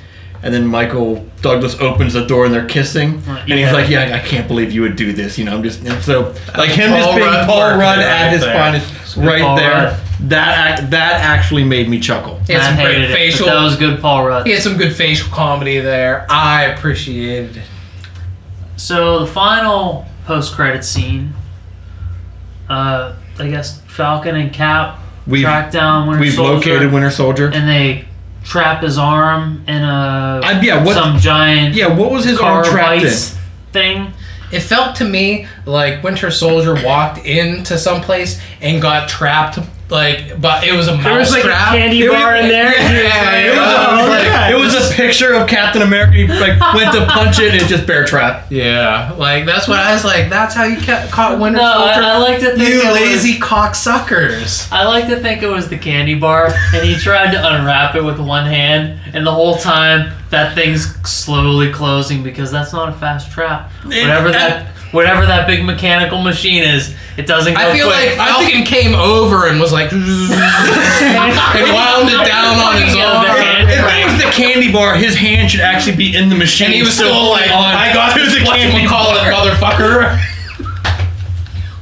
[SPEAKER 2] and then Michael Douglas opens the door and they're kissing,
[SPEAKER 1] Right,
[SPEAKER 2] and he's
[SPEAKER 1] yeah.
[SPEAKER 2] like, "Yeah, I can't believe you would do this." You know, I'm just and so like him
[SPEAKER 3] Paul
[SPEAKER 2] just being
[SPEAKER 3] Rudd
[SPEAKER 2] Paul
[SPEAKER 3] working right
[SPEAKER 2] Rudd at his
[SPEAKER 3] there.
[SPEAKER 2] finest,
[SPEAKER 1] good
[SPEAKER 2] right
[SPEAKER 1] Paul
[SPEAKER 2] there.
[SPEAKER 1] Rudd.
[SPEAKER 2] That act, that actually made me chuckle.
[SPEAKER 3] He had
[SPEAKER 1] I
[SPEAKER 3] some
[SPEAKER 1] hated
[SPEAKER 3] great
[SPEAKER 1] it, but
[SPEAKER 3] facial.
[SPEAKER 1] that was good, Paul Rudd.
[SPEAKER 3] he had some good facial comedy there. I appreciated it.
[SPEAKER 1] So the final post-credit scene, uh, I guess Falcon and Cap
[SPEAKER 2] We've
[SPEAKER 1] track down Winter
[SPEAKER 2] we've
[SPEAKER 1] Soldier,
[SPEAKER 2] located Winter Soldier.
[SPEAKER 1] and they trap his arm in a
[SPEAKER 2] I- yeah, what-
[SPEAKER 1] some giant
[SPEAKER 2] yeah, what was his
[SPEAKER 1] car
[SPEAKER 2] arm trapped in?
[SPEAKER 1] vice thing.
[SPEAKER 3] It felt to me like Winter Soldier walked into some place and got trapped. Like, but it was a mouse
[SPEAKER 4] There was like a
[SPEAKER 3] trap.
[SPEAKER 4] candy
[SPEAKER 2] It was-
[SPEAKER 4] bar in there.
[SPEAKER 3] yeah,
[SPEAKER 4] and he
[SPEAKER 3] it
[SPEAKER 2] It
[SPEAKER 4] was
[SPEAKER 2] was,
[SPEAKER 4] like,
[SPEAKER 2] a,
[SPEAKER 4] "Oh,
[SPEAKER 2] like,
[SPEAKER 4] yeah."
[SPEAKER 2] it was a picture of Captain America. He like went to punch it, and it's just bear trap.
[SPEAKER 3] yeah, like that's what I was like. That's how you ca- caught Winter
[SPEAKER 1] No, I,
[SPEAKER 3] Soldier.
[SPEAKER 1] I like to think
[SPEAKER 3] you
[SPEAKER 1] it was-
[SPEAKER 3] lazy cocksuckers.
[SPEAKER 1] I like to think it was the candy bar, and he tried to unwrap it with one hand, and the whole time that thing's slowly closing because that's not a fast trap. Whatever that, whatever that big mechanical machine is, it doesn't go
[SPEAKER 3] I feel
[SPEAKER 1] quick.
[SPEAKER 3] like Falcon came over and was like, and wound it down on his
[SPEAKER 1] Fucking out of
[SPEAKER 3] own.
[SPEAKER 1] there.
[SPEAKER 2] If it was the candy bar, his hand should actually be in the machine.
[SPEAKER 3] And he was
[SPEAKER 2] still
[SPEAKER 3] still like,
[SPEAKER 2] on.
[SPEAKER 3] I got
[SPEAKER 2] to
[SPEAKER 3] this
[SPEAKER 2] the candy
[SPEAKER 3] call it,
[SPEAKER 2] bar.
[SPEAKER 3] motherfucker.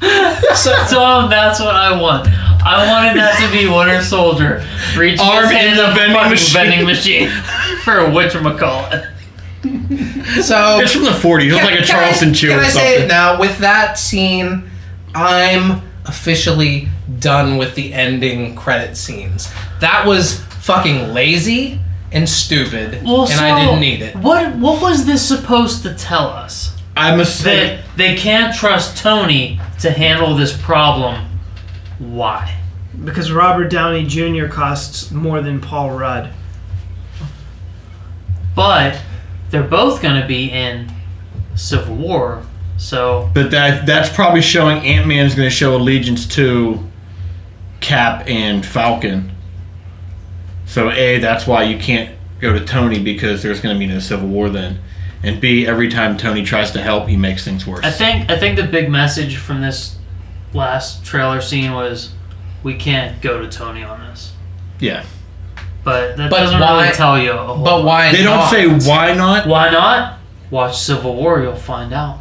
[SPEAKER 1] So that's what I want. I wanted that to be Winter Soldier. Reach
[SPEAKER 2] Arm
[SPEAKER 1] his
[SPEAKER 2] in
[SPEAKER 1] hand
[SPEAKER 2] the
[SPEAKER 1] up
[SPEAKER 2] vending
[SPEAKER 1] fucking
[SPEAKER 2] machine.
[SPEAKER 1] vending machine for a whatchamacallit.
[SPEAKER 3] So
[SPEAKER 2] It's from the 40s. It was like a
[SPEAKER 3] I-
[SPEAKER 2] Charleston chew
[SPEAKER 3] Can
[SPEAKER 2] or
[SPEAKER 3] I say it
[SPEAKER 2] something.
[SPEAKER 3] now? With that scene, I'm officially done with the ending credit scenes. That was fucking lazy and stupid,
[SPEAKER 1] Well,
[SPEAKER 3] and
[SPEAKER 1] so
[SPEAKER 3] I didn't need it.
[SPEAKER 1] What What was this supposed to tell us?
[SPEAKER 2] I'm a say.
[SPEAKER 1] That they can't trust Tony to handle this problem. Why?
[SPEAKER 4] Because Robert Downey Jr. costs more than Paul Rudd.
[SPEAKER 1] But they're both gonna be in Civil War, so
[SPEAKER 2] But that that's probably showing Ant Man is going to show allegiance to Cap and Falcon. So a that's why you can't go to Tony because there's going to be no civil war then, and b every time Tony tries to help, he makes things worse.
[SPEAKER 1] I think I think the big message from this last trailer scene was we can't go to Tony on this.
[SPEAKER 2] yeah.
[SPEAKER 1] But that
[SPEAKER 3] But
[SPEAKER 1] doesn't
[SPEAKER 3] why-
[SPEAKER 1] really tell you a whole
[SPEAKER 3] But why?
[SPEAKER 2] They don't
[SPEAKER 3] not?
[SPEAKER 2] say why not.
[SPEAKER 1] Why not? Watch Civil War, you'll find out.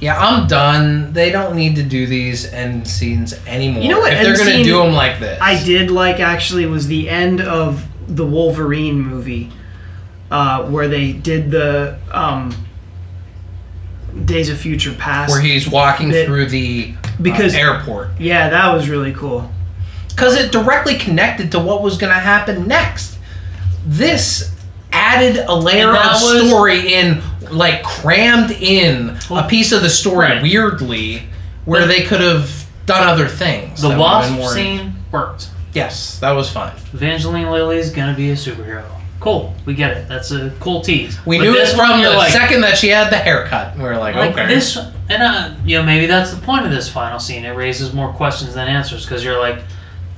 [SPEAKER 3] Yeah, I'm done. They don't need to do these end scenes anymore.
[SPEAKER 4] You know what
[SPEAKER 3] If they're
[SPEAKER 4] end
[SPEAKER 3] gonna
[SPEAKER 4] scene
[SPEAKER 3] do them like this,
[SPEAKER 4] I did like actually was the end of the Wolverine movie, uh, where they did the um, Days of Future Past.
[SPEAKER 3] Where he's walking
[SPEAKER 4] That-
[SPEAKER 3] through the uh,
[SPEAKER 4] because
[SPEAKER 3] airport.
[SPEAKER 4] yeah, that was really cool.
[SPEAKER 3] because it directly connected to what was going to happen next. This added a layer
[SPEAKER 1] And that
[SPEAKER 3] of
[SPEAKER 1] was-
[SPEAKER 3] story in, like crammed in a piece of the story
[SPEAKER 1] Right.
[SPEAKER 3] weirdly, where
[SPEAKER 1] But-
[SPEAKER 3] they could have done other things.
[SPEAKER 1] The
[SPEAKER 3] that would've been
[SPEAKER 1] Wasp
[SPEAKER 3] more-
[SPEAKER 1] scene worked.
[SPEAKER 3] Yes, that was fine.
[SPEAKER 1] Evangeline Lilly's gonna be a superhero. Cool, we get it. That's a cool tease.
[SPEAKER 3] We
[SPEAKER 1] But
[SPEAKER 3] knew it
[SPEAKER 1] this
[SPEAKER 3] from
[SPEAKER 1] one,
[SPEAKER 3] the
[SPEAKER 1] you're like,
[SPEAKER 3] second that she had the haircut. We were like,
[SPEAKER 1] like
[SPEAKER 3] okay,
[SPEAKER 1] this, and uh, you know maybe that's the point of this final scene. It raises more questions than answers because you're like,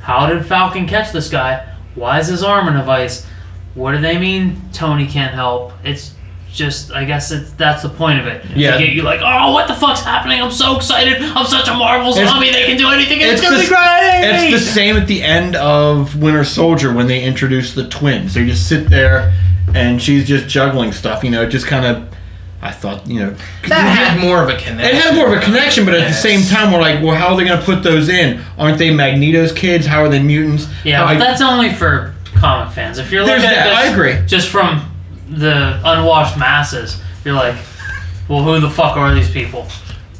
[SPEAKER 1] how did Falcon catch this guy? Why is his arm in a vice? What do they mean Tony can't help? It's just I guess it's, that's the point of it.
[SPEAKER 2] Yeah.
[SPEAKER 1] To get you like, oh, what the fuck's happening? I'm so excited. I'm such a Marvel
[SPEAKER 2] It's-
[SPEAKER 1] zombie. They can do anything. and It's,
[SPEAKER 2] it's
[SPEAKER 1] gonna
[SPEAKER 2] the-
[SPEAKER 1] be great.
[SPEAKER 2] It's the same at the end of Winter Soldier when they introduce the twins. They just sit there and she's just juggling stuff, you know, just kind of I thought, you know,
[SPEAKER 3] That had more of a connection.
[SPEAKER 2] it had more of a connection, but at the same time, we're like, well, how are they going to put those in? Aren't they Magneto's kids? How are they mutants?
[SPEAKER 1] Yeah,
[SPEAKER 2] How-
[SPEAKER 1] but that's only for comic fans. If you're
[SPEAKER 2] There's
[SPEAKER 1] looking at
[SPEAKER 2] that,
[SPEAKER 1] this
[SPEAKER 2] I agree.
[SPEAKER 1] just from the unwashed masses, you're like, well, who the fuck are these people?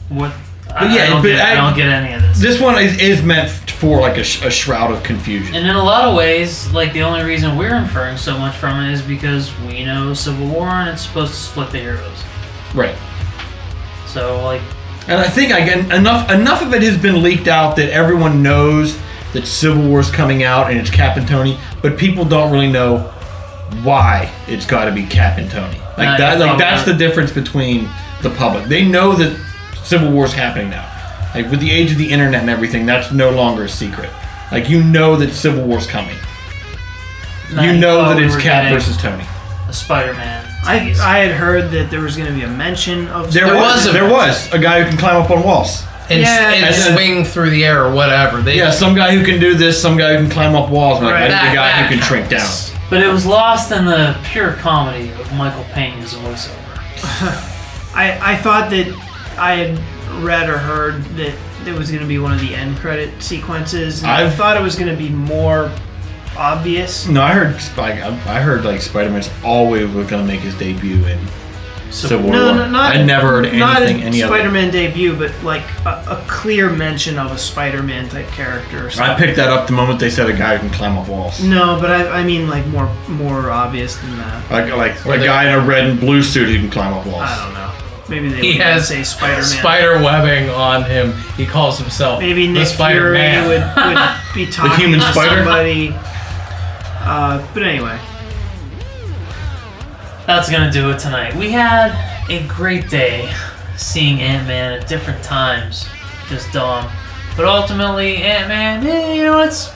[SPEAKER 1] What? I,
[SPEAKER 2] But yeah,
[SPEAKER 1] I, don't
[SPEAKER 2] but
[SPEAKER 1] get, I,
[SPEAKER 2] I-
[SPEAKER 1] don't get any of this.
[SPEAKER 2] this one is, is meant for like a, sh- a shroud of confusion.
[SPEAKER 1] And in a lot of ways, like the only reason we're inferring so much from it is because we know Civil War and it's supposed to split the heroes.
[SPEAKER 2] Right.
[SPEAKER 1] So like,
[SPEAKER 2] And I think again enough enough of it has been leaked out that everyone knows that Civil War's coming out and it's Cap and Tony, but people don't really know why it's got to be Cap and Tony.
[SPEAKER 1] Nah,
[SPEAKER 2] Like that,
[SPEAKER 1] it's all
[SPEAKER 2] like that's
[SPEAKER 1] about-
[SPEAKER 2] the difference between the public. They know that Civil War's happening now. Like with the age of the internet and everything, that's no longer a secret. Like you know that Civil War's coming. You
[SPEAKER 1] Night
[SPEAKER 2] know
[SPEAKER 1] Owl,
[SPEAKER 2] that it's
[SPEAKER 1] oh, we're
[SPEAKER 2] Cap
[SPEAKER 1] getting
[SPEAKER 2] versus Tony.
[SPEAKER 1] a Spider-Man.
[SPEAKER 4] I
[SPEAKER 1] tease.
[SPEAKER 4] I had heard that there was going to be a mention of
[SPEAKER 2] There,
[SPEAKER 3] There
[SPEAKER 2] was,
[SPEAKER 3] was a-
[SPEAKER 2] there was a guy who can climb up on walls.
[SPEAKER 3] and,
[SPEAKER 4] Yeah,
[SPEAKER 3] and
[SPEAKER 2] and then-
[SPEAKER 3] swing through the air or whatever. They
[SPEAKER 2] Yeah, some guy who can do this, some guy who can climb up walls, and like,
[SPEAKER 4] Right,
[SPEAKER 2] I need
[SPEAKER 3] that-
[SPEAKER 2] the guy
[SPEAKER 3] that
[SPEAKER 2] who can shrink down.
[SPEAKER 3] counts.
[SPEAKER 1] But it was lost in the pure comedy of Michael Pena's voiceover.
[SPEAKER 4] I I thought that I had read or heard that there was going to be one of the end credit sequences. And I
[SPEAKER 2] I've-
[SPEAKER 4] thought it was going to be more obvious.
[SPEAKER 2] No, I heard Spy- I I heard like Spider Man's always was gonna make his debut in Civil War.
[SPEAKER 4] No, no, not
[SPEAKER 2] I never heard Mm, anything.
[SPEAKER 4] not a
[SPEAKER 2] any other.
[SPEAKER 4] Spider-Man debut, but like a, a clear mention of a Spider-Man type character. Or
[SPEAKER 2] I
[SPEAKER 4] something.
[SPEAKER 2] picked that up the moment they said a guy who can climb up walls.
[SPEAKER 4] no, but I, I mean like more more obvious than that.
[SPEAKER 2] Like, like
[SPEAKER 3] Or
[SPEAKER 2] a
[SPEAKER 3] they-
[SPEAKER 2] guy in a red and blue suit who can climb up walls.
[SPEAKER 4] I don't know. Maybe they
[SPEAKER 3] He
[SPEAKER 4] would
[SPEAKER 3] has
[SPEAKER 4] say Spider-Man.
[SPEAKER 3] spider webbing on him. He calls himself
[SPEAKER 4] Maybe
[SPEAKER 3] the
[SPEAKER 4] Nick
[SPEAKER 3] Spider
[SPEAKER 4] Fury
[SPEAKER 3] Man.
[SPEAKER 4] would, would be talking
[SPEAKER 2] human
[SPEAKER 4] to
[SPEAKER 2] spider?
[SPEAKER 4] somebody. Uh, but anyway,
[SPEAKER 1] That's gonna do it tonight. We had a great day seeing Ant Man at different times just dawn. But ultimately, Ant Man, eh, you know, it's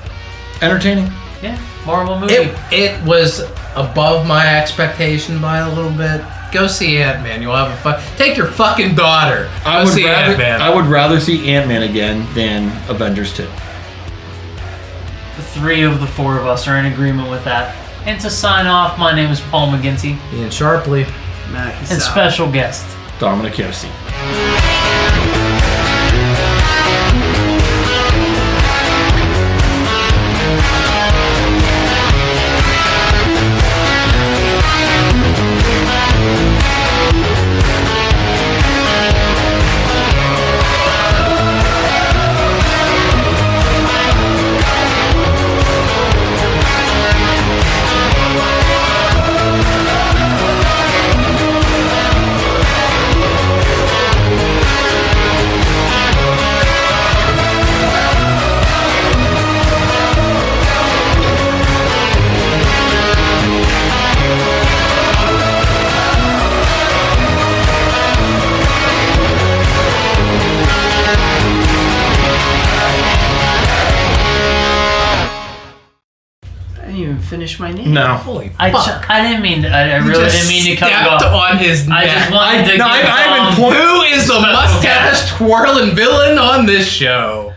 [SPEAKER 2] Entertaining.
[SPEAKER 1] yeah, Marvel movie.
[SPEAKER 3] It it was above my expectation by a little bit. Go see Ant Man. You'll have a fun. Take your fucking daughter.
[SPEAKER 2] I
[SPEAKER 3] Go
[SPEAKER 2] would
[SPEAKER 3] see
[SPEAKER 2] rather
[SPEAKER 3] Ant-Man.
[SPEAKER 2] I would rather see Ant Man again than Avengers two.
[SPEAKER 1] the three of the four of us are in agreement with that. And to sign off, my name is Paul McGinty
[SPEAKER 3] Ian Sharpley.
[SPEAKER 4] Matt, he's
[SPEAKER 1] and
[SPEAKER 4] out.
[SPEAKER 1] special guest.
[SPEAKER 2] Dominic Yossi.
[SPEAKER 4] I didn't even finish my name.
[SPEAKER 2] No.
[SPEAKER 3] Holy
[SPEAKER 1] I, ch-
[SPEAKER 3] fuck!
[SPEAKER 1] I didn't mean to, I, I really didn't mean to cut you
[SPEAKER 3] stepped
[SPEAKER 1] off.
[SPEAKER 3] on his neck.
[SPEAKER 1] I just wanted to
[SPEAKER 2] no,
[SPEAKER 1] give
[SPEAKER 2] I- I haven't
[SPEAKER 1] um,
[SPEAKER 2] pointed-
[SPEAKER 3] Who is the
[SPEAKER 1] Special
[SPEAKER 3] mustache twirling villain on this show?